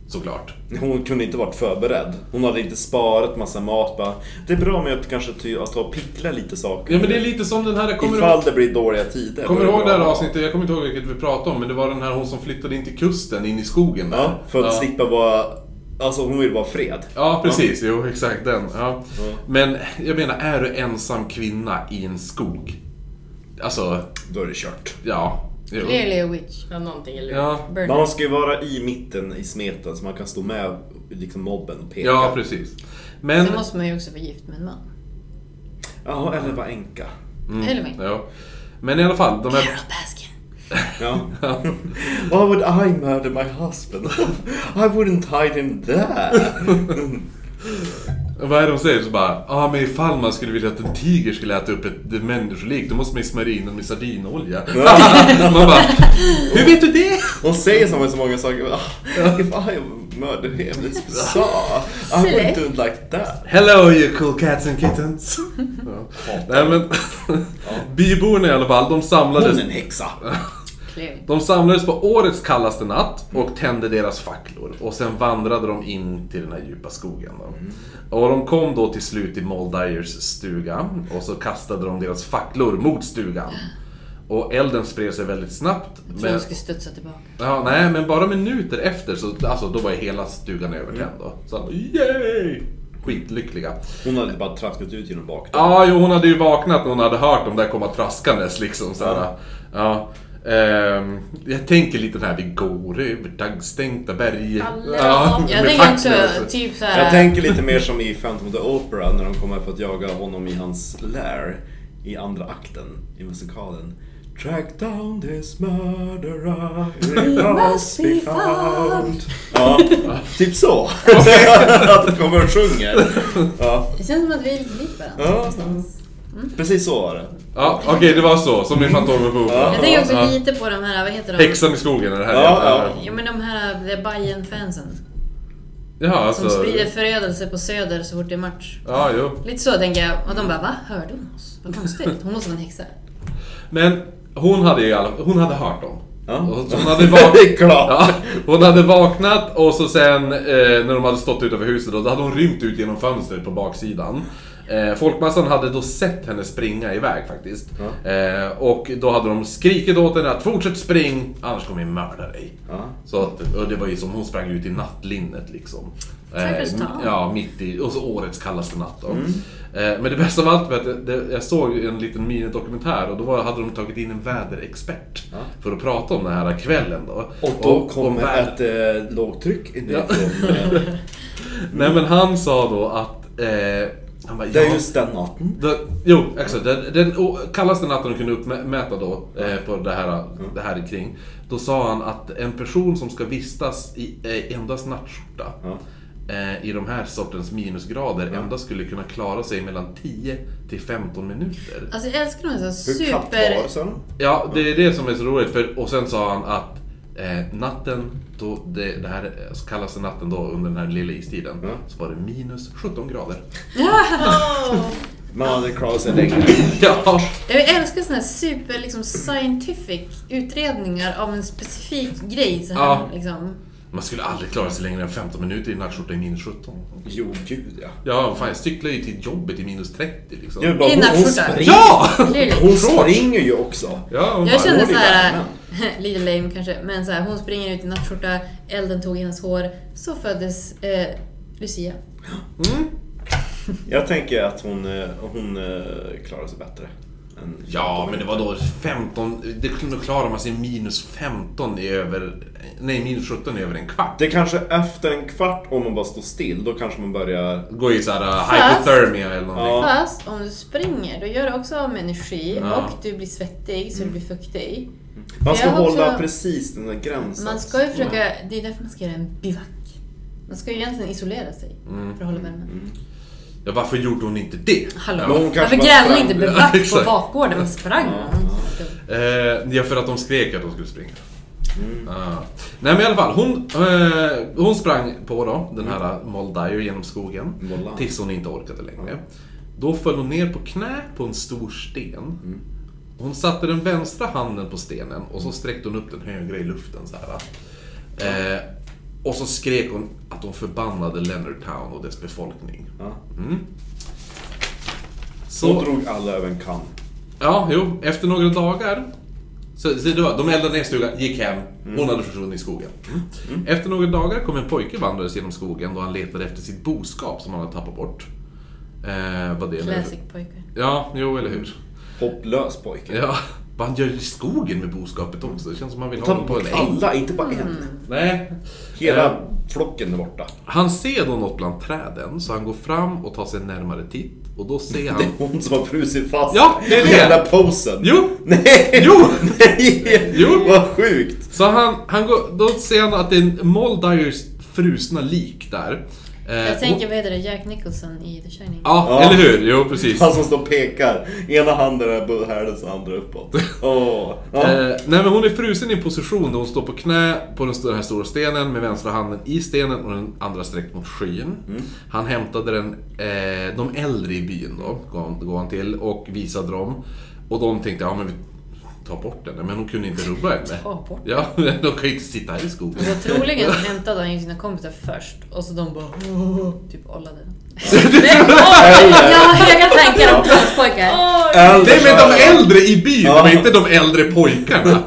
Såklart. Hon kunde inte varit förberedd. Hon hade inte sparat massa mat. Bara, det är bra med att kanske ty, att ta och pickla lite saker. Ja men det är lite som den här, jag kommer Ifall ihåg, det blir dåliga tider. kommer då du är ihåg det här bra. avsnittet, jag kommer inte ihåg vilket vi pratade om men det var den här hon som flyttade in till kusten, in i skogen där. Ja, för att slippa vara... Alltså hon vill vara fred. Ja, precis. Jo, exakt den. Ja. Men jag menar, är du ensam kvinna i en skog? Alltså, Då är det kört. ja. Jo. Clearly a witch. Ja, någonting eller Ja, Burn. Man ska ju vara i mitten i smeten så man kan stå med liksom mobben och peka. Ja, precis. Men... Sen måste man ju också vara gift med en man. Ja, eller vara änka. Eller vad? Mm. Ja. Men i alla fall, de här... Carol Baskin. Ja. Why would [laughs] I murder my husband? [laughs] I wouldn't hide him there. Vad är det de säger? Så bara, ja ah, men ifall man skulle vilja att en tiger skulle äta upp ett ett människolik, då måste man ju smörja in dem i sardinolja. [laughs] man bara, hur vet du det? Hon säger som med så många saker. "Ah, If I murder him, it's bizarre. I wouldn't do it like that. Hello you cool cats and kittens. [laughs] ja. Nej men, byborna i alla fall, de samlades... Hon är en häxa. Verkligen. De samlades på årets kallaste natt och tände deras facklor. Och sen vandrade de in till den här djupa skogen. Då. Mm. Och de kom då till slut till Moldyers stuga. Och så kastade de deras facklor mot stugan. Och elden spred sig väldigt snabbt. Jag tror men- hon skulle studsa tillbaka. Ja, nej, men bara minuter efter så alltså, då var ju hela stugan övertänd. Då. Så han bara, yay! Skitlyckliga. Hon hade bara traskat ut genom bakdörren. Ja, jo, hon hade ju vaknat när hon hade hört dem där komma traskandes liksom. Så här, ja. Ehm, jag tänker lite den här, vi går över dagstänkta berg. Ja, jag med tänker facklor också och så. typ Jag såhär... tänker lite mer som i Phantom of the Opera när de kommer för att jaga honom i hans lair i andra akten i musikalen. Track down this murderer, he must be found. Ja, typ [laughs] så. att de kommer och sjunger. Ja, Det känns som att vi är lik varandra. ja. Precis så var det. Ja, okej, det var så. Som i Fantomen på Operan. Jag tänker också Ja. lite på de här, vad heter de? Häxan i skogen är det här. Ja, ja. Ja men de här eh, The bayern fansen ja Som alltså. sprider förödelse på Söder så fort det är match. Ja, jo. Lite så tänker jag. Och de bara, va? Hörde hon oss? Vad konstigt. Hon måste vara en häxa. Men hon hade ju i alla, hon hade hört dem. Ja. Och så Hon, hade [laughs] vak- Det är klart. ja, hon hade vaknat och så sen eh, när de hade stått utanför huset då, då hade hon rymt ut genom fönstret på baksidan. Eh, folkmassan hade då sett henne springa iväg faktiskt. Eh, och då hade de skrikit åt henne att fortsätt spring, annars kommer vi mörda dig. Ja. Så att, och det var ju som hon sprang ut i nattlinnet liksom. Stackars Eh, Dan. ja, mitt i, och så årets kallaste natt då. Mm. Eh, men det bästa av allt var att det, det, jag såg en liten minidokumentär och då var, hade de tagit in en väderexpert för att prata om den här kvällen då. Och då om kommer vädret. ett eh, lågtryck inifrån. eh, Nej men han sa då att... Eh, han bara, Det "Ja, är just den natten. Den, jo, exakt. Den, den o- kallaste natten de kunde uppmäta då, eh, på det här, Mm. det här kring. Då sa han att en person som ska vistas i eh, endast nattskjorta Ja. eh, i de här sortens minusgrader endast skulle kunna klara sig mellan 10 till 15 minuter. Alltså jag älskar de här så Hur katt var super... det sen? Ja, det är det som är så roligt. För, och sen sa han att eh, natten, då, det, det här eh, kallaste natten då under den här lilla istiden, Ja. så var det minus 17 grader. [laughs] Man hade klarat sig längre. Ja, Jag älskar såna här super liksom, scientific utredningar av en specifik grej. Så här, Ja. liksom. man skulle aldrig klara sig längre än 15 minuter i nattskjorta i minus 17. Jo, gud ja. Ja, fan jag cyklar ju till jobbet i minus 30 liksom. Jag vill bara, I hon, hon nattskjorta. springer. Ja! Lille. Hon springer ju också. ja hon Jag bara, kände hon så är här, värmen. [laughs] lite lame kanske, men så här, hon springer ut i nattskjorta, elden tog i hennes hår, så föddes eh, Lucia. Jag tänker att hon, eh, hon eh, klarar sig bättre. än- Ja, men det var då 15... Det kunde klara man sig minus 15 i över... Nej, minus 17 i över en kvart. Det är kanske efter en kvart om man bara står still, då kanske man börjar... Det går ju såhär uh, hypothermia eller någonting. Ja. Fast om du springer, då gör du också av med energi Ja. och du blir svettig så du blir fuktig. Man ska Jag har hålla också- precis den där gränsen. Man ska ju försöka, det är därför man ska göra en bivack. Man ska ju egentligen isolera sig för att hålla värmen. Ja, varför gjorde hon inte det? Hallå, Men hon varför kanske bara grävde sprang. ni inte Ja, bivack exakt. på bakgården? Man sprang. Eh, ja, för att de skrek att de skulle springa. Ah. Nej men i alla fall, hon, eh, hon sprang på då, den här Moldair genom skogen. Moldair. Tills hon inte orkade längre. Då föll hon ner på knä på en stor sten. Hon satte den vänstra handen på stenen och så sträckte hon upp den högra i luften så här. Eh, och så skrek hon att hon förbannade Leonardtown och dess befolkning. Ja. Så- Så drog alla över en kam. Ja, jo. Efter några dagar. Så, så det var, de eldade ner stugan, gick hem. Mm. Hon hade försvunnit i skogen. Mm. Efter några dagar kom en pojke vandrades genom skogen då han letade efter sitt boskap som han hade tappat bort. Eh, vad det nu- Classic pojkar. Ja, jo eller hur. Hopplös pojke. Ja, vad han gör i skogen med boskapet också. Det känns som han vill ha Ta det på en bort äng. alla, inte bara Mm. en. Nej. Eh, Hela flocken är borta. han ser då något bland träden så han går fram och tar sig en närmare titt och då ser han... [laughs] Det är hon som har frusit fast Ja, det är det. hela posen. Jo! Nej! [laughs] Jo! Nej! Jo. Vad sjukt! Så han, han går, då ser han att det är en Moldyers frusna lik där. Eh, Jag tänker, och, vad heter det, Jack Nicholson i The Shining? [laughs] ja, Ja. Alltså, eller hur? Jo, precis. Han som står och pekar. Ena handen är på härdens andra [laughs] uppåt. Åh. Ja. [laughs] Eh, nej men hon är frusen i en position där hon står på knä på den, st- den här stora stenen med vänstra handen i stenen och den andra sträckt mot skyn. Han hämtade den, eh, de äldre i byn då, går han, går han till och visade dem. Och de tänkte, ja men vi, ta bort henne, men hon kunde inte rubba henne. Ta bort Ja, [laughs] de kan ju inte sitta här i [laughs] skogen. [laughs] Så troligen hämtade han ju sina kompisar först och så de bara "Åh", typ ollade den. Jag eh, har höga tankar om tonårspojkar. Nej men de äldre i byn, Ja. de är inte de äldre [laughs] pojkarna.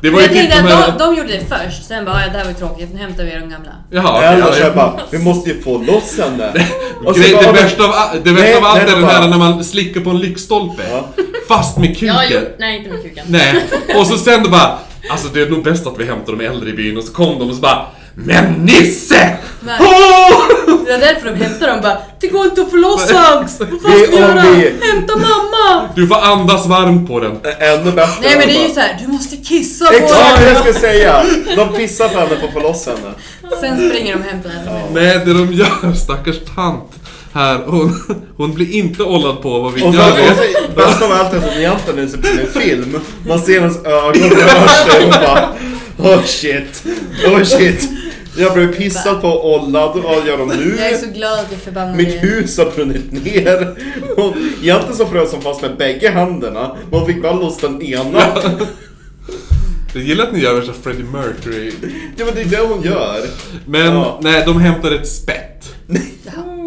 Det var ju Jag typ de tänkte att de, här... de gjorde det först, sen bara "Ja, det här var ju tråkigt, nu hämtar vi de gamla. Jaha, Eller ja, så ja. jag bara, vi måste ju få loss henne. Och så Grej, bara, det värsta av, all- det värsta Nej, av allt nej, är den bara- här när man slickar på en lyktstolpe. Ja. Fast med kuken. Jag har gjort, nej inte med kuken. Nej, och så sen då bara Alltså det är nog bäst att vi hämtar de äldre i byn och så kom de och så bara Men Nisse! Nej. Åh! Det är därför de hämtar dem bara Det går inte att få loss hans! Vad fan ska Det vi är göra? om vi- Hämta mamma! Du får andas varmt på den. Ännu bättre. Nej men det är ju Bara, såhär, du måste kissa på Exakt det jag honom! skulle säga! De pissar på henne för att få loss henne. Sen springer de och hämtar henne. Nej, det de gör, stackars tant här, hon, hon blir inte ollad på vad vi Och så, gör. och så bäst av allt är som egentligen är det en film. Man ser hennes ögon röra sig och bara Oh shit, oh shit. Jag blev pissad på och ollad. Vad gör de nu? Jag är så glad att jag förbannade Mitt hus har brunnit ner. Och egentligen så frös hon fast med bägge händerna. men Hon fick bara loss den ena. Jag gillar att ni gör värsta Freddie Mercury. Ja men det är det hon gör. Men Ja. nej, de hämtar ett spett. [laughs]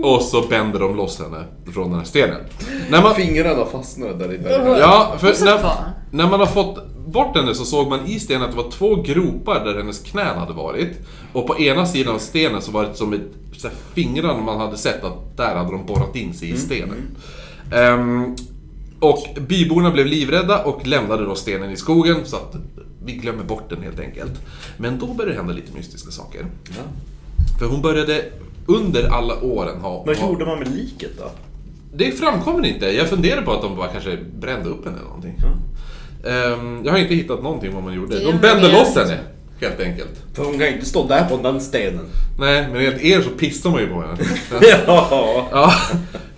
Och så bänder de loss henne från den här stenen. När [laughs] man, Fingrarna fastnade där i berget. Ja, Och för så när, kvar. när man har fått bort henne så såg man i stenen att det var två gropar där hennes knän hade varit. Och på ena sidan av stenen så var det som ett så här, fingrarna man hade sett att där hade de borrat in sig i stenen. Ehm, och byborna blev livrädda och lämnade då stenen i skogen så att vi glömmer bort den helt enkelt. Men då började det hända lite mystiska saker. För hon började under alla åren ha... Vad ha gjorde man med liket då? det framkommer inte. Jag funderar på att de bara kanske brände upp henne eller någonting. Mm. Ehm, jag har inte hittat någonting vad man gjorde. Det De är brände väl loss det. henne, helt enkelt. För hon kan ju inte stå där på den stenen. Nej, men enligt er så pissar man ju [laughs] på henne. [laughs] Ja. ja.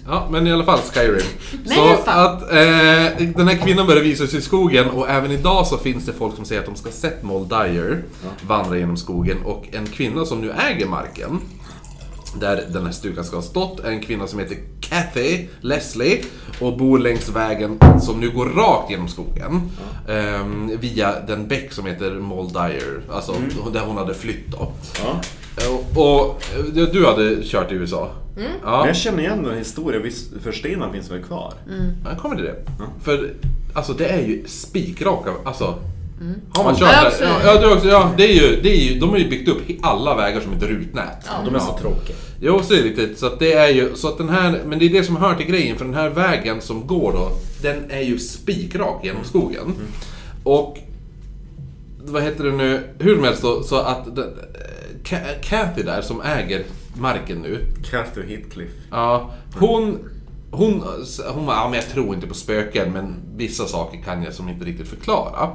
ja, men i alla fall Skyrim. Men i så alla fall. att eh, den här kvinnan började visa sig i skogen och även idag så finns det folk som säger att de ska ha sett Moldyer vandra genom skogen och en kvinna som nu äger marken där den här stugan ska ha stått är en kvinna som heter Kathy Leslie och bor längs vägen som nu går rakt genom skogen. ehm, via den bäck som heter Moldyer, alltså där hon hade flytt då. Ja. Och, och eh, du hade kört i USA? Mm. Ja. Men jag känner igen den historien, visst för stenen finns väl kvar? Ja, kommer till det. För alltså det är ju spikraka, alltså. Har man Jag kört också. där? Ja, ja, du också. Ja, det är ju, det är ju, de har ju byggt upp alla vägar som ett rutnät. Ja, De är så tråkiga. Jo, så är det lite. Så att det är ju, så att den här, men det är det som hör till grejen, för den här vägen som går då, den är ju spikrak genom Mm. skogen. Och, vad heter det nu, hur som helst då, så att den, Ca- Kathy där som äger marken nu, Cathy Heathcliff. Ja, hon... Hon, hon bara, ja, men jag tror inte på spöken men vissa saker kan jag som inte riktigt förklara.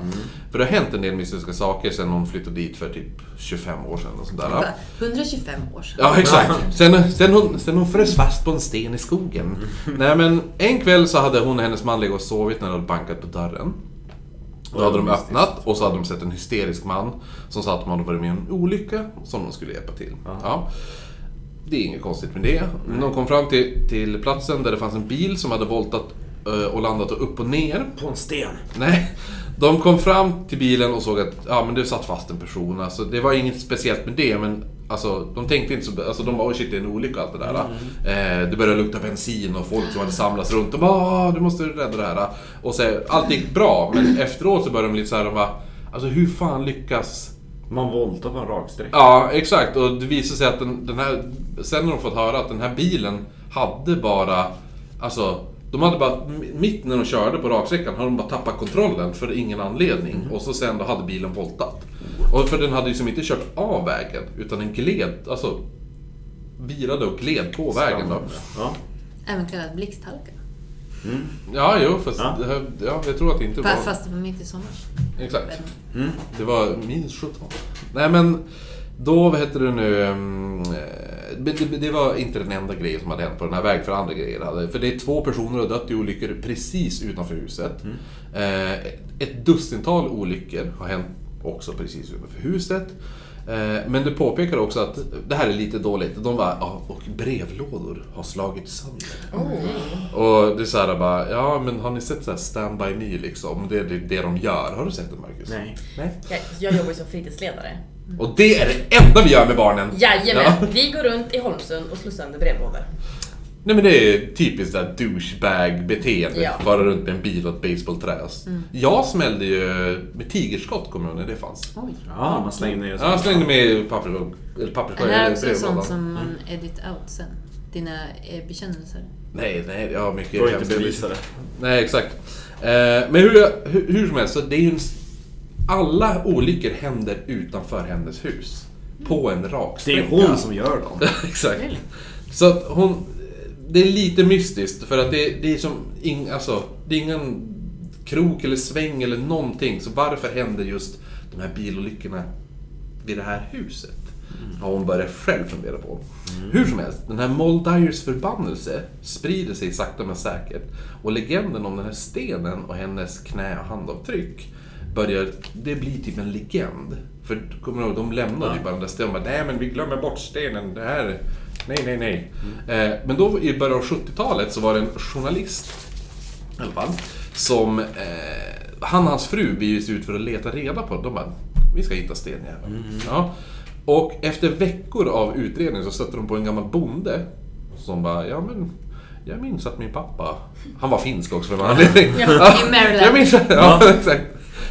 För det har hänt en del mystiska saker sen hon flyttade dit för typ 25 år sedan och sådär. 125 år sedan. Ja, exakt. Sen, sen, hon, sen hon frös fast på en sten i skogen. Nej, men en kväll så hade hon och hennes man legat och sovit när de hade bankat på dörren. Då hade de öppnat och så hade de sett en hysterisk man som sa att de hade varit med om en olycka som de skulle hjälpa till. Ja. Det är inget konstigt med det. Men de kom fram till, till platsen där det fanns en bil som hade voltat eh, och landat upp och ner. På en sten. [laughs] Nej. De kom fram till bilen och såg att ja, men det satt fast en person. Alltså, det var inget speciellt med det, men alltså, de tänkte inte så... Alltså, de bara oj shit, det är en olycka och allt det där. Eh, det började lukta bensin och folk som hade samlats runt. De bara "Ah, du måste rädda det här. Och så, allt gick bra, men efteråt så började de lite så här, de bara, alltså hur fan lyckas Man voltar på en rak sträcka. Ja, exakt. Och det visar sig att den, den här... Sen har de fått höra att den här bilen hade bara... Alltså, de hade bara... m- Mitt när de körde på raksträckan hade de bara tappat kontrollen för ingen anledning. Och så sen då hade bilen voltat. Och för den hade ju som inte kört av vägen, utan den gled... Alltså... Virade och gled på vägen då. Ja. Även kallat blixthalka. Ja, jo, fast... Ja. Det här, ja, jag tror att det inte var... Fast det var mitt i sommaren. Exakt. Det var minus 17. Nej men, då, vad hette det nu? mm, eh, Det, det, det var inte den enda grejen som hade hänt på den här vägen, för andra grejer hade. För det är två personer som har dött i olyckor precis utanför huset. Eh, ett dussintal olyckor har hänt också precis utanför huset. Eh, Men du påpekar också att det här är lite dåligt. De bara, ja, och brevlådor har slagits sönder. Mm. Och det är så här bara, ja men har ni sett så här Stand By Me liksom? Det är det- det de gör. Har du sett det Marcus? Nej. Jag, jag jobbar ju som fritidsledare. Och det är det enda vi gör med barnen! Jajamän! Ja. Vi går runt i Holmsund och slår sönder brevlådor. Nej men det är typiskt där douchebag-beteende. Ja. Fara runt med en bil och ett basebollträ. alltså. Mm. Jag smällde ju med tigerskott kommer jag ihåg när det fanns. Ja, man slänger ner Ja, Jag slängde med papperskorg. Eller Det papperskorg. här är eller också sånt brevlådan. som man Mm. edit out sen. Dina eh, bekännelser. Nej, nej, jag har mycket Går inte hemska bevisa det. Nej, exakt. Eh, men hur, hur, hur som helst, så det är ju en, s- alla olyckor händer utanför hennes hus. På en rak Det är sträcka. hon som gör dem. [laughs] Exakt. Så att hon... Det är lite mystiskt för att det, det är som... Ing, alltså, det är ingen krok eller sväng eller någonting. Så varför händer just de här bilolyckorna vid det här huset? Har hon börjat själv fundera på. Hur som helst, den här Moldyers förbannelse sprider sig sakta men säkert. Och legenden om den här stenen och hennes knä och handavtryck börjar, det blir typ en legend. För kommer du ihåg, de lämnade ju bara den där stenen och bara, nej men vi glömmer bort stenen, det här, nej nej nej. Eh, men då i början av 70-talet så var det en journalist, i alla fall, som, eh, han och hans fru beger sig ut för att leta reda på det. De bara, vi ska hitta stenjäveln. Mm. Ja. Och efter veckor av utredning så stötte de på en gammal bonde som bara, ja men jag minns att min pappa, han var finsk också för någon anledning. i Maryland. Jag minns, ja, [laughs] exakt.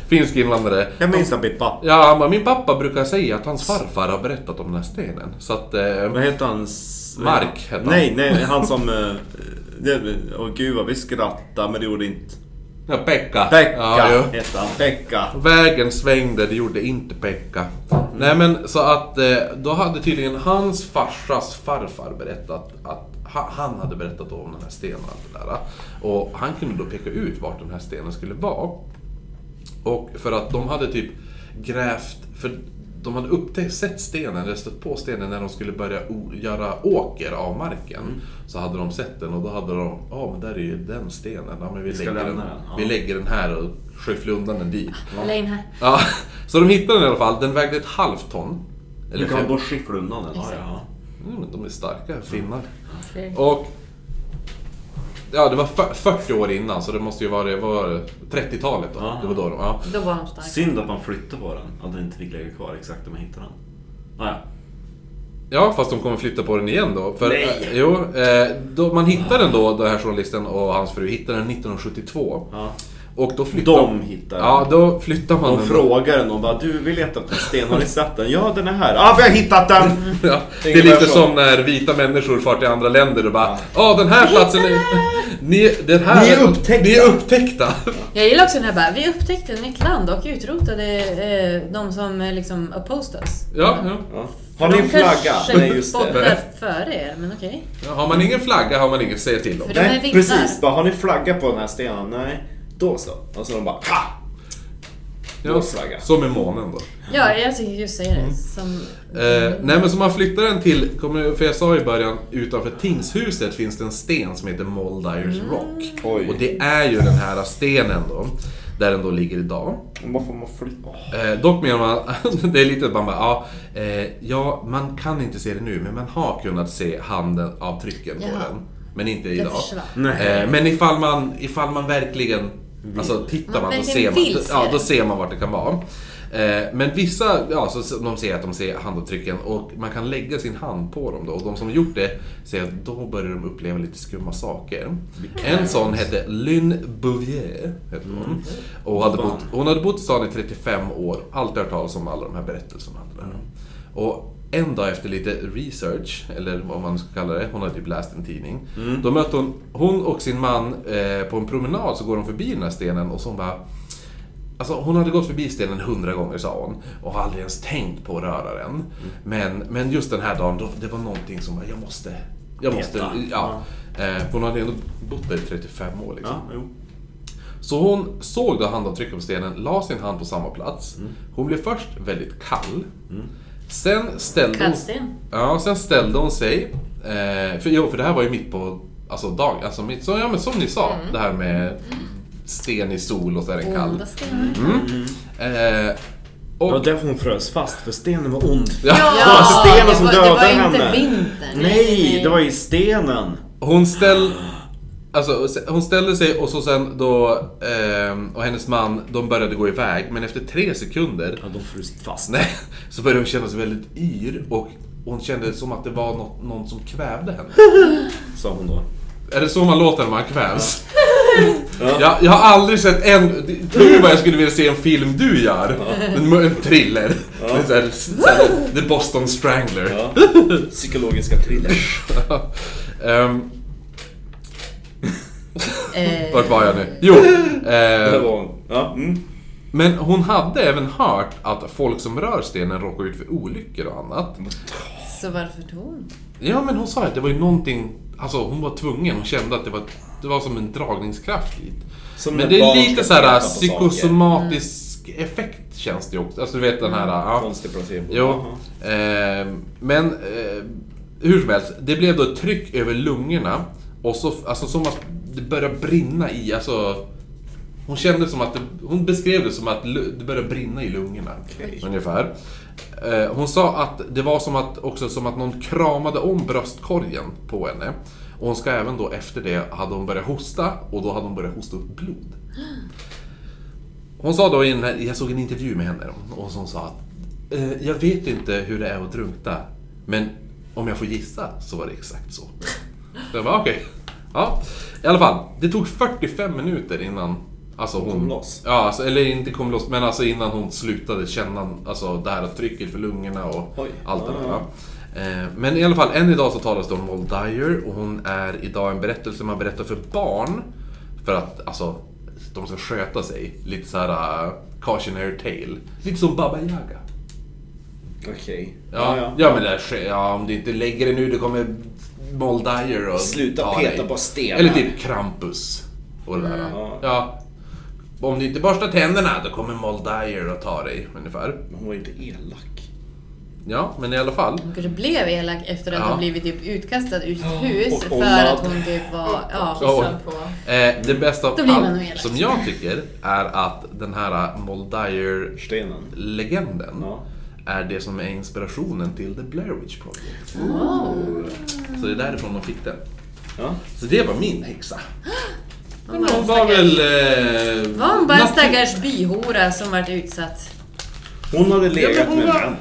Finsk invandrare. Jag minns den Pippa. Ja, han bara, min pappa brukar säga att hans farfar har berättat om den här stenen. Så att... Eh, Vad heter han? S- Mark heter han. Nej, nej, han som... eh, det- Åh gud vad vi skrattade, men det gjorde inte... ja, Pekka. Pekka Ja, jo. hette han. Pekka. Vägen svängde, det gjorde inte Pekka. Mm. Nej men så att eh, då hade tydligen hans farsas farfar berättat att ha- han hade berättat om den här stenen och allt det där. Och han kunde då peka ut vart den här stenen skulle vara. Och för att de hade typ grävt, för de hade upptäckt, sett stenen, eller stött på stenen när de skulle börja o- göra åker av marken. Mm. Så hade de sett den och då hade de, ja men där är ju den stenen, ja men vi, ska lägger den, lämna den, ja. vi lägger den här och skyfflar undan den dit. Lägg in här. Ja, [laughs] så de hittade den i alla fall. Den vägde ett halvt ton. Du kan fem- bara skyffla undan den. Ja, ja. Mm, men de är starka finnar. Och... Ja, det var fyr- 40 år innan så det måste ju vara det var 30-talet då. Ja. Det var då de, ja. Då var de starka. Synd att man flyttade på den. Att den inte fick ligga kvar exakt där man hittade den. Ah, ja. ja, fast de kommer flytta på den igen då. För, Nej. eh, jo, eh, då man hittade den då, den här journalisten och hans fru, hittade den 1972. ja. Och då flyttade... De hittade den. Ja, då flyttar man De den. frågar någon bara du vill leta efter en sten, har ni sett den? Ja den är här. Ja ah, vi har hittat den! Ja, det är Ingen lite person. som när vita människor far till andra länder och bara Ja, den här platsen är... Ni, den här, Ni är upptäckta." Ni är upptäckta! Jag gillar också den här bara, vi upptäckte ett nytt land och utrotade eh, de som eh, liksom opposed us. Ja, ja. Ja. Har ni en flagga? Nej just Kanske det. bodde före er, men okej. Ja, Har man ingen flagga har man inget att säga till om. För de är Nej vittnar. precis, bara, har ni flagga på den här stenen? Nej. Då så. Och så de bara ha! Ja, vår flagga. som är månen då. Ja, jag tycker just säger Mm. det. Som, Eh, nej men så man flyttar den till, kommer, för jag sa i början, utanför tingshuset finns det en sten som heter Moldyers Rock. Oj. Och det är ju den här stenen då, där den då ligger idag. Vad får man flytta? Åh. Eh, dock menar man, [laughs] det är lite man bara, ja, eh, ja, man kan inte se det nu, men man har kunnat se handen av trycken på Jaha. den. Men inte idag. försvann. Nej. Eh, men ifall man, ifall man verkligen, alltså tittar Man man, då, verkligen ser man, vill se ja, det. då ser man vart det kan vara. Eh, men vissa, ja, så- så, de ser att de ser handavtrycken och man kan lägga sin hand på dem då. Och de som gjort det säger att då börjar de uppleva lite skumma saker. En sån hette Lynn Bouvier. Hette hon. Och hade bott, hon hade bott i stan i 35 år, alltid hört talas om alla de här berättelserna. och allt det där. Och en dag efter lite research, eller vad man ska kalla det, hon hade typ läst en tidning. Då mötte hon, hon och sin man eh, på en promenad, så går de förbi den här stenen och så hon bara Alltså hon hade gått förbi stenen hundra gånger sa hon och har aldrig ens tänkt på att röra den. Men, men just den här dagen, då, det var någonting som bara, jag måste... Jag måste Peta. ja. Eh, för hon hade ändå bott där i 35 år liksom. Ja, jo. Så hon såg då handavtrycket på stenen, la sin hand på samma plats. Hon blev först väldigt kall. Sen ställde hon... Kallsten. Ja, sen ställde hon sig. Eh, för, jo, för det här var ju mitt på alltså, dagen. Alltså, mitt, så, ja, men som ni sa, det här med sten i sol och så är den kall. Onda stenar. Mm. Eh, Och- Det var därför hon frös fast, för stenen var ond. Ja. Det var stenen som det var, dödade det var inte henne. vintern. Nej, det var i stenen! Hon ställ... Alltså, hon ställde sig och så sen då... ehm, och hennes man, de började gå iväg. Men efter tre sekunder Ja, de frös fast. Nej, så började hon känna sig väldigt yr och hon kände som att det var något, någon som kvävde henne. Sa hon då. Är det så man låter när man kvävs? Ja. Jag, jag har aldrig sett en... Tro vad jag skulle vilja se en film du gör. En, en thriller. Med så här, så här, The Boston Strangler. [laughs] Ja. Psykologiska thrillers. [laughs] Ehm, Eh, vart var jag nu? Jo! Det eh, var Ja, mm. men hon hade även hört att folk som rör stenen råkar ut för olyckor och annat. så varför tog hon? Ja, men hon sa att det var ju någonting... Alltså hon var tvungen, hon kände att det var, det var som en dragningskraft dit. Som Men när det är barn lite ska så här peta på saker. psykosomatisk effekt känns det ju också. Alltså du vet den här... Mm. Ja. Konstig placebo. Jo. Jaha. Ehm, men eh, hur som helst, det blev då ett tryck över lungorna. Och så, alltså som att det började brinna i, alltså... Hon kände som att, det, hon beskrev det som att lu- det började brinna i lungorna. Okej. Ungefär. Eh, Hon sa att det var som att, också som att någon kramade om bröstkorgen på henne. Och hon ska även då efter det, hade hon börjat hosta och då hade hon börjat hosta upp blod. Hon sa då i den här, jag såg en intervju med henne och hon sa att eh, jag vet inte hur det är att drunkna men om jag får gissa så var det exakt så. Så jag bara okej. Ja, i alla fall. Det tog 45 minuter innan alltså hon, kom loss. Ja, alltså, eller inte kom loss men alltså innan hon slutade känna alltså, det här trycket för lungorna och Oj. allt det där. Ja, va? Eh, Men i alla fall, än idag så talas det om Moll Dyer och hon är idag en berättelse man berättar för barn för att alltså, de ska sköta sig. Lite så här uh, cautionary tale. Lite som Baba Yaga. Okej. Ja, ja, men det här, sker- ja, om du inte lägger dig nu då kommer Moll Dyer och Sluta ta peta dig. på stenar. Eller typ Krampus. Och det där. Ja. Ja. Om du inte borstar tänderna då kommer Moll Dyer och tar dig ungefär. Men hon var inte elak. Ja, men i alla fall. Hon kanske blev elak efter att Ja. hon blivit typ utkastad ur sitt hus och för ommad. att hon typ var ja, Ja. kissad på. Eh, det bästa av Då blir man nog allt elak. som jag tycker är att den här eh, Moldire Stenen. legenden Ja. är det som är inspirationen till The Blair Witch Project. Så det är därifrån de fick den. Ja. Så det var [gasps] min häxa. Men var hon en var stackars- väl... Eh, Var hon bara en natur- stackars byhora som vart utsatt? Hon hade legat Ja, men hon med var- män.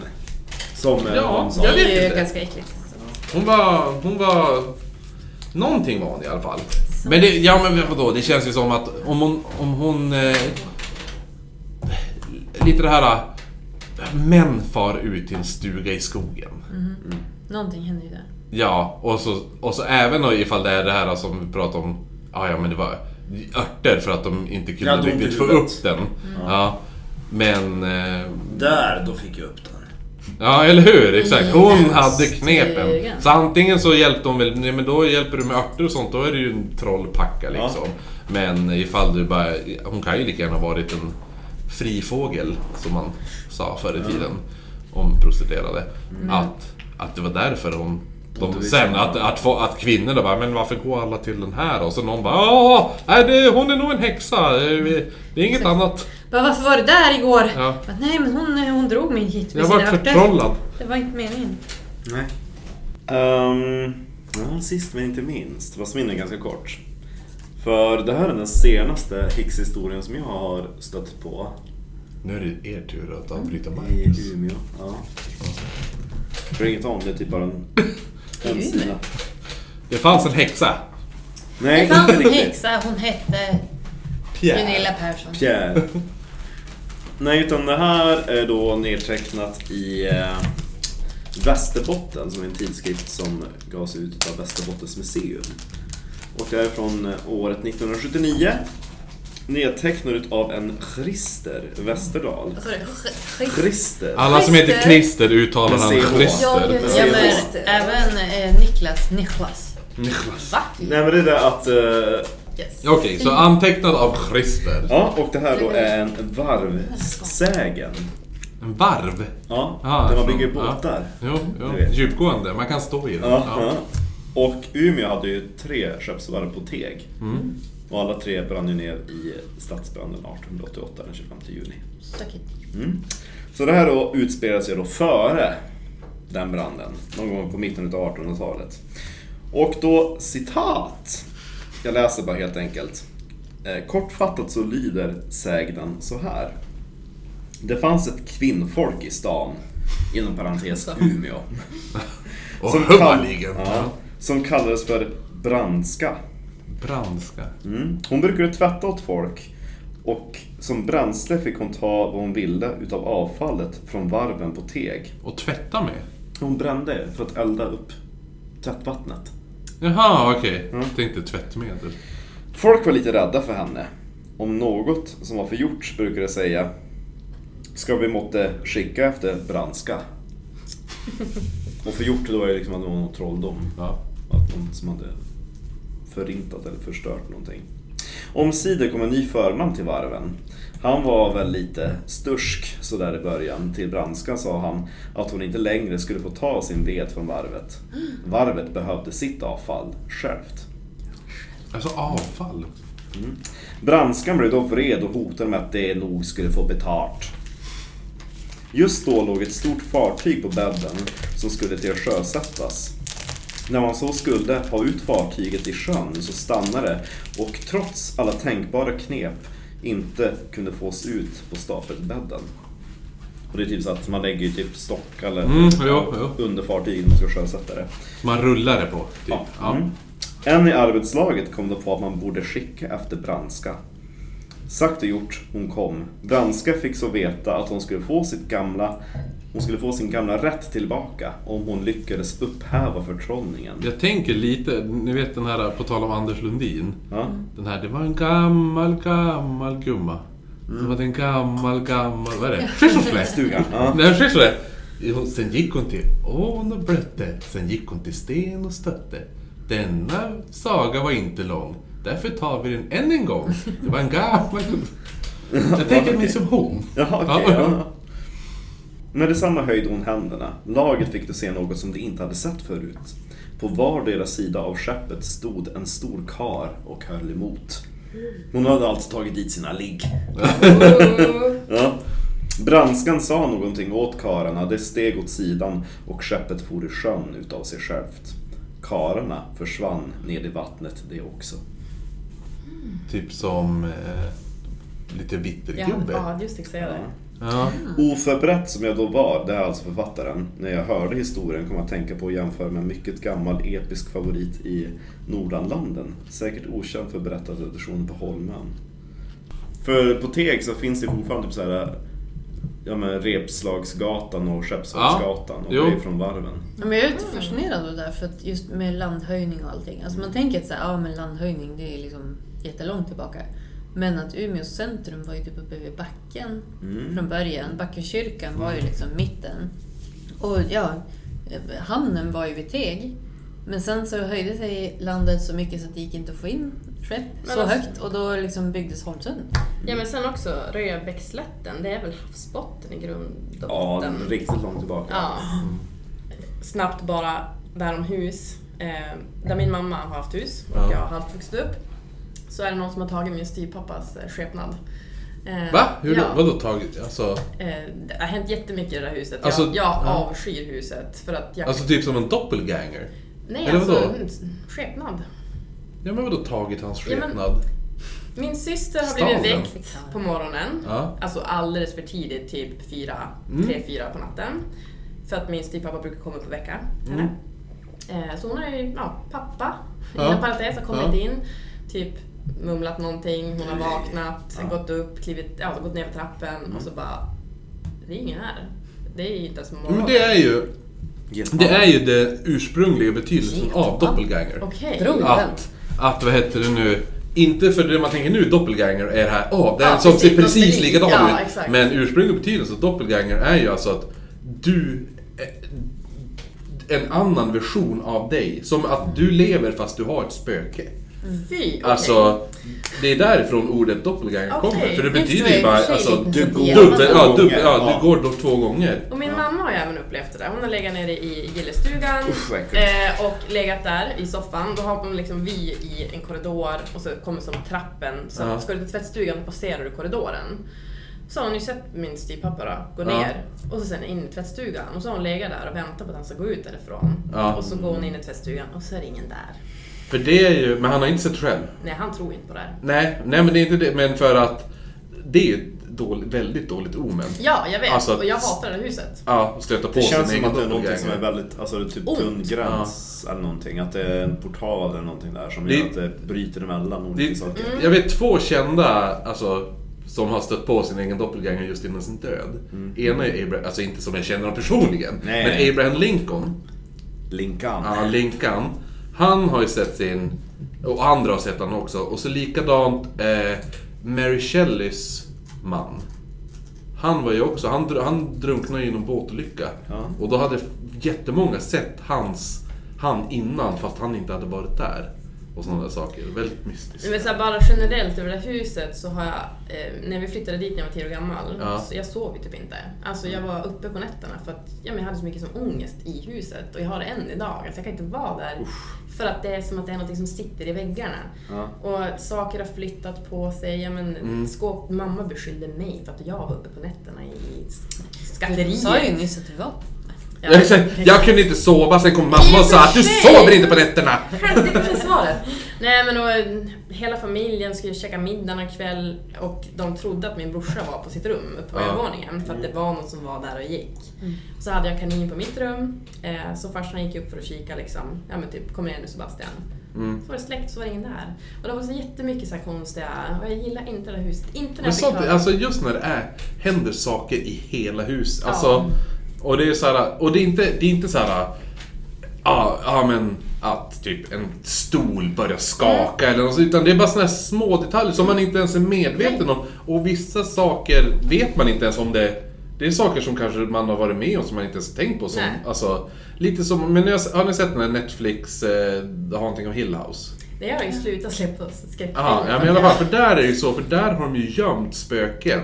Som eh, Ja, hon sa. jag Det vet är ju inte. ganska äckligt. Hon var... Hon var... Någonting var hon i alla fall. Men det, ja men vadå, det känns ju som att om hon... Om hon eh, lite det här... eh, Män far ut till en stuga i skogen. Någonting hände ju där. Ja, och så, och så även då ifall det är det här som vi pratade om. ah, Ja, ja men det var örter för att de inte kunde Ja, de riktigt inte få huvudet. upp den. Ja. Men... eh, Där, då fick jag upp den. Ja, eller hur? Exakt. Hon Yes, hade knepen. stugan. Så antingen så hjälpte hon väl, nej men då hjälper du med örter och sånt, då är det ju en trollpacka liksom. Men ifall du bara, hon kan ju lika gärna ha varit en frifågel, som man sa förr i tiden, om prostituerade. Mm. Att, att det var därför hon de, vid sen sidan. att, att, få, att kvinnorna bara, men varför går alla till den här? Och så någon bara, ja, nej, det, hon är nog en häxa. Eh, Det är inget annat. Bara, varför var du där igår? Ja. Bara, Nej men hon, hon drog mig hit med Jag har varit sina örter. förtrollad. Det var inte meningen. Nej. Ehm, ja, sist men inte minst, fast min är ganska kort. För det här är den senaste häxhistorien som jag har stött på Nu är det er tur att avbryta i Umeå. Ja. Bring it on, det är typ bara en, en sida. Det fanns en häxa. Nej, Det fanns inte en riktigt. häxa, hon hette Gunilla Persson. Pierre. Nej, utan det här är då nedtecknat i eh, Västerbotten, som är en tidskrift som gavs ut av Västerbottens museum. Och det är från eh, året 1979. Nedtecknat av en Christer Westerdahl. Vad sa du? Sk- sk- Christer? Alla som heter Christer. Christer uttalar han Med CH. Christer. Ja men även eh, Niklas Niklas. Niklas. Nej men det är det att... eh, Yes. Okej, så antecknad av Christer. ja, och det här då är en varvsägen. En varv. Ja, Ah, där man från- bygger ja. båtar. Jo, jo. Du vet. djupgående. Man kan stå i den. Ja. Ja. Och Umeå hade ju tre skeppsvarv på Teg. Och alla tre brann ju ner i stadsbranden 1888 den 25 juni. Stökigt. Mm. Så det här då utspelar sig då före den branden, någon gång på mitten av 1800-talet. Och då citat, jag läser bara helt enkelt. Eh, Kortfattat så lyder sägnen så här. Det fanns ett kvinnfolk i stan, inom parentes Umeå. Och kall- hummarligen. ja, som kallades för Brandska. Brandska. Mm. Hon brukade tvätta åt folk och som bränsle fick hon ta vad hon ville utav avfallet från varven på teg. Och tvätta med? Hon brände för att elda upp tvättvattnet. Jaha, okej. Tänkte tvättmedel. Folk var lite rädda för henne. Om något som var förgjort brukade säga Ska vi måtte skicka efter Branska? Och förgjort då är det liksom att det var någon trolldom. Ja. Att någon som hade förintat eller förstört någonting. Omsider kom en ny förman till varven. Han var väl lite stursk sådär i början. Till Branska sa han att hon inte längre skulle få ta sin ved från varvet. Varvet behövde sitt avfall självt. Alltså avfall. Branskan blev då vred och hotade med att det nog skulle få betalt. Just då låg ett stort fartyg på bädden som skulle till att sjösättas. När man så skulle ha ut fartyget i sjön så stannade det och trots alla tänkbara knep inte kunde fås ut på stapelbädden. Och det är typ så att man lägger ju typ stock eller Mm, jo, jo. under fartyget när man ska sjösätta det. Som man rullar det på, typ. Ja. Ja. Mm. En i arbetslaget kom då på att man borde skicka efter Branska. Sagt och gjort, hon kom. Branska fick så veta att hon skulle få, sitt gamla, hon skulle få sin gamla rätt tillbaka om hon lyckades upphäva förtrollningen. Jag tänker lite, ni vet den här, på tal om Anders Lundin. Ja. Den här, det var en gammal, gammal gumma. Mm. Det var en gammal, gammal, vad är det? Skärsorsle! Stugan. Ja. Nej, skärsorsle! Hon- Sen gick hon till ån och blötte, sen gick hon till sten och stötte. Denna saga var inte lång, därför tar vi den än en gång. Det var en [laughs] gammal... Jag tänker mig som hon. Jaha, okej. Ja. ja. Med detsamma höjde hon händerna. Laget fick då se något som de inte hade sett förut. På vardera sida av skeppet stod en stor kar och höll emot. Hon hade alltså tagit dit sina ligg. ja. Branskan sa någonting åt kararna, det steg åt sidan och skeppet for i sjön utav sig självt. Kararna försvann ned i vattnet det också. Typ som... Eh, lite vittergubbe. Ja, just det, säga det. Ja. Oförberett som jag då var, det är alltså författaren, när jag hörde historien kom jag att tänka på att jämföra med en mycket gammal episk favorit i Nordanlanden. Säkert okänd för berättartraditionen på Holmön. För på Teg så finns det fortfarande typ så här, ja men Repslagsgatan och Skeppsholmsgatan och jo. det är från varven. Ja, Men jag är lite fascinerad av det där, för att just med landhöjning och allting. Alltså man tänker att så här, ja, men landhöjning det är liksom jättelångt tillbaka. Men att Umeås centrum var ju typ uppe vid backen Mm. Mm. från början. Backenkyrkan var ju liksom mitten. Och ja, eh, hamnen var ju vid Teg. Men sen så höjde sig landet så mycket så att det gick inte att få in skepp Men så alltså- högt. Och då liksom byggdes Holmsund. Ja men sen också Röbäckslätten, det är väl havsbotten i grund och Ja, botten. riktigt långt tillbaka. Ja. Snabbt bara däromhus. Eh, där min mamma har haft hus och Ja. jag har halvt vuxit upp. Så är det någon som har tagit min styvpappas eh, skepnad. Eh, Va? Hur ja. då? Vadå tagit? Alltså, Eh, det har hänt jättemycket i det där huset. Alltså- jag jag ja. avskyr huset för att jag... alltså typ som en doppelganger? nej eller alltså, vadå? mm, skepnad. Ja men vadå tagit hans Ja, men- skepnad? Min syster har Stal blivit den? väckt på morgonen. Ja. Alltså alldeles för tidigt, typ fyra, Mm. tre, fyra på natten. För att min styvpappa brukar komma upp och väcka henne. Eh, Så hon har ju, ja, pappa, Mm. Ja. inom parentes, har kommit Ja. in. Typ mumlat någonting, hon har vaknat, gått upp, klivit, ja, gått ner för trappen och så bara... Det är ingen här. Det är ju inte ens morgon. Mm. Men det är ju det, är ju det ursprungliga betydelsen av doppelganger. Okej. Att, att, vad heter det nu, inte för det man tänker nu doppelganger är det här, åh, det är Ja, en som precis, ser precis något likadan lik. Ja, ut. exakt. Men ursprungliga betydelsen av doppelganger är ju alltså att du eh, en annan version av dig. Som att du lever fast du har ett spöke. Fy, okej. Alltså, det är därifrån ordet doppelganger Okej, kommer. För det det betyder tror jag ju i och bara, för sig alltså, lite du, så går att dubbel, det är ja, någon dubbel, gång. ja, Ja. du går då två gånger. Och min mamma har ju även upplevt det där. Hon har legat nere i gillestugan Usch, vad äckligt. eh, och legat där i soffan. Då har man liksom vi i en korridor och så kommer som trappen. Så Ja. ska du till tvättstugan då passerar du korridoren. Så har hon ju sett min styvpappa då, gå Ja. ner och så sen in i tvättstugan och så har hon legat där och väntat på att han ska gå ut därifrån. Ja. Och så går hon in i tvättstugan och så är det ingen där. För det är ju, men han har inte sett själv. Nej, han tror inte på det här. Nej, nej men det är inte det. Men för att det är ju ett dåligt, väldigt dåligt omen. Ja, jag vet. Alltså- och jag hatar det här huset. Ja, och stöta på Det sin känns som egen att det är någonting som är doppelganger. väldigt, alltså det är typ Ont. tunn gräns eller någonting. Att det är en portal eller någonting där som Det- gör att det bryter emellan olika Det- saker. Jag vet två kända alltså, som har stött på sin egen doppelganger just innan sin död. Ena är Abraham, alltså inte som jag känner honom personligen, Mm. Nej, men nej. Abraham Lincoln, Linkan. ja, Lincoln, han har ju sett sin, och andra har sett honom också, och så likadant eh, Mary Shelleys man. Han var ju också, han, dr- han drunknade ju i någon båtolycka. Ja. Och då hade jättemånga sett hans, han innan fast han inte hade varit där. Och sådana där saker. Väldigt mystiskt. Men så här, bara generellt över det här huset så har jag, eh, när vi flyttade dit när jag var 10 år gammal, Ja. så jag sov ju typ inte. Alltså jag var uppe på nätterna för att ja, men jag hade så mycket som ångest i huset och jag har det än idag. Alltså jag kan inte vara där för att det är som att det är något som sitter i väggarna. Ja. Och saker har flyttat på sig. Ja, men, skåp, mamma beskyllde mig för att jag var uppe på nätterna i s- Du skatteriet. sa ju nyss att du var Ja. Jag, jag kunde inte sova, sen kom mamma och sa att du sover inte på nätterna! Det kanske är svaret. Nej men och, hela familjen skulle käka middag någon kväll och de trodde att min brorsa var på sitt rum uppe på Ja. övervåningen för att det var någon som var där och gick. Så hade jag kanin på mitt rum, eh, så farsan gick upp för att kika liksom. Ja men typ, kom igen nu Sebastian. Mm. Så var det släckt så var det ingen där. Och det var så jättemycket så här konstiga, och jag gillar inte det här huset. Inte när Men jag sånt, fick höra. alltså just när det är, händer saker i hela huset. Alltså, och det är så här, och det är inte, det är inte så här, ja, ja men att typ en stol börjar skaka eller något, sånt, utan det är bara såna här små detaljer som man inte ens är medveten om. Och vissa saker vet man inte ens om det det är saker som kanske man har varit med om som man inte ens har tänkt på. Som, Nej. alltså, lite som, men jag, har ni sett den här Netflix eh, The Haunting of Hill House? Det har jag ju slutat släppa skräckfilm. Aha, ja, men i alla fall, för där är det ju så, för där har de ju gömt spöken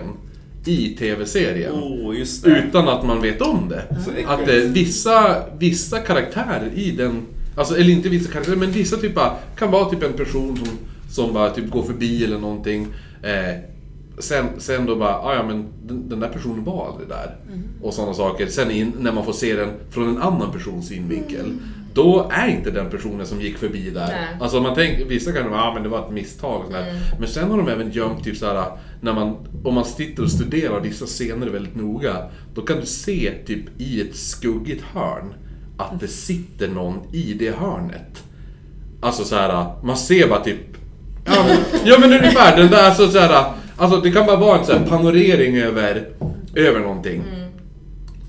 i tv-serien. Åh, Oh, just det. Utan att man vet om det. äckligt. Att eh, vissa, vissa karaktärer i den, alltså, eller inte vissa karaktärer, men vissa typ bara, kan vara typ en person som, som bara typ går förbi eller någonting. Eh, sen, sen då bara, "Ah, ja men den, den där personen var aldrig där. Och sådana saker. Sen in, när man får se den från en annan persons synvinkel. Då är inte den personen som gick förbi där. Nej. Alltså man tänker, vissa kanske bara, ah, men det var ett misstag. Och mm. Men sen har de även gömt typ såhär, när man, om man sitter och studerar vissa scener väldigt noga, då kan du se typ i ett skuggigt hörn att det sitter någon i det hörnet. Alltså så här, man ser bara typ... Ja men, ja, men ungefär, den där alltså, så här, alltså det kan bara vara en så här panorering över, över någonting.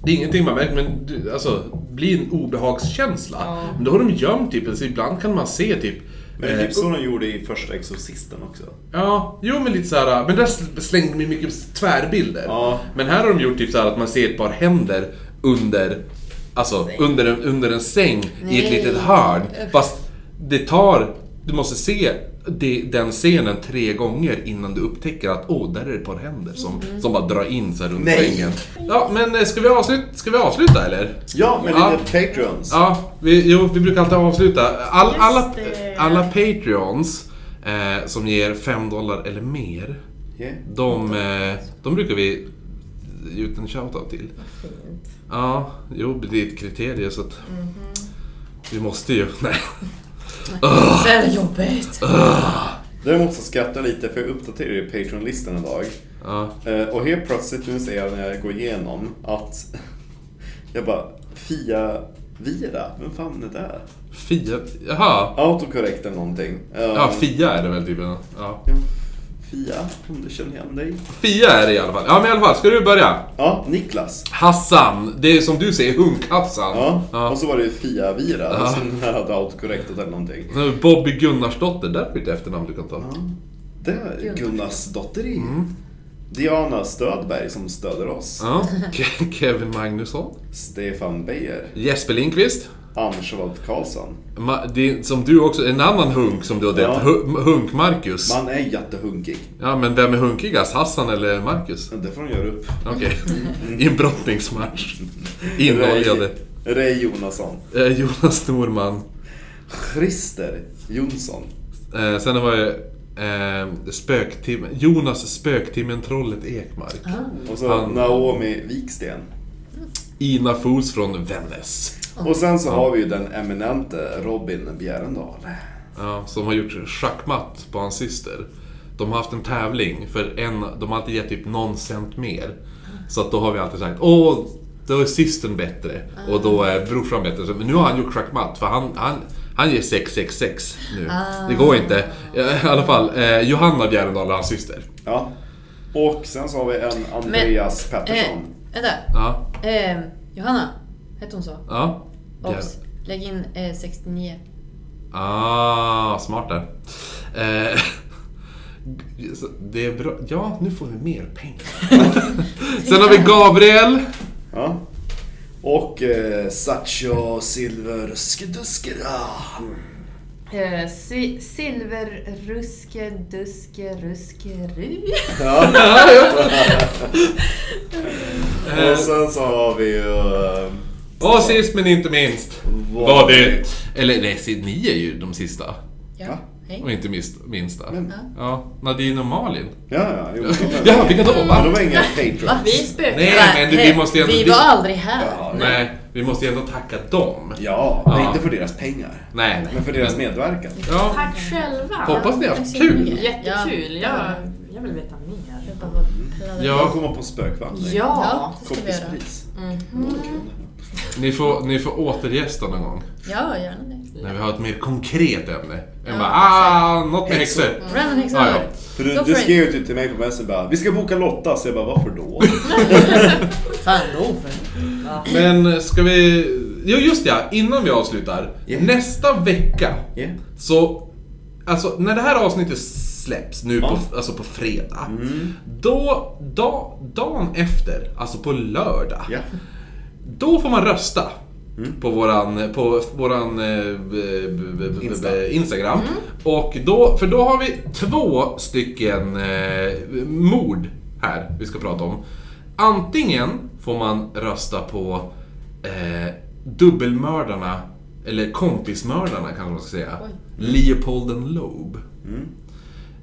Det är ingenting man märker, men du, alltså, det blir en obehagskänsla. Men då har de gömt typ, så ibland kan man se typ... Men det är eh, typ så de gjorde i första Exorcisten också. Ja, jo men lite såhär, men där sl- slängde de mycket tvärbilder. Ja. Men här har de gjort typ såhär att man ser ett par händer under, alltså under en, under en säng i Nej. ett litet hörn. Fast det tar, du måste se det, den scenen tre gånger innan du upptäcker att åh, där är det ett par händer som, som bara drar in så här runt Nej. sängen. Ja, men eh, ska vi, avsluta, ska vi avsluta eller? Ja, med Ja. lite Patreons. Ja, vi, jo, vi brukar alltid avsluta. All, Just alla, det. alla Patreons eh, som ger 5 dollar eller mer, Yeah. de, eh, de brukar vi ge ut en shoutout till. Ja, jo, det är ett kriterium så att Mhm. vi måste ju... [laughs] Nej. Så jävla jobbigt. Däremot så skrattar jag lite för jag uppdaterade ju Patreon-listan idag. Ja. Eh, Och helt plötsligt nu ser jag när jag går igenom att [laughs] jag bara Fia Vira, vem fan är det? Fia... Jaha. Autocorrect eller någonting. Eh, Ja, Fia är det väl typ. Ja. ja, Fia, om du känner igen dig. Fia är det i alla fall. Ja, men i alla fall. Ska du börja? Ja, Niklas. Hassan. Det är som du säger, Hunk-Hassan. Ja, Ja. och så var det Fia Vira. Och sen här hade autocorrectat eller någonting. Sen har vi Bobby Gunnarsdotter. Där har vi ett efternamn du kan ta. Det är Gunnars dotter i. Diana Stödberg som stöder oss. Ja. Ke- Kevin Magnusson. Stefan Beijer. Jesper Lindqvist. Ann-Charlotte Karlsson. Ma- det, som du också, en annan hunk som du har döpt. Ja. Hu- Hunk-Marcus. Man är jättehunkig. Ja, men vem är hunkigast? Hassan eller Marcus? Det får de göra upp. Okej. Mm. [laughs] I en brottningsmatch. Inoljade. Ray Jonasson. Eh, Jonas Norman. Christer Jonsson. Eh, sen har vi eh, spöktimmen, Jonas Spöktimmen-trollet Ekmark. Och så Han- Naomi Viksten. Ina Fools från Vännäs. Och sen så har vi ju den eminente Robin Bjärendal. Ja, som har gjort schackmatt på hans syster. De har haft en tävling, för en, de har alltid gett typ någon cent mer. Så att då har vi alltid sagt åh, då är systern bättre och då är brorsan bättre. Så, Men nu har han gjort schackmatt, för han, han, han ger 666 nu. Det går inte. I alla fall, eh, Johanna Bjärendal är hans syster. Ja. Och sen så har vi en Andreas Eh, Pettersson. vänta. Ja, Eh, Johanna, hette hon så? ja. Obs. Lägg in eh, 69. Ah, smart där. Eh, [laughs] det är bra. Ja, nu får vi mer pengar. Sen har vi Gabriel. Ja. Och eh, Sacho Silver Skuduskera. Eh, si- Silverruske, duske, ruskeru. Och sen så har vi ju... Eh, Eh, Och sist men inte minst. Vad Var det... Eller nej, si- ni är ju de sista. Ja, hej. Och inte minst, minsta. Men- Ja, Nadine och Malin. Ja, ja. Jo, de är- Ja, vilka då? Men Va? de är inga patrons. Vi spökar. Nej, men du, vi måste ju ändå Vi dit. var aldrig här. Ja, nej. Nej, vi måste ju ändå tacka dem. ja, det är Ja. inte för deras pengar. Nej. Men för deras medverkan. Ja, Tack själva! hoppas ni har haft kul. Jättekul, jag, jag vill veta mer. Jag Ja, kommer på spökvandring. Ja! Ja, det ska vi göra. Kompispris. Noll kronor. ni får, ni får återgästa någon gång. Ja, gärna Mm. det. När vi har ett mer konkret ämne. Än bara ah, något med häxor. Brandon Hickson. Ja, ja. För du, Go for du it. skrev ju typ till mig på messen bara Vi ska boka Lotta, så jag bara varför då? Fan då för. Men ska vi... Jo just ja, innan vi avslutar. Yeah. Nästa vecka Yeah. så... Alltså när det här avsnittet släpps nu Ja. på, alltså på fredag. Då, da, dagen efter, alltså på lördag. Ja. Då får man rösta. På våran, på våran eh, b- b- b- Insta. b- Instagram. Och då, för då har vi två stycken eh, mord här vi ska prata om. Antingen får man rösta på eh, dubbelmördarna, eller kompismördarna kanske man ska säga. Leopold and Loeb.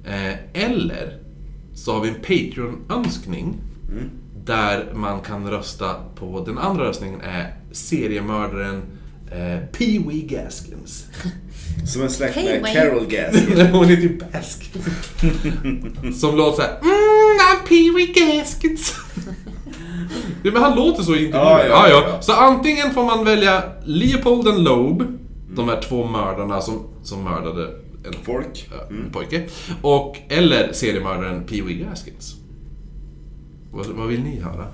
Eh, eller så har vi en Patreon-önskning där man kan rösta på, den andra röstningen är seriemördaren eh, Pee Wee [laughs] Gaskins. Som en släkt Hey, med Wayne. Carol Gas. Hon heter ju Baskins. Som låter såhär mm, I'm Pee Wee Gaskins. [laughs] ja, men han låter så i intervjun. Ja, ja, ja, ja. Så antingen får man välja Leopold and Loeb, de här två mördarna som, som mördade en [laughs] Folk. Mm. Ja, en pojke. Och, eller seriemördaren Pee Wee Gaskins. Vad, vad vill ni höra?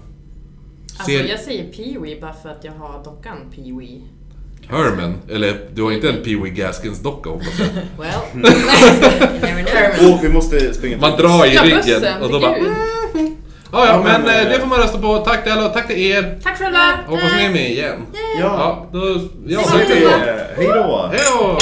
Alltså Ser jag säger Pee-Wee bara för att jag har dockan Pee-Wee. Herman, eller du har inte en Pee Wee Gaskins docka hoppas jag. Well, [laughs] [laughs] you never know. Och vi måste springa [laughs] Man drar i Ja, ryggen bussen, och då bara... gud. "Mhm." Ja, ja, Ja, men men, eh, eh, det får man rösta på. Tack till alla och tack till er. Tack själva! Hoppas ni är med igen. Ja. Ja, då... Ja, Så det är, hej då! Hej då!